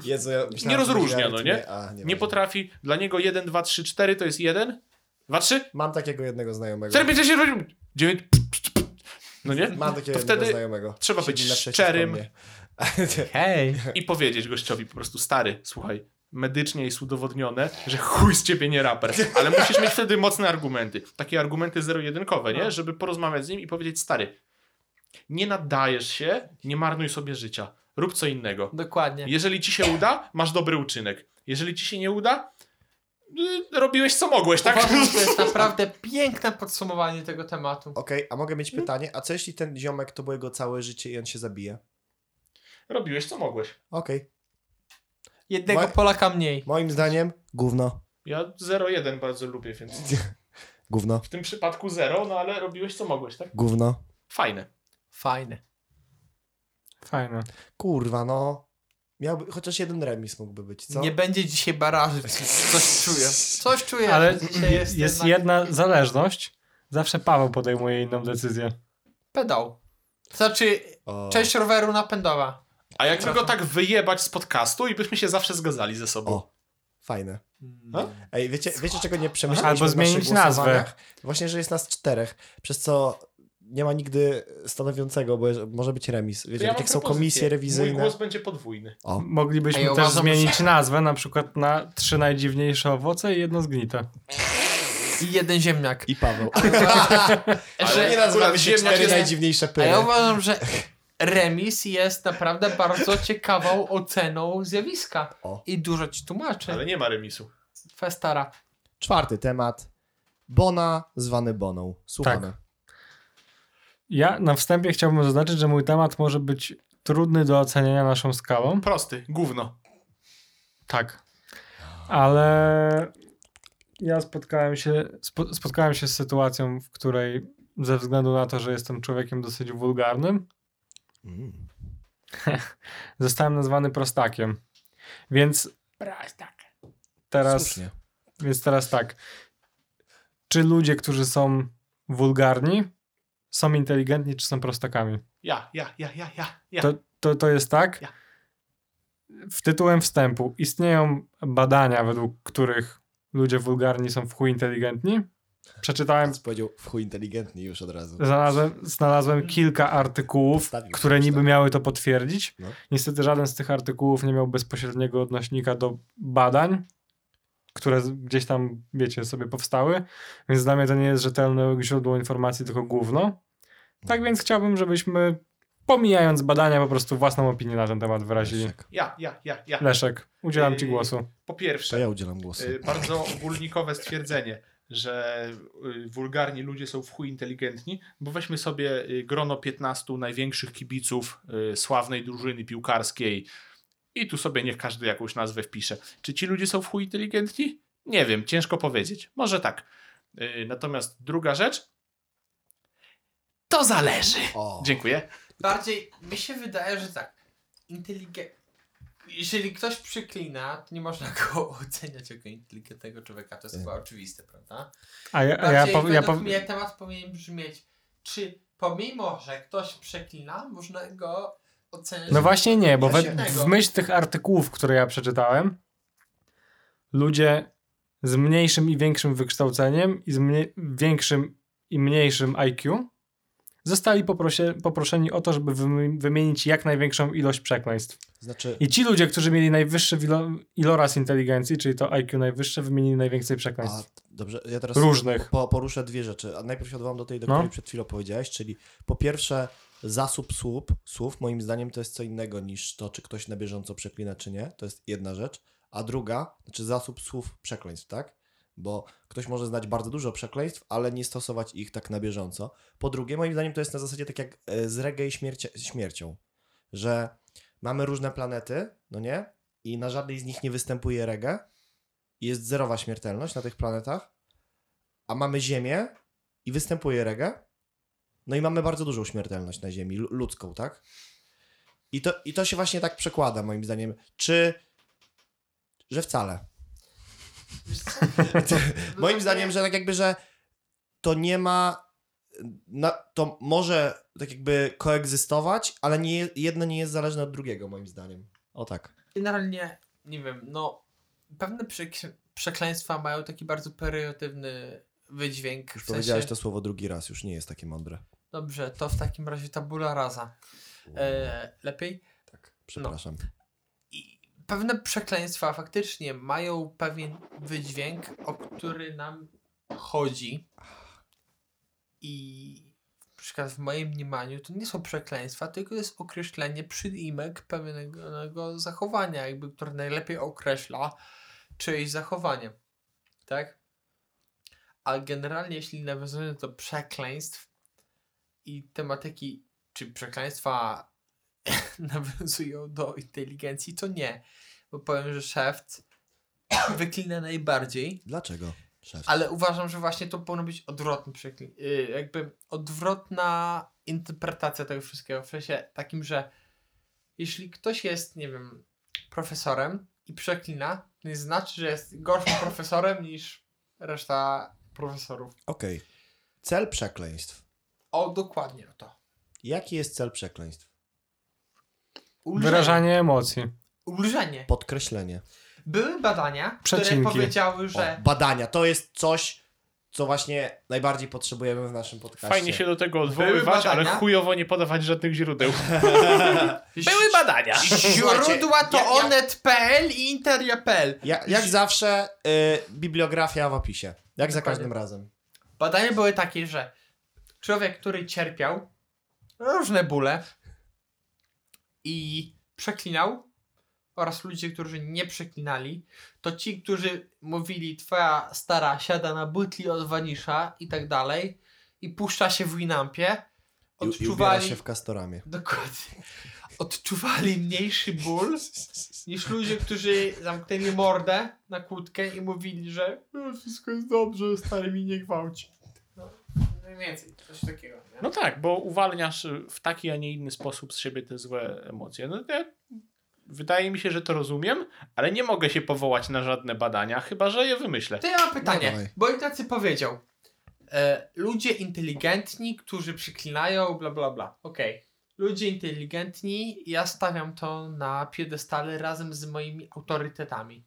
[SPEAKER 1] Jezu, ja myślałem,
[SPEAKER 2] Nie
[SPEAKER 1] że
[SPEAKER 2] rozróżnia,
[SPEAKER 1] powiedziałeś,
[SPEAKER 2] no nie?
[SPEAKER 1] A,
[SPEAKER 2] Nie potrafi. Dla niego 1, 2, 3, 4 to jest 1, 2, 3,
[SPEAKER 1] Mam takiego jednego znajomego.
[SPEAKER 2] 4, 5, 6, 7, 9... No nie?
[SPEAKER 1] Mam takiego
[SPEAKER 2] To
[SPEAKER 1] jednego
[SPEAKER 2] wtedy
[SPEAKER 1] znajomego.
[SPEAKER 2] trzeba być
[SPEAKER 1] Siedzi naprzeciwko
[SPEAKER 2] szczerym.
[SPEAKER 1] mnie.
[SPEAKER 3] Hej.
[SPEAKER 2] i powiedzieć gościowi po prostu, stary, słuchaj, medycznie jest udowodnione, że chuj z ciebie nie raper, ale musisz mieć wtedy mocne argumenty, takie argumenty zero-jedynkowe, nie? Żeby porozmawiać z nim i powiedzieć, stary, nie nadajesz się, nie marnuj sobie życia, rób co innego.
[SPEAKER 3] Dokładnie.
[SPEAKER 2] Jeżeli ci się uda, masz dobry uczynek. Jeżeli ci się nie uda, y, robiłeś co mogłeś, tak?
[SPEAKER 3] Uważam, że to jest naprawdę piękne podsumowanie tego tematu.
[SPEAKER 1] Okej, a mogę
[SPEAKER 2] No.
[SPEAKER 1] mieć pytanie, a co jeśli ten ziomek to było jego całe życie i on się zabije?
[SPEAKER 2] (laughs) Robiłeś co mogłeś.
[SPEAKER 1] Okej,
[SPEAKER 3] Jednego
[SPEAKER 1] Mo-
[SPEAKER 3] Polaka mniej.
[SPEAKER 1] moim zdaniem gówno,
[SPEAKER 2] Ja 0-1 bardzo lubię, więc
[SPEAKER 1] gówno,
[SPEAKER 2] w tym przypadku 0, no ale robiłeś co mogłeś, tak?
[SPEAKER 1] gówno.
[SPEAKER 2] Fajne.
[SPEAKER 3] Fajne.
[SPEAKER 4] Fajne.
[SPEAKER 1] Kurwa, no. Miałby, chociaż jeden remis mógłby być, co?
[SPEAKER 3] Nie będzie dzisiaj baraży. Coś czuję. Coś czuję.
[SPEAKER 4] Ale
[SPEAKER 3] że dzisiaj
[SPEAKER 4] jest, jest
[SPEAKER 3] jednak
[SPEAKER 4] jedna zależność. Zawsze Paweł podejmuje inną decyzję.
[SPEAKER 3] Pedał. Znaczy,
[SPEAKER 1] O.
[SPEAKER 3] część roweru napędowa.
[SPEAKER 2] A jakby go tak wyjebać z podcastu i byśmy się zawsze zgadzali ze sobą.
[SPEAKER 1] O. Fajne.
[SPEAKER 2] No.
[SPEAKER 1] Ej, wiecie, wiecie czego nie przemyśleliśmy
[SPEAKER 4] Albo
[SPEAKER 1] w naszych
[SPEAKER 4] zmienić nazwę.
[SPEAKER 1] głosowaniach? Właśnie, że jest nas czterech, przez co nie ma nigdy stanowiącego, bo jest- może być remis. Wiecie,
[SPEAKER 2] mam
[SPEAKER 1] tak jak są
[SPEAKER 2] propozycję.
[SPEAKER 1] komisje
[SPEAKER 2] Mój
[SPEAKER 1] rewizyjne.
[SPEAKER 2] głos będzie podwójny.
[SPEAKER 1] O,
[SPEAKER 4] Moglibyśmy
[SPEAKER 3] Ej,
[SPEAKER 4] też
[SPEAKER 3] uważam,
[SPEAKER 4] zmienić nazwę na przykład na trzy najdziwniejsze owoce i jedno zgnite.
[SPEAKER 3] I jeden
[SPEAKER 1] (laughs)
[SPEAKER 3] ziemniak.
[SPEAKER 1] i Paweł.
[SPEAKER 3] Że-
[SPEAKER 1] Ale nie nazywamy
[SPEAKER 2] akurat
[SPEAKER 1] się
[SPEAKER 2] ziemniak
[SPEAKER 1] cztery
[SPEAKER 2] jest-
[SPEAKER 1] najdziwniejsze
[SPEAKER 3] A
[SPEAKER 1] pyry.
[SPEAKER 3] ja uważam, że remis jest naprawdę bardzo ciekawą oceną zjawiska.
[SPEAKER 1] O.
[SPEAKER 3] I dużo ci tłumaczy.
[SPEAKER 2] Ale nie ma remisu.
[SPEAKER 3] Twoja stara.
[SPEAKER 1] Czwarty temat. Bona zwany Boną. Słuchamy.
[SPEAKER 4] Tak. Ja na wstępie chciałbym zaznaczyć, że mój temat może być trudny do oceniania naszą skalą.
[SPEAKER 2] Prosty, gówno.
[SPEAKER 4] Tak. Ale ja spotkałem się, spo, spotkałem się z sytuacją, w której ze względu na to, że jestem człowiekiem dosyć wulgarnym,
[SPEAKER 1] Mm.
[SPEAKER 4] zostałem nazwany prostakiem. Więc teraz,
[SPEAKER 1] Słusznie.
[SPEAKER 4] więc teraz tak. Czy ludzie, którzy są wulgarni, są inteligentni, czy są prostakami?
[SPEAKER 2] Ja, ja, ja, ja, ja, ja.
[SPEAKER 4] To, to, to jest tak.
[SPEAKER 2] Ja.
[SPEAKER 4] W tytułem wstępu istnieją badania, według których ludzie wulgarni są w chuj inteligentni. Przeczytałem,
[SPEAKER 1] Więc powiedział w chuj inteligentni już od razu.
[SPEAKER 4] znalazłem, znalazłem kilka artykułów,
[SPEAKER 1] Postawił
[SPEAKER 4] które
[SPEAKER 1] coś,
[SPEAKER 4] niby
[SPEAKER 1] tak.
[SPEAKER 4] miały to potwierdzić.
[SPEAKER 1] No.
[SPEAKER 4] Niestety żaden z tych artykułów nie miał bezpośredniego odnośnika do badań, które z- gdzieś tam, wiecie, sobie powstały. Więc dla mnie to nie jest rzetelne źródło informacji, tylko gówno. Tak więc chciałbym, żebyśmy, pomijając badania, po prostu własną opinię na ten temat wyrazili.
[SPEAKER 1] Tak.
[SPEAKER 2] Ja, ja, ja, ja.
[SPEAKER 4] Leszek, udzielam ci
[SPEAKER 2] Yy,
[SPEAKER 4] głosu.
[SPEAKER 1] To
[SPEAKER 2] Po pierwsze,
[SPEAKER 1] ja udzielam głosu.
[SPEAKER 2] y, bardzo ogólnikowe stwierdzenie, że y, wulgarni ludzie są w chuj inteligentni, bo weźmy sobie y, grono 15 największych kibiców y, sławnej drużyny piłkarskiej i tu sobie niech każdy jakąś nazwę wpisze. Czy ci ludzie są w chuj inteligentni? Nie wiem, ciężko powiedzieć. Może tak. Y, Natomiast druga rzecz, to zależy.
[SPEAKER 1] O.
[SPEAKER 2] Dziękuję.
[SPEAKER 3] Bardziej, mi się wydaje, że tak. Inteligent. Jeżeli ktoś przyklina, to nie można go (laughs) oceniać jako inteligentnego człowieka. To jest
[SPEAKER 1] Tak.
[SPEAKER 3] chyba oczywiste, prawda?
[SPEAKER 4] A ja, a
[SPEAKER 3] Bardziej
[SPEAKER 4] ja,
[SPEAKER 3] ja
[SPEAKER 4] pow, ja, pow,
[SPEAKER 3] według mnie temat powinien brzmieć, czy pomimo, że ktoś przeklina, można go oceniać.
[SPEAKER 4] No właśnie nie, bo
[SPEAKER 1] Ja
[SPEAKER 4] we,
[SPEAKER 1] się-
[SPEAKER 4] w myśl tych artykułów, które ja przeczytałem, ludzie z mniejszym i większym wykształceniem i z mnie, większym i mniejszym IQ zostali poprosie, poproszeni o to, żeby wymi- wymienić jak największą ilość przekleństw.
[SPEAKER 1] Znaczy,
[SPEAKER 4] I ci ludzie, którzy mieli najwyższy wilo, iloraz inteligencji, czyli to IQ najwyższe, wymienili najwięcej
[SPEAKER 1] a,
[SPEAKER 4] przekleństw.
[SPEAKER 1] dobrze, ja teraz
[SPEAKER 4] Różnych.
[SPEAKER 1] Po, poruszę dwie rzeczy. A najpierw się odwołam do tej, do
[SPEAKER 4] No.
[SPEAKER 1] której przed chwilą powiedziałeś, czyli po pierwsze zasób słów, słów moim zdaniem to jest co innego niż to, czy ktoś na bieżąco przeklina, czy nie. To jest jedna rzecz. A druga, znaczy zasób słów przekleństw, tak? Bo ktoś może znać bardzo dużo przekleństw, ale nie stosować ich tak na bieżąco. Po drugie, moim zdaniem to jest na zasadzie tak jak e, z reggae i śmierci- śmiercią, że mamy różne planety, no nie? I na żadnej z nich nie występuje reggae. I Jest zerowa śmiertelność na tych planetach, a mamy Ziemię i występuje reggae. No i mamy bardzo dużą śmiertelność na Ziemi, lu- ludzką, tak? I to, I to się właśnie tak przekłada, moim zdaniem. Czy. że wcale.
[SPEAKER 4] (laughs)
[SPEAKER 1] Moim zdaniem, że tak jakby, że to nie ma. Na, to może tak jakby koegzystować, ale nie, jedno nie jest zależne od drugiego, moim zdaniem. O tak.
[SPEAKER 3] Generalnie, nie wiem, no pewne przek- przekleństwa mają taki bardzo periodywny wydźwięk.
[SPEAKER 1] Już
[SPEAKER 3] w
[SPEAKER 1] powiedziałeś
[SPEAKER 3] sensie-
[SPEAKER 1] to słowo drugi raz, już nie jest takie mądre.
[SPEAKER 3] Dobrze, to w takim razie tabula rasa. E, no. lepiej?
[SPEAKER 1] Tak, przepraszam.
[SPEAKER 3] I pewne przekleństwa faktycznie mają pewien wydźwięk, o który nam chodzi. I na przykład w moim mniemaniu to nie są przekleństwa, tylko jest określenie przydiemek pewnego zachowania, jakby, które najlepiej określa czyjeś zachowanie. Tak? A generalnie, jeśli nawiązujemy do przekleństw i tematyki, czy przekleństwa (laughs) nawiązują do inteligencji, to nie. Bo powiem, że szeft wyklina najbardziej,
[SPEAKER 1] Dlaczego? Szef.
[SPEAKER 3] ale uważam, że właśnie to powinno być odwrotny przekli- y, jakby odwrotna interpretacja tego wszystkiego. W sensie takim, że jeśli ktoś jest, nie wiem, profesorem i przeklina, to nie znaczy, że jest gorszym profesorem niż reszta profesorów.
[SPEAKER 1] Okej. Cel przekleństw.
[SPEAKER 3] O, dokładnie o to.
[SPEAKER 1] Jaki jest cel przekleństw?
[SPEAKER 3] Ulżenie.
[SPEAKER 4] Wyrażanie emocji.
[SPEAKER 3] Ulżenie.
[SPEAKER 1] Podkreślenie.
[SPEAKER 3] Były badania,
[SPEAKER 4] Przecinki.
[SPEAKER 3] które powiedziały, że
[SPEAKER 1] O, badania. To jest coś, co właśnie najbardziej potrzebujemy w naszym podcaście.
[SPEAKER 2] Fajnie się do tego odwoływać,
[SPEAKER 3] badania.
[SPEAKER 2] ale chujowo nie podawać żadnych źródeł.
[SPEAKER 3] Były
[SPEAKER 2] badania.
[SPEAKER 3] źródła to
[SPEAKER 1] ja- ja-
[SPEAKER 3] onet.pl i interia.pl.
[SPEAKER 1] Ja, jak zawsze, y, bibliografia w opisie. Jak za każdym razem.
[SPEAKER 3] Badania były takie, że człowiek, który cierpiał różne bóle i przeklinał oraz ludzie, którzy nie przeklinali, to ci, którzy mówili twoja stara siada na butli od wanisza i tak dalej i puszcza się w Winampie,
[SPEAKER 1] I, I ubiera
[SPEAKER 3] odczuwali...
[SPEAKER 1] się w kastoramie.
[SPEAKER 3] Dokładnie. Odczuwali mniejszy ból niż ludzie, którzy zamknęli mordę na kłódkę i mówili, że "E, wszystko jest dobrze, stary mi nie gwałci. No, mniej więcej, coś takiego. Nie?
[SPEAKER 2] No tak, bo uwalniasz y, w taki, a nie inny sposób z siebie te złe emocje. No ja, wydaje mi się, że to rozumiem, ale nie mogę się powołać na żadne badania, chyba że je wymyślę.
[SPEAKER 3] To ja mam
[SPEAKER 1] No
[SPEAKER 3] pytanie,
[SPEAKER 1] dawaj.
[SPEAKER 3] bo Ignacy powiedział e, ludzie inteligentni, którzy przyklinają, bla bla bla. Okej. Ludzie inteligentni, ja stawiam to na piedestale razem z moimi autorytetami.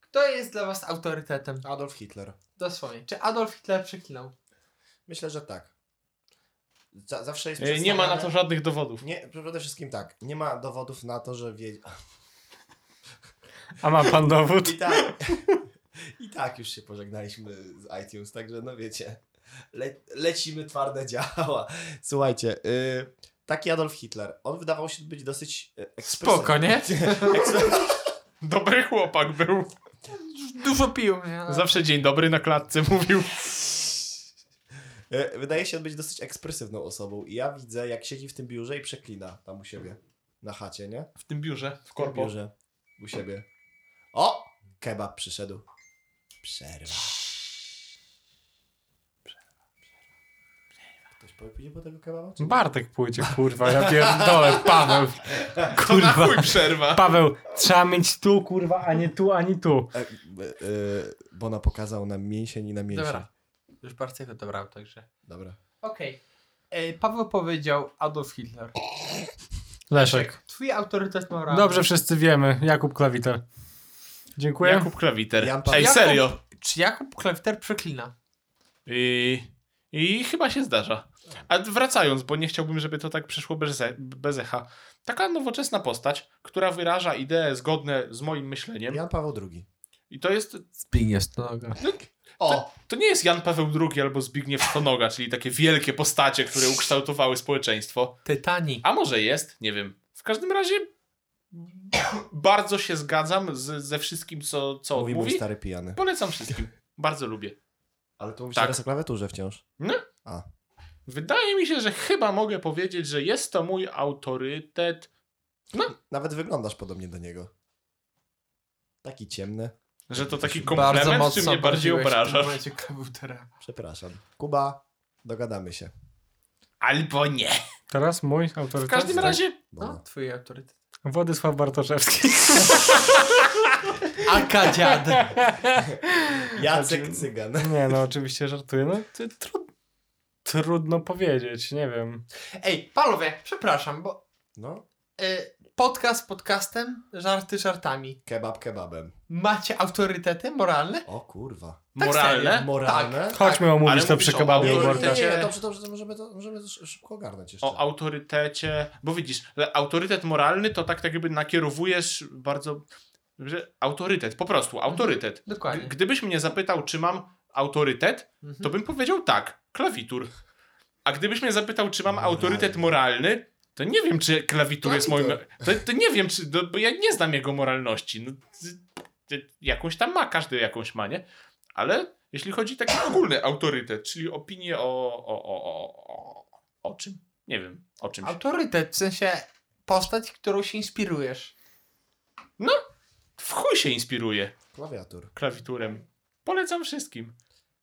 [SPEAKER 3] Kto jest dla was autorytetem?
[SPEAKER 1] Adolf Hitler.
[SPEAKER 3] Dosłownie. Czy Adolf Hitler przeklinał?
[SPEAKER 1] Myślę, że tak. Za, zawsze jest
[SPEAKER 2] Y, Nie ma na to
[SPEAKER 1] przedstawiane-
[SPEAKER 2] żadnych dowodów.
[SPEAKER 1] Nie, przede wszystkim tak. Nie ma dowodów na to, że wiedział.
[SPEAKER 4] A ma pan dowód?
[SPEAKER 1] I tak. I tak już się pożegnaliśmy z iTunes, także no wiecie. Le, lecimy twarde (laughs) działa. Słuchajcie, y, taki Adolf Hitler. On wydawał się być dosyć y, ekspresywny.
[SPEAKER 3] Spoko, nie?
[SPEAKER 1] Ekspresywny.
[SPEAKER 2] Dobry chłopak był.
[SPEAKER 3] Dużo pił, nie?
[SPEAKER 2] Zawsze dzień dobry na klatce mówił.
[SPEAKER 1] Y, Wydaje się być dosyć ekspresywną osobą. I ja widzę, jak siedzi w tym biurze i przeklina tam u siebie. Na chacie, nie?
[SPEAKER 2] W tym biurze, w
[SPEAKER 1] W tym
[SPEAKER 2] korpo.
[SPEAKER 1] biurze. U siebie. O! Kebab przyszedł. Przerwa. Ktoś powie pójdzie po tego kebaba? Czy...
[SPEAKER 4] Bartek pójdzie, kurwa, ja pierdolę, Paweł. Kurwa,
[SPEAKER 2] przerwa.
[SPEAKER 4] Paweł, trzeba mieć tu, kurwa, a nie tu, ani tu.
[SPEAKER 1] E, e, bo ona pokazał nam mięsień i na mięsień.
[SPEAKER 3] Dobra. Już bardzo to dobrał, także.
[SPEAKER 1] Dobra.
[SPEAKER 3] Okej. E, Paweł powiedział Adolf Hitler.
[SPEAKER 4] Leszek.
[SPEAKER 3] Twój autorytet moralny.
[SPEAKER 4] Dobrze wszyscy wiemy, Jakub Klawiter. Dziękuję.
[SPEAKER 2] Jakub Klawiter.
[SPEAKER 1] Jan Paweł.
[SPEAKER 2] Ej,
[SPEAKER 3] Jakub-
[SPEAKER 2] serio.
[SPEAKER 3] Czy Jakub Klewiter przeklina?
[SPEAKER 2] I, I chyba się zdarza. A wracając, bo nie chciałbym, żeby to tak przeszło bez, bez echa. Taka nowoczesna postać, która wyraża idee zgodne z moim myśleniem.
[SPEAKER 1] Jan Paweł II.
[SPEAKER 2] I to jest.
[SPEAKER 3] Zbigniew Stonoga.
[SPEAKER 1] O!
[SPEAKER 2] To nie jest Jan Paweł II albo Zbigniew Stonoga, czyli takie wielkie postacie, które ukształtowały społeczeństwo.
[SPEAKER 3] Titanic.
[SPEAKER 2] A może jest, nie wiem. W każdym razie bardzo się zgadzam z, ze wszystkim, co, co
[SPEAKER 1] mówi
[SPEAKER 2] mówi.
[SPEAKER 1] mój stary pijany.
[SPEAKER 2] Polecam wszystkim. Bardzo lubię.
[SPEAKER 1] Ale to mówisz
[SPEAKER 2] Tak.
[SPEAKER 1] teraz o klawiaturze wciąż.
[SPEAKER 2] Wydaje mi się, że chyba mogę powiedzieć, że jest to mój autorytet.
[SPEAKER 1] Nawet wyglądasz podobnie do niego. Taki ciemny.
[SPEAKER 2] Że to taki komplement, czy mnie bardziej
[SPEAKER 3] obraziłeś w tym
[SPEAKER 2] obrażasz.
[SPEAKER 3] momencie Klewitera.
[SPEAKER 1] Przepraszam. Kuba, dogadamy się.
[SPEAKER 2] Albo nie.
[SPEAKER 4] Teraz mój
[SPEAKER 2] W
[SPEAKER 4] autorytet.
[SPEAKER 2] każdym razie
[SPEAKER 3] No, twój autorytet.
[SPEAKER 2] (laughs)
[SPEAKER 4] Władysław Bartoszewski.
[SPEAKER 3] Aka dziad.
[SPEAKER 1] Jacek Cygan.
[SPEAKER 4] Nie, no oczywiście żartuję. No, ty, tru... Trudno powiedzieć, nie wiem.
[SPEAKER 3] Ej, panowie, przepraszam, bo
[SPEAKER 1] No,
[SPEAKER 3] y, podcast podcastem, żarty żartami.
[SPEAKER 1] kebab kebabem.
[SPEAKER 3] Macie autorytety moralne? Tak,
[SPEAKER 1] O kurwa.
[SPEAKER 2] moralne.
[SPEAKER 1] Moralne?
[SPEAKER 4] Chodźmy omówić
[SPEAKER 2] Tak, Ale
[SPEAKER 4] to
[SPEAKER 2] mówisz
[SPEAKER 4] przy
[SPEAKER 1] Nie,
[SPEAKER 2] o
[SPEAKER 4] kebabie
[SPEAKER 1] nie,
[SPEAKER 4] u
[SPEAKER 2] autorytecie.
[SPEAKER 4] Bartka.
[SPEAKER 1] nie, nie, dobrze, dobrze, to możemy to, możemy to sz- szybko ogarnąć jeszcze.
[SPEAKER 2] O autorytecie. Bo widzisz, le- autorytet moralny to tak jakby nakierowujesz bardzo. Że autorytet, po prostu autorytet. G-
[SPEAKER 3] Dokładnie.
[SPEAKER 2] Gdybyś mnie zapytał, czy mam autorytet,
[SPEAKER 3] Mhm.
[SPEAKER 2] to bym powiedział tak, klawitur. A gdybyś mnie zapytał, czy mam
[SPEAKER 1] Moralny.
[SPEAKER 2] autorytet moralny, to nie wiem, czy klawitur jest moim.
[SPEAKER 1] Klawitur.
[SPEAKER 2] To, to nie wiem, czy. To, bo ja nie znam jego moralności. No, z- z- jakąś tam ma, każdy jakąś ma, nie? Ale jeśli chodzi taki ogólny autorytet, czyli opinię o. o, o, o, o, o czym? Nie wiem, o czymś.
[SPEAKER 3] Autorytet, w sensie postać, którą się inspirujesz.
[SPEAKER 2] W chuj się inspiruje
[SPEAKER 1] Klawiatur.
[SPEAKER 2] klawiturem. Polecam wszystkim.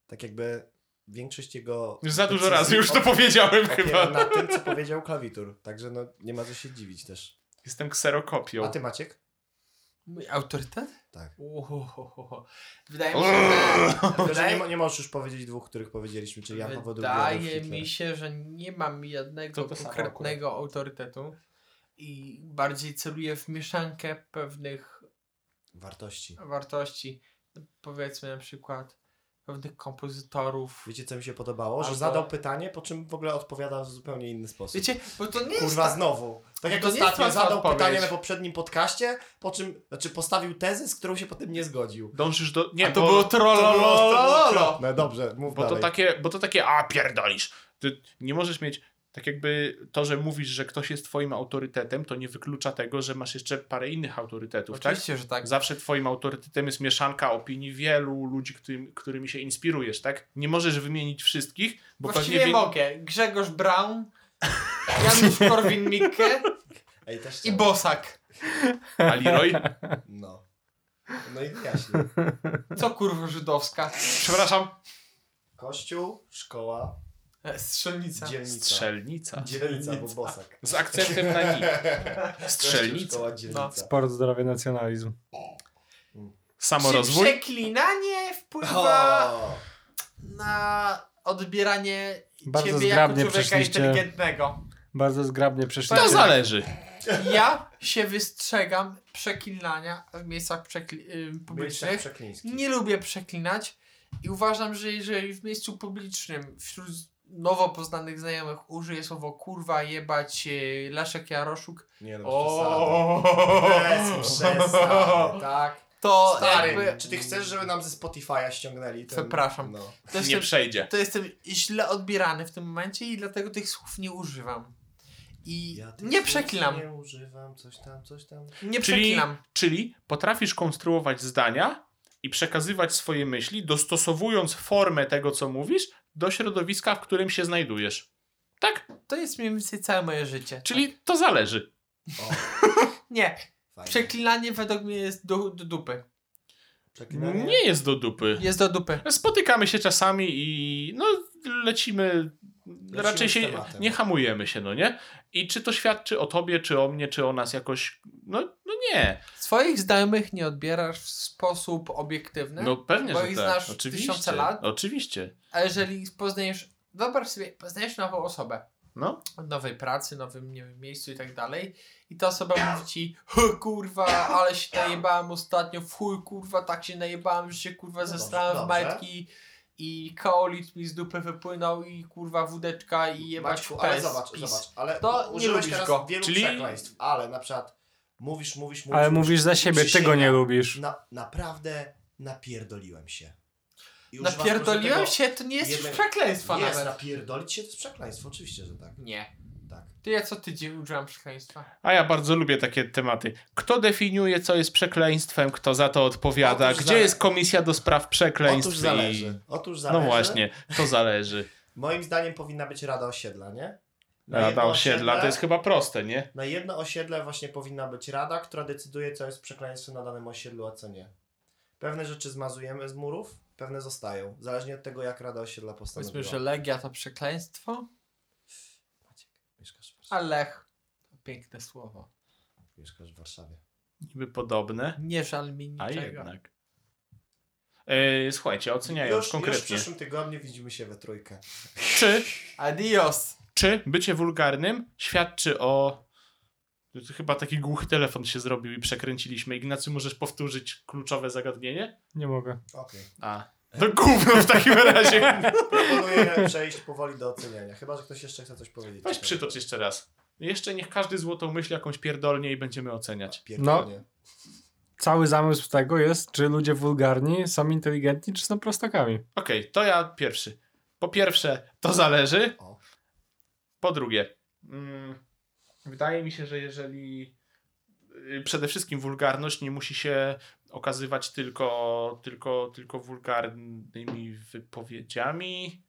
[SPEAKER 1] Tak jakby większość jego...
[SPEAKER 2] Za dużo
[SPEAKER 1] decyzji
[SPEAKER 2] razy już to
[SPEAKER 1] opiera
[SPEAKER 2] powiedziałem chyba.
[SPEAKER 1] na tym, co powiedział klawitur. Także no, nie ma co się dziwić też.
[SPEAKER 2] Jestem
[SPEAKER 1] A
[SPEAKER 2] kserokopią.
[SPEAKER 1] ty Maciek?
[SPEAKER 3] Mój autorytet?
[SPEAKER 1] Tak.
[SPEAKER 3] Uhohoho. Wydaje mi się,
[SPEAKER 2] (laughs)
[SPEAKER 3] że,
[SPEAKER 1] Tylko, że nie,
[SPEAKER 3] wydaje,
[SPEAKER 1] mo- nie możesz już powiedzieć dwóch, których powiedzieliśmy, czyli Jan Paweł II. Adolf
[SPEAKER 3] wydaje
[SPEAKER 1] Hitler.
[SPEAKER 3] mi się, że nie mam jednego
[SPEAKER 2] To to samo
[SPEAKER 3] konkretnego autorytetu i bardziej celuję w mieszankę pewnych
[SPEAKER 1] Wartości.
[SPEAKER 3] wartości, powiedzmy na przykład pewnych kompozytorów.
[SPEAKER 1] Wiecie, co mi się podobało? Że
[SPEAKER 3] Albo-
[SPEAKER 1] zadał pytanie, po czym w ogóle odpowiada w zupełnie inny sposób.
[SPEAKER 3] Wiecie, bo to nie jest
[SPEAKER 1] Kurwa,
[SPEAKER 3] tak-
[SPEAKER 1] znowu. Tak jak
[SPEAKER 3] to nie jest
[SPEAKER 1] ostatnio
[SPEAKER 3] łatwa
[SPEAKER 1] zadał
[SPEAKER 3] odpowiedź.
[SPEAKER 1] pytanie na poprzednim podcaście, po czym, znaczy postawił tezę, z którą się potem nie zgodził.
[SPEAKER 2] Dążysz do... Nie,
[SPEAKER 3] A to
[SPEAKER 2] bo,
[SPEAKER 3] było
[SPEAKER 1] Lolo!
[SPEAKER 3] trololololo.
[SPEAKER 1] No dobrze, mów
[SPEAKER 2] bo to
[SPEAKER 3] tak-
[SPEAKER 1] dalej.
[SPEAKER 2] takie, bo to takie, a pierdolisz. Ty nie możesz mieć, tak jakby to, że mówisz, że ktoś jest twoim autorytetem, to nie wyklucza tego, że masz jeszcze parę innych autorytetów, tak?
[SPEAKER 3] Oczywiście, że tak.
[SPEAKER 2] Zawsze twoim autorytetem jest mieszanka opinii wielu ludzi, którym, którymi się inspirujesz, tak? Nie możesz wymienić wszystkich, bo
[SPEAKER 3] Właściwie
[SPEAKER 2] pewnie... wie-
[SPEAKER 3] mogę. Grzegorz Brown, Janusz Korwin-Mikke
[SPEAKER 1] Ej, też
[SPEAKER 3] i
[SPEAKER 1] chciałem.
[SPEAKER 3] Bosak.
[SPEAKER 2] A Leroy?
[SPEAKER 1] No. No i wyjaśnij.
[SPEAKER 3] Co kurwa żydowska?
[SPEAKER 2] Przepraszam.
[SPEAKER 1] Kościół, szkoła,
[SPEAKER 3] E, Strzelnica.
[SPEAKER 1] dzielnica.
[SPEAKER 2] Strzelnica.
[SPEAKER 1] Dzielnica, bo bosak.
[SPEAKER 2] Z akcentem na ni.
[SPEAKER 1] Kościół,
[SPEAKER 2] Strzelnica.
[SPEAKER 1] szkoła,
[SPEAKER 3] No,
[SPEAKER 1] dzielnica.
[SPEAKER 4] Sport, zdrowie, nacjonalizm.
[SPEAKER 3] Czy
[SPEAKER 2] Samorozwój.
[SPEAKER 3] przeklinanie wpływa
[SPEAKER 1] O!
[SPEAKER 3] na odbieranie
[SPEAKER 4] Bardzo
[SPEAKER 3] ciebie jako
[SPEAKER 4] zgrabnie
[SPEAKER 3] człowieka
[SPEAKER 4] przeszliście.
[SPEAKER 3] inteligentnego?
[SPEAKER 4] Bardzo zgrabnie przeszliście.
[SPEAKER 2] To zależy.
[SPEAKER 3] Ja się wystrzegam przeklinania w miejscach przekli- y,
[SPEAKER 1] Byliście
[SPEAKER 3] publicznych.
[SPEAKER 1] przekliński.
[SPEAKER 3] Nie lubię przeklinać i uważam, że jeżeli w miejscu publicznym wśród nowo poznanych znajomych użyję słowo kurwa, jebać, y, Leszek Jaroszuk,
[SPEAKER 1] Nie no, przesada.
[SPEAKER 3] o,
[SPEAKER 1] Bez przesady, tak.
[SPEAKER 3] to
[SPEAKER 1] Stary,
[SPEAKER 3] jakby
[SPEAKER 1] czy ty chcesz, żeby nam ze Spotify'a ściągnęli ten...
[SPEAKER 3] Przepraszam.
[SPEAKER 1] No.
[SPEAKER 3] to
[SPEAKER 2] Nie
[SPEAKER 3] jestem,
[SPEAKER 2] przejdzie.
[SPEAKER 3] to jestem źle odbierany w tym momencie i dlatego tych słów nie używam. I
[SPEAKER 1] Ja tych
[SPEAKER 3] nie
[SPEAKER 1] słów
[SPEAKER 3] przeklinam.
[SPEAKER 1] Nie używam, coś tam, coś tam.
[SPEAKER 3] Nie
[SPEAKER 2] Czyli,
[SPEAKER 3] przeklinam.
[SPEAKER 2] czyli potrafisz konstruować zdania i przekazywać swoje myśli, dostosowując formę tego, co mówisz, do środowiska, w którym się znajdujesz. Tak?
[SPEAKER 3] To jest mniej więcej całe moje życie.
[SPEAKER 2] Czyli to zależy.
[SPEAKER 1] O,
[SPEAKER 3] (laughs) Nie,
[SPEAKER 1] fajnie.
[SPEAKER 3] Przeklinanie według mnie jest do, do dupy.
[SPEAKER 1] Przeklinanie?
[SPEAKER 2] Nie jest do dupy.
[SPEAKER 3] Jest do dupy.
[SPEAKER 2] Spotykamy się czasami i no lecimy, raczej
[SPEAKER 1] z
[SPEAKER 2] się
[SPEAKER 1] tematem.
[SPEAKER 2] nie hamujemy się, no nie? I czy to świadczy o tobie, czy o mnie, czy o nas jakoś, no, no nie.
[SPEAKER 3] Swoich znajomych nie odbierasz w sposób obiektywny.
[SPEAKER 2] No pewnie,
[SPEAKER 3] Bo
[SPEAKER 2] że
[SPEAKER 3] ich
[SPEAKER 2] tak.
[SPEAKER 3] znasz
[SPEAKER 2] Oczywiście.
[SPEAKER 3] tysiące lat.
[SPEAKER 2] Oczywiście.
[SPEAKER 3] A jeżeli poznajesz, wyobraź sobie, poznajesz nową osobę
[SPEAKER 2] No,
[SPEAKER 3] od nowej pracy, nowym nie wiem, miejscu i tak dalej i ta osoba mówi ci, "Hy, kurwa, ale się najebałem ostatnio, w chuj, kurwa, tak się najebałem, że się kurwa
[SPEAKER 1] No dobrze,
[SPEAKER 3] zestrałem w
[SPEAKER 1] dobrze.
[SPEAKER 3] majtki i kaolit mi z dupy wypłynął i kurwa wódeczka i jebać
[SPEAKER 1] Maćku,
[SPEAKER 3] w
[SPEAKER 1] ale
[SPEAKER 3] pes,
[SPEAKER 1] zobacz,
[SPEAKER 3] pis.
[SPEAKER 1] zobacz, ale
[SPEAKER 3] To nie
[SPEAKER 1] użyłeś
[SPEAKER 3] lubisz
[SPEAKER 1] teraz
[SPEAKER 3] go.
[SPEAKER 1] wielu
[SPEAKER 2] Czyli-
[SPEAKER 1] przekleństw, ale na przykład mówisz, mówisz, mówisz.
[SPEAKER 4] Ale mówisz za siebie, ty go nie lubisz.
[SPEAKER 1] Na, naprawdę napierdoliłem się. I używasz po prostu
[SPEAKER 3] Napierdoliłem
[SPEAKER 1] tego-
[SPEAKER 3] się, to nie jest już
[SPEAKER 1] jednej-
[SPEAKER 3] przekleństwa
[SPEAKER 1] Jest,
[SPEAKER 3] nawet.
[SPEAKER 1] napierdolić się to jest przekleństwo, oczywiście, że tak.
[SPEAKER 3] Nie.
[SPEAKER 1] tak.
[SPEAKER 3] Ty ja co tydzień używam przekleństwa.
[SPEAKER 2] a ja bardzo lubię takie tematy. Kto definiuje, co jest przekleństwem, kto za to odpowiada,
[SPEAKER 1] Otóż
[SPEAKER 2] gdzie
[SPEAKER 1] zale-
[SPEAKER 2] jest komisja do spraw przekleństw?
[SPEAKER 1] Otóż
[SPEAKER 2] i-
[SPEAKER 1] zależy. Otóż
[SPEAKER 2] No
[SPEAKER 1] zależy.
[SPEAKER 2] właśnie, to zależy.
[SPEAKER 1] Moim zdaniem powinna być Rada Osiedla, nie? Na jedno
[SPEAKER 2] Rada osiedla to jest chyba proste, nie?
[SPEAKER 1] Na jedno osiedle właśnie powinna być rada, która decyduje, co jest przekleństwem na danym osiedlu, a co nie. Pewne rzeczy zmazujemy z murów, pewne zostają. Zależnie od tego, jak rada osiedla
[SPEAKER 3] Powiedzmy,
[SPEAKER 1] postanowiła.
[SPEAKER 3] że Legia to przekleństwo,
[SPEAKER 1] Maciek, mieszkasz w,
[SPEAKER 3] a
[SPEAKER 1] Warszawie.
[SPEAKER 3] Lech to piękne słowo.
[SPEAKER 1] mieszkasz w Warszawie.
[SPEAKER 2] Niby podobne,
[SPEAKER 3] Nie żal mi
[SPEAKER 2] a
[SPEAKER 3] niczego.
[SPEAKER 2] jednak. E, słuchajcie, oceniając
[SPEAKER 1] już, już w
[SPEAKER 2] konkretnie.
[SPEAKER 1] przyszłym tygodniu widzimy się we trójkę.
[SPEAKER 2] Czy,
[SPEAKER 3] Adios!
[SPEAKER 2] czy bycie wulgarnym świadczy o. To Chyba taki głuchy telefon się zrobił i przekręciliśmy. Ignacy, możesz powtórzyć kluczowe zagadnienie?
[SPEAKER 4] Nie mogę.
[SPEAKER 1] Okej.
[SPEAKER 2] A. No gówno w takim razie. (laughs)
[SPEAKER 1] Proponuję przejść powoli do oceniania. Chyba, że ktoś jeszcze chce coś powiedzieć.
[SPEAKER 2] Weź przytocz jeszcze raz. Jeszcze niech każdy złotą myśl jakąś pierdolnie i będziemy oceniać.
[SPEAKER 1] Pierdolnie.
[SPEAKER 4] Cały zamysł tego jest, czy ludzie wulgarni są inteligentni, czy są prostakami.
[SPEAKER 2] Okej, to ja pierwszy. Po pierwsze, to zależy.
[SPEAKER 1] O.
[SPEAKER 2] Po drugie, mm, wydaje mi się, że jeżeli y, przede wszystkim wulgarność nie musi się okazywać tylko, tylko, tylko wulgarnymi wypowiedziami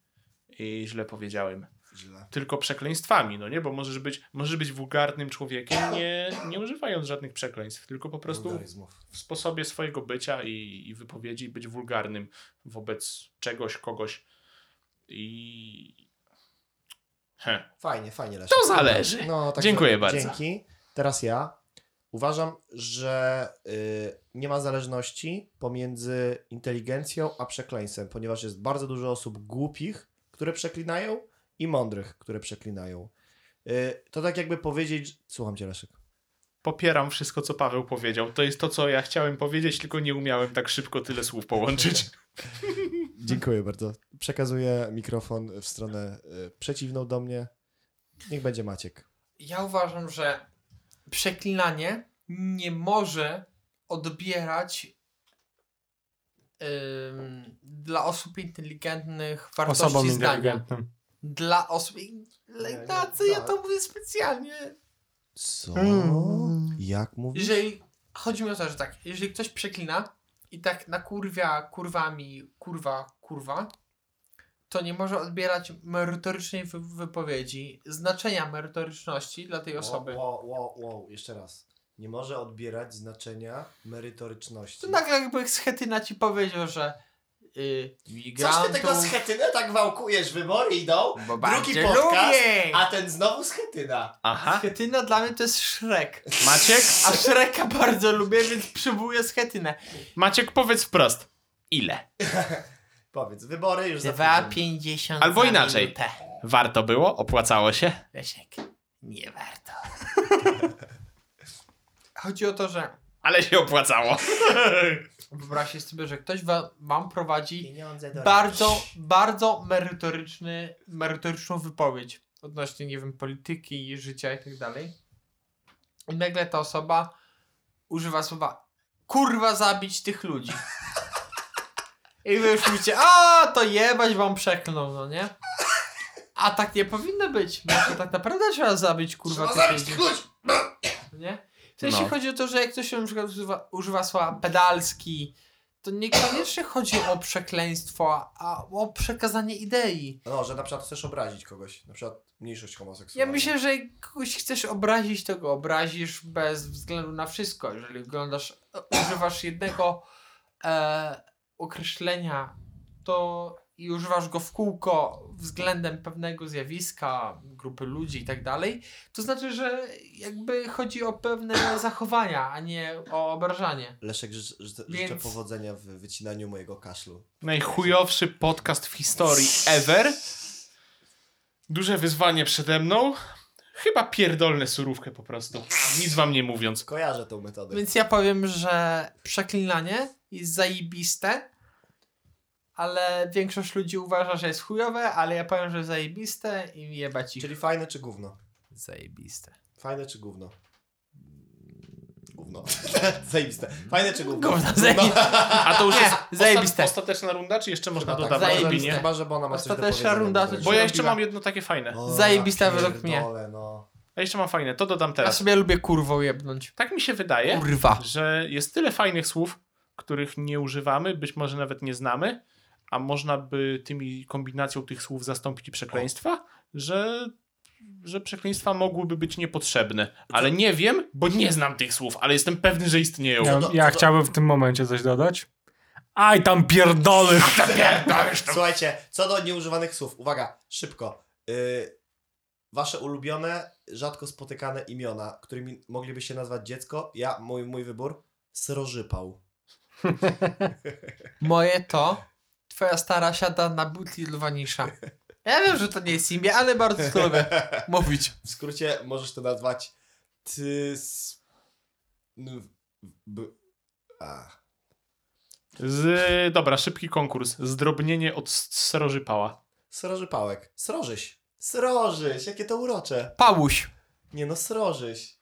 [SPEAKER 2] i źle powiedziałem.
[SPEAKER 1] Źle.
[SPEAKER 2] Tylko przekleństwami, no nie? Bo możesz być, możesz być wulgarnym człowiekiem, nie, nie używając żadnych przekleństw, tylko po
[SPEAKER 1] No
[SPEAKER 2] prostu
[SPEAKER 1] Wulgaryzmów.
[SPEAKER 2] w sposobie swojego bycia i, i wypowiedzi być wulgarnym wobec czegoś, kogoś i... He.
[SPEAKER 1] Fajnie, fajnie. Leszek.
[SPEAKER 2] To zależy.
[SPEAKER 1] No, tak
[SPEAKER 2] Dziękuję
[SPEAKER 1] że-
[SPEAKER 2] bardzo.
[SPEAKER 1] Dzięki. Teraz ja. Uważam, że y, nie ma zależności pomiędzy inteligencją a przekleństwem, ponieważ jest bardzo dużo osób głupich, które przeklinają i mądrych, które przeklinają. Y, to tak jakby powiedzieć... Słucham cię, Leszek.
[SPEAKER 2] Popieram wszystko, co Paweł powiedział. To jest to, co ja chciałem powiedzieć, tylko nie umiałem tak szybko tyle słów połączyć.
[SPEAKER 1] Dziękuję bardzo. Przekazuję mikrofon w stronę y, przeciwną do mnie. Niech będzie Maciek.
[SPEAKER 3] Ja uważam, że przeklinanie nie może odbierać ym, dla osób inteligentnych wartości
[SPEAKER 4] Osobom
[SPEAKER 3] zdania.
[SPEAKER 4] inteligentnym.
[SPEAKER 3] Dla osób. in- Tacy,
[SPEAKER 2] tak.
[SPEAKER 3] ja to mówię specjalnie.
[SPEAKER 1] Co? Jak mówisz?
[SPEAKER 3] Jeżeli chodzi mi o to, że tak, jeżeli ktoś przeklina i tak nakurwia kurwami, kurwa, kurwa, to nie może odbierać merytorycznej wy- wypowiedzi, znaczenia merytoryczności dla tej osoby.
[SPEAKER 1] Wow, wow, wow, jeszcze raz. Nie może odbierać znaczenia merytoryczności.
[SPEAKER 3] To nagle jakby schetyna ci powiedział, że yy, migrantów...
[SPEAKER 1] schetynę tak wałkujesz? Wybory idą,
[SPEAKER 3] bo bardziej lubię. A
[SPEAKER 1] ten znowu schetyna.
[SPEAKER 2] (laughs) Aha.
[SPEAKER 3] schetyna dla mnie to jest Shrek.
[SPEAKER 2] Maciek? (laughs)
[SPEAKER 3] A Shreka bardzo lubię, więc przywołuję schetynę.
[SPEAKER 2] Maciek, powiedz wprost. Ile?
[SPEAKER 1] Powiedz, wybory już za tydzień.
[SPEAKER 3] 2,50
[SPEAKER 2] Albo
[SPEAKER 3] za
[SPEAKER 2] inaczej.
[SPEAKER 3] minutę.
[SPEAKER 2] Warto było? Opłacało się?
[SPEAKER 3] Lesiek, nie warto. (laughs) Chodzi o to, że
[SPEAKER 2] Ale się opłacało.
[SPEAKER 3] wyobraźcie sobie, że ktoś wa- wam prowadzi
[SPEAKER 1] Pieniądze do
[SPEAKER 3] bardzo, bardzo merytoryczny, merytoryczną wypowiedź odnośnie, nie wiem, polityki, życia i tak dalej. I nagle ta osoba używa słowa kurwa zabić tych ludzi. I wy już mówicie, a to jebać wam przeklnął, no nie? A tak nie powinno być, bo to tak naprawdę trzeba zabić
[SPEAKER 1] No
[SPEAKER 3] kurwa tych ludzi. Nie? W sensie
[SPEAKER 2] No.
[SPEAKER 3] chodzi o to, że jak ktoś na przykład używa, używa słowa pedalski, to niekoniecznie chodzi o przekleństwo, a o przekazanie idei.
[SPEAKER 1] No, że na przykład chcesz obrazić kogoś, na przykład mniejszość homoseksualną.
[SPEAKER 3] Ja myślę, że jak kogoś chcesz obrazić, to go obrazisz bez względu na wszystko. Jeżeli oglądasz, używasz jednego e, określenia, to i używasz go w kółko względem pewnego zjawiska, grupy ludzi i tak dalej, to znaczy, że jakby chodzi o pewne zachowania, a nie o obrażanie.
[SPEAKER 1] Leszek, życz, życz,
[SPEAKER 3] Więc-
[SPEAKER 1] życzę powodzenia w wycinaniu mojego kaszlu.
[SPEAKER 2] Najchujowszy podcast w historii ever. Duże wyzwanie przede mną. Chyba pierdolne surówkę po prostu. Nic wam nie mówiąc.
[SPEAKER 1] Kojarzę tą metodę.
[SPEAKER 3] Więc ja powiem, że przeklinanie jest zajebiste, ale większość ludzi uważa, że jest chujowe, ale ja powiem, że zajebiste i jebać ich.
[SPEAKER 1] Czyli fajne czy gówno?
[SPEAKER 3] Zajebiste.
[SPEAKER 1] Fajne czy gówno? Gówno. (laughs) Zajebiste. Fajne czy gówno?
[SPEAKER 3] Gówno, zajebiste.
[SPEAKER 2] A to już
[SPEAKER 3] Nie,
[SPEAKER 2] jest
[SPEAKER 3] zajebiste.
[SPEAKER 2] osta- ostateczna runda, czy jeszcze można
[SPEAKER 1] Chyba tak,
[SPEAKER 2] dodawać?
[SPEAKER 1] chyba, że-
[SPEAKER 3] No Zajebiste.
[SPEAKER 1] Chyba, że bo ona ma coś do
[SPEAKER 3] Ostateczna
[SPEAKER 1] powiedzenia,
[SPEAKER 3] runda,
[SPEAKER 1] nie
[SPEAKER 3] to
[SPEAKER 1] wiem.
[SPEAKER 2] Bo ja jeszcze
[SPEAKER 3] Robiła.
[SPEAKER 2] mam jedno takie fajne.
[SPEAKER 1] O,
[SPEAKER 3] Zajebista według mnie.
[SPEAKER 1] pierdolę, No.
[SPEAKER 2] Ja jeszcze mam fajne, to dodam
[SPEAKER 3] Ja
[SPEAKER 2] teraz.
[SPEAKER 3] sobie lubię kurwą jebnąć.
[SPEAKER 2] Tak mi się wydaje,
[SPEAKER 3] Kurwa.
[SPEAKER 2] że jest tyle fajnych słów, których nie używamy, być może nawet nie znamy, a można by tymi kombinacją tych słów zastąpić przekleństwa, że, że przekleństwa mogłyby być niepotrzebne. Ale nie wiem, bo nie znam tych słów, ale jestem pewny, że istnieją.
[SPEAKER 1] do-
[SPEAKER 4] Ja, No, ja
[SPEAKER 1] co-
[SPEAKER 4] chciałbym w tym momencie coś dodać. Aj tam pierdolę!
[SPEAKER 1] Słuchajcie, co do nieużywanych słów. Uwaga, szybko. Y, wasze ulubione, rzadko spotykane imiona, którymi mogliby się nazwać dziecko. Ja, mój, mój wybór, srożypał.
[SPEAKER 3] Moje to twoja stara siada na butli lwanisza. Ja wiem, że to nie jest imię, ale bardzo to lubię mówić.
[SPEAKER 1] W skrócie możesz to nazwać tys... n- b- a.
[SPEAKER 2] Z, dobra, szybki konkurs. Zdrobnienie od s- srożypała.
[SPEAKER 1] Srożypałek. Srożyś. Srożyś, jakie to urocze.
[SPEAKER 3] Pałuś.
[SPEAKER 1] Nie no, srożyś.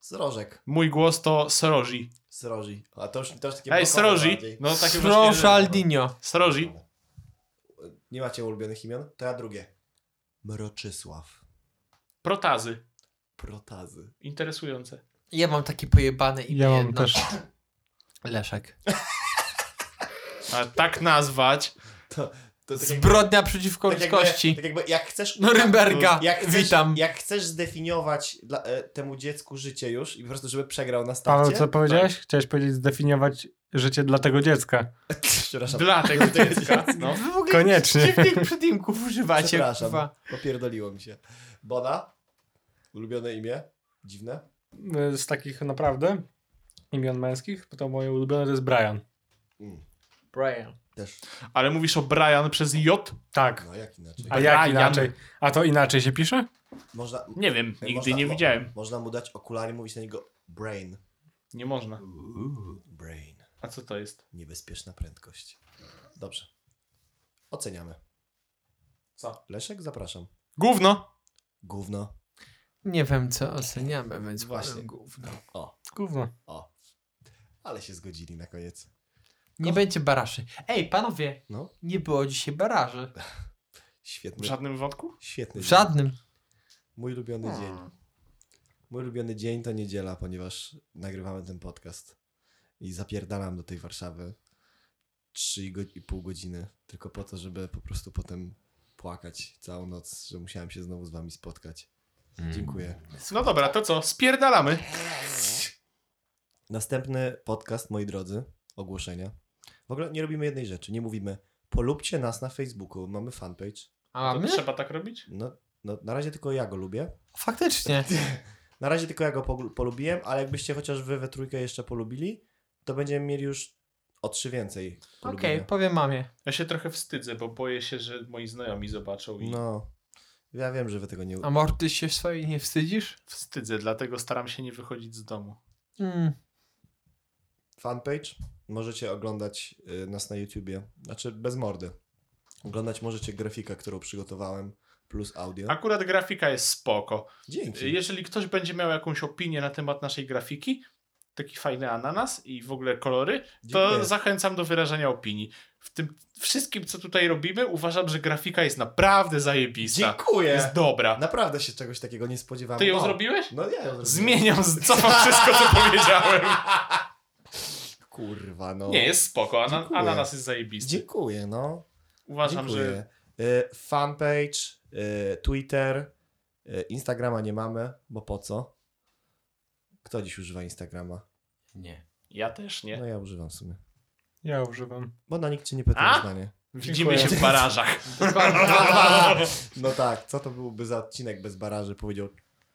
[SPEAKER 1] Srożek.
[SPEAKER 2] Mój głos to sroży.
[SPEAKER 1] Sroży. A to już, to już takie...
[SPEAKER 2] Ej,
[SPEAKER 1] blokowe
[SPEAKER 2] sroży!
[SPEAKER 1] bardziej.
[SPEAKER 2] No takie właśnie-
[SPEAKER 3] Proszę Aldinio.
[SPEAKER 2] Sroży.
[SPEAKER 1] Nie macie ulubionych imion? To ja drugie. Mroczysław.
[SPEAKER 2] Protazy.
[SPEAKER 1] Protazy.
[SPEAKER 2] Interesujące.
[SPEAKER 3] Ja mam takie pojebane imię.
[SPEAKER 4] Ja mam
[SPEAKER 3] jedno.
[SPEAKER 4] też.
[SPEAKER 3] Leszek.
[SPEAKER 2] A tak nazwać.
[SPEAKER 1] To tak, jak-
[SPEAKER 3] Zbrodnia przeciwko
[SPEAKER 1] tak, jakby,
[SPEAKER 3] ludzkości.
[SPEAKER 1] tak jakby jak chcesz...
[SPEAKER 2] No,
[SPEAKER 3] Norymberga.
[SPEAKER 1] Jak chcesz,
[SPEAKER 3] Witam.
[SPEAKER 1] Jak chcesz zdefiniować dla, e, temu dziecku życie już i po prostu, żeby przegrał na
[SPEAKER 4] Paweł,
[SPEAKER 1] starcie...
[SPEAKER 4] co powiedziałeś? Chciałeś powiedzieć zdefiniować życie dla tego dziecka.
[SPEAKER 1] Przepraszam.
[SPEAKER 2] Dla tego dziecka. No.
[SPEAKER 3] Wy w ogóle
[SPEAKER 4] Koniecznie.
[SPEAKER 3] dziwnych przytimków używacie.
[SPEAKER 1] Przepraszam.
[SPEAKER 3] kurwa.
[SPEAKER 1] Popierdoliło mi się. Bona? Ulubione imię? Dziwne?
[SPEAKER 4] Y, Z takich naprawdę imion męskich, to moje ulubione to jest Brian.
[SPEAKER 1] Mm,
[SPEAKER 3] Brian.
[SPEAKER 1] też.
[SPEAKER 2] Ale mówisz o Brian przez J?
[SPEAKER 4] Tak.
[SPEAKER 1] No jak inaczej?
[SPEAKER 4] A jak
[SPEAKER 2] Brian.
[SPEAKER 4] inaczej? A to inaczej się pisze?
[SPEAKER 1] Można,
[SPEAKER 6] Nie wiem, nigdy
[SPEAKER 1] można-
[SPEAKER 6] nie
[SPEAKER 1] mo-
[SPEAKER 6] widziałem.
[SPEAKER 1] Można mu dać okulary i mówić na niego brain.
[SPEAKER 2] Nie można.
[SPEAKER 1] Brain.
[SPEAKER 2] A co to jest?
[SPEAKER 1] Niebezpieczna prędkość. Dobrze. Oceniamy.
[SPEAKER 2] Co?
[SPEAKER 1] Leszek, zapraszam.
[SPEAKER 2] Gówno!
[SPEAKER 1] Gówno.
[SPEAKER 3] Nie wiem, co oceniamy, więc
[SPEAKER 1] Właśnie.
[SPEAKER 3] powiem gówno.
[SPEAKER 1] O,
[SPEAKER 4] Gówno.
[SPEAKER 1] o. Ale się zgodzili na koniec.
[SPEAKER 3] Nie będzie baraszy. Ej, panowie,
[SPEAKER 1] No.
[SPEAKER 3] nie było dzisiaj baraży.
[SPEAKER 2] W
[SPEAKER 1] Świetny,
[SPEAKER 2] żadnym wątku?
[SPEAKER 1] świetny
[SPEAKER 3] W
[SPEAKER 1] dzień.
[SPEAKER 3] żadnym.
[SPEAKER 1] Mój ulubiony dzień. Mój ulubiony dzień to niedziela, ponieważ nagrywamy ten podcast i zapierdalam do tej Warszawy 3,5 godziny tylko po to, żeby po prostu potem płakać całą noc, że musiałem się znowu z wami spotkać.
[SPEAKER 3] Mm. Hmm.
[SPEAKER 1] Dziękuję.
[SPEAKER 2] No dobra, to co? Spierdalamy.
[SPEAKER 1] Następny podcast, moi drodzy, ogłoszenia. W ogóle nie robimy jednej rzeczy, nie mówimy polubcie nas na Facebooku, mamy fanpage.
[SPEAKER 3] A
[SPEAKER 2] To
[SPEAKER 3] my?
[SPEAKER 2] trzeba tak robić?
[SPEAKER 1] No, no na razie tylko ja go lubię.
[SPEAKER 3] Faktycznie.
[SPEAKER 1] Na razie tylko ja go pogl- polubiłem, ale jakbyście chociaż wy we trójkę jeszcze polubili, to będziemy mieli już o trzy więcej.
[SPEAKER 3] Okej,
[SPEAKER 1] polubienia.
[SPEAKER 3] powiem mamie.
[SPEAKER 2] Ja się trochę wstydzę, bo boję się, że moi znajomi zobaczą i
[SPEAKER 1] No. Ja wiem, że wy tego nie.
[SPEAKER 3] A Morty się swojej nie wstydzisz?
[SPEAKER 2] wstydzę, dlatego staram się nie wychodzić z domu.
[SPEAKER 3] Mm.
[SPEAKER 1] Fanpage możecie oglądać y, nas na YouTubie. Znaczy bez mordy. Oglądać możecie grafikę, którą przygotowałem, plus audio.
[SPEAKER 2] Akurat grafika jest spoko.
[SPEAKER 1] Dzięki.
[SPEAKER 2] Jeżeli ktoś będzie miał jakąś opinię na temat naszej grafiki, taki fajny ananas i w ogóle kolory, to
[SPEAKER 1] Dziękuję.
[SPEAKER 2] zachęcam do wyrażenia opinii. W tym wszystkim, co tutaj robimy, uważam, że grafika jest naprawdę zajebista.
[SPEAKER 1] Dziękuję.
[SPEAKER 2] Jest dobra.
[SPEAKER 1] Naprawdę się czegoś takiego nie spodziewałem.
[SPEAKER 2] Ty ją
[SPEAKER 1] Wow.
[SPEAKER 2] zrobiłeś?
[SPEAKER 1] No ja ją zrobiłem.
[SPEAKER 2] Zmieniam, cofam wszystko, (laughs) co powiedziałem.
[SPEAKER 1] Kurwa, no.
[SPEAKER 2] Nie, jest spoko. Ana,
[SPEAKER 1] Dziękuję.
[SPEAKER 2] ananas jest zajebisty.
[SPEAKER 1] Dziękuję, no.
[SPEAKER 2] Uważam, że...
[SPEAKER 1] Y, Fanpage, y, Twitter, y, Instagrama nie mamy, bo po co? Kto dziś używa Instagrama?
[SPEAKER 3] Nie.
[SPEAKER 2] Ja też nie.
[SPEAKER 1] No ja używam w sumie.
[SPEAKER 4] Ja używam.
[SPEAKER 1] Bo na nikt cię nie pyta
[SPEAKER 2] A?
[SPEAKER 1] o zdanie.
[SPEAKER 2] Widzimy
[SPEAKER 4] Dziękuję.
[SPEAKER 2] się w
[SPEAKER 1] (laughs)
[SPEAKER 2] barażach.
[SPEAKER 1] No tak, co to byłby za odcinek bez baraży, powiedział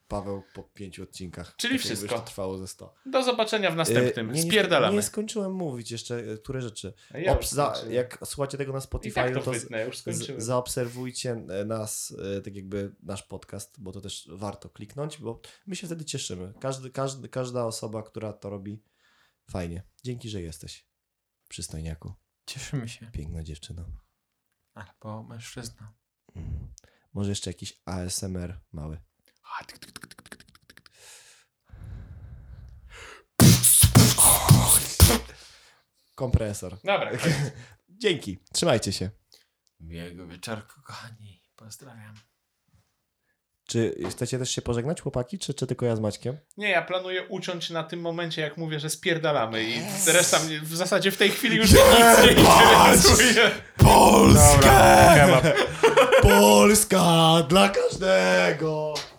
[SPEAKER 1] Paweł po pięciu odcinkach. Tak
[SPEAKER 2] Czyli
[SPEAKER 1] jakby
[SPEAKER 2] wszystko.
[SPEAKER 1] już to trwało ze sto.
[SPEAKER 2] Do zobaczenia w
[SPEAKER 1] Y,
[SPEAKER 2] następnym.
[SPEAKER 1] nie, nie-
[SPEAKER 2] Spierdalamy.
[SPEAKER 1] Nie skończyłem mówić jeszcze, y, które rzeczy.
[SPEAKER 2] Ja już
[SPEAKER 1] Obs- za,
[SPEAKER 2] skończyłem.
[SPEAKER 1] jak słuchacie tego na
[SPEAKER 2] I
[SPEAKER 1] Spotify,
[SPEAKER 2] tak to
[SPEAKER 1] to, z-
[SPEAKER 2] wytnę, już skończyłem.
[SPEAKER 1] Z, zaobserwujcie e, nas, e, tak jakby nasz podcast, bo to też warto kliknąć, bo my się wtedy cieszymy. Każdy, każdy, każda osoba, która to robi, fajnie. Dzięki, że jesteś. Przystojniaku,
[SPEAKER 3] Cieszymy się.
[SPEAKER 1] piękna dziewczyna.
[SPEAKER 3] Albo mężczyzna.
[SPEAKER 1] Mm. Może jeszcze jakiś ASMR mały. Kompresor. (laughs)
[SPEAKER 2] Dobra.
[SPEAKER 1] Dzięki, trzymajcie się.
[SPEAKER 3] Miłego wieczorku, kochani. Pozdrawiam.
[SPEAKER 1] Czy chcecie też się pożegnać, chłopaki, czy, czy tylko ja z Maćkiem?
[SPEAKER 2] Nie, ja planuję uciąć na tym momencie, jak mówię, że spierdalamy i reszta mnie w zasadzie w tej chwili już nic nie interesuje.
[SPEAKER 1] Polska!
[SPEAKER 4] Dobra, kebab.
[SPEAKER 1] Polska dla każdego!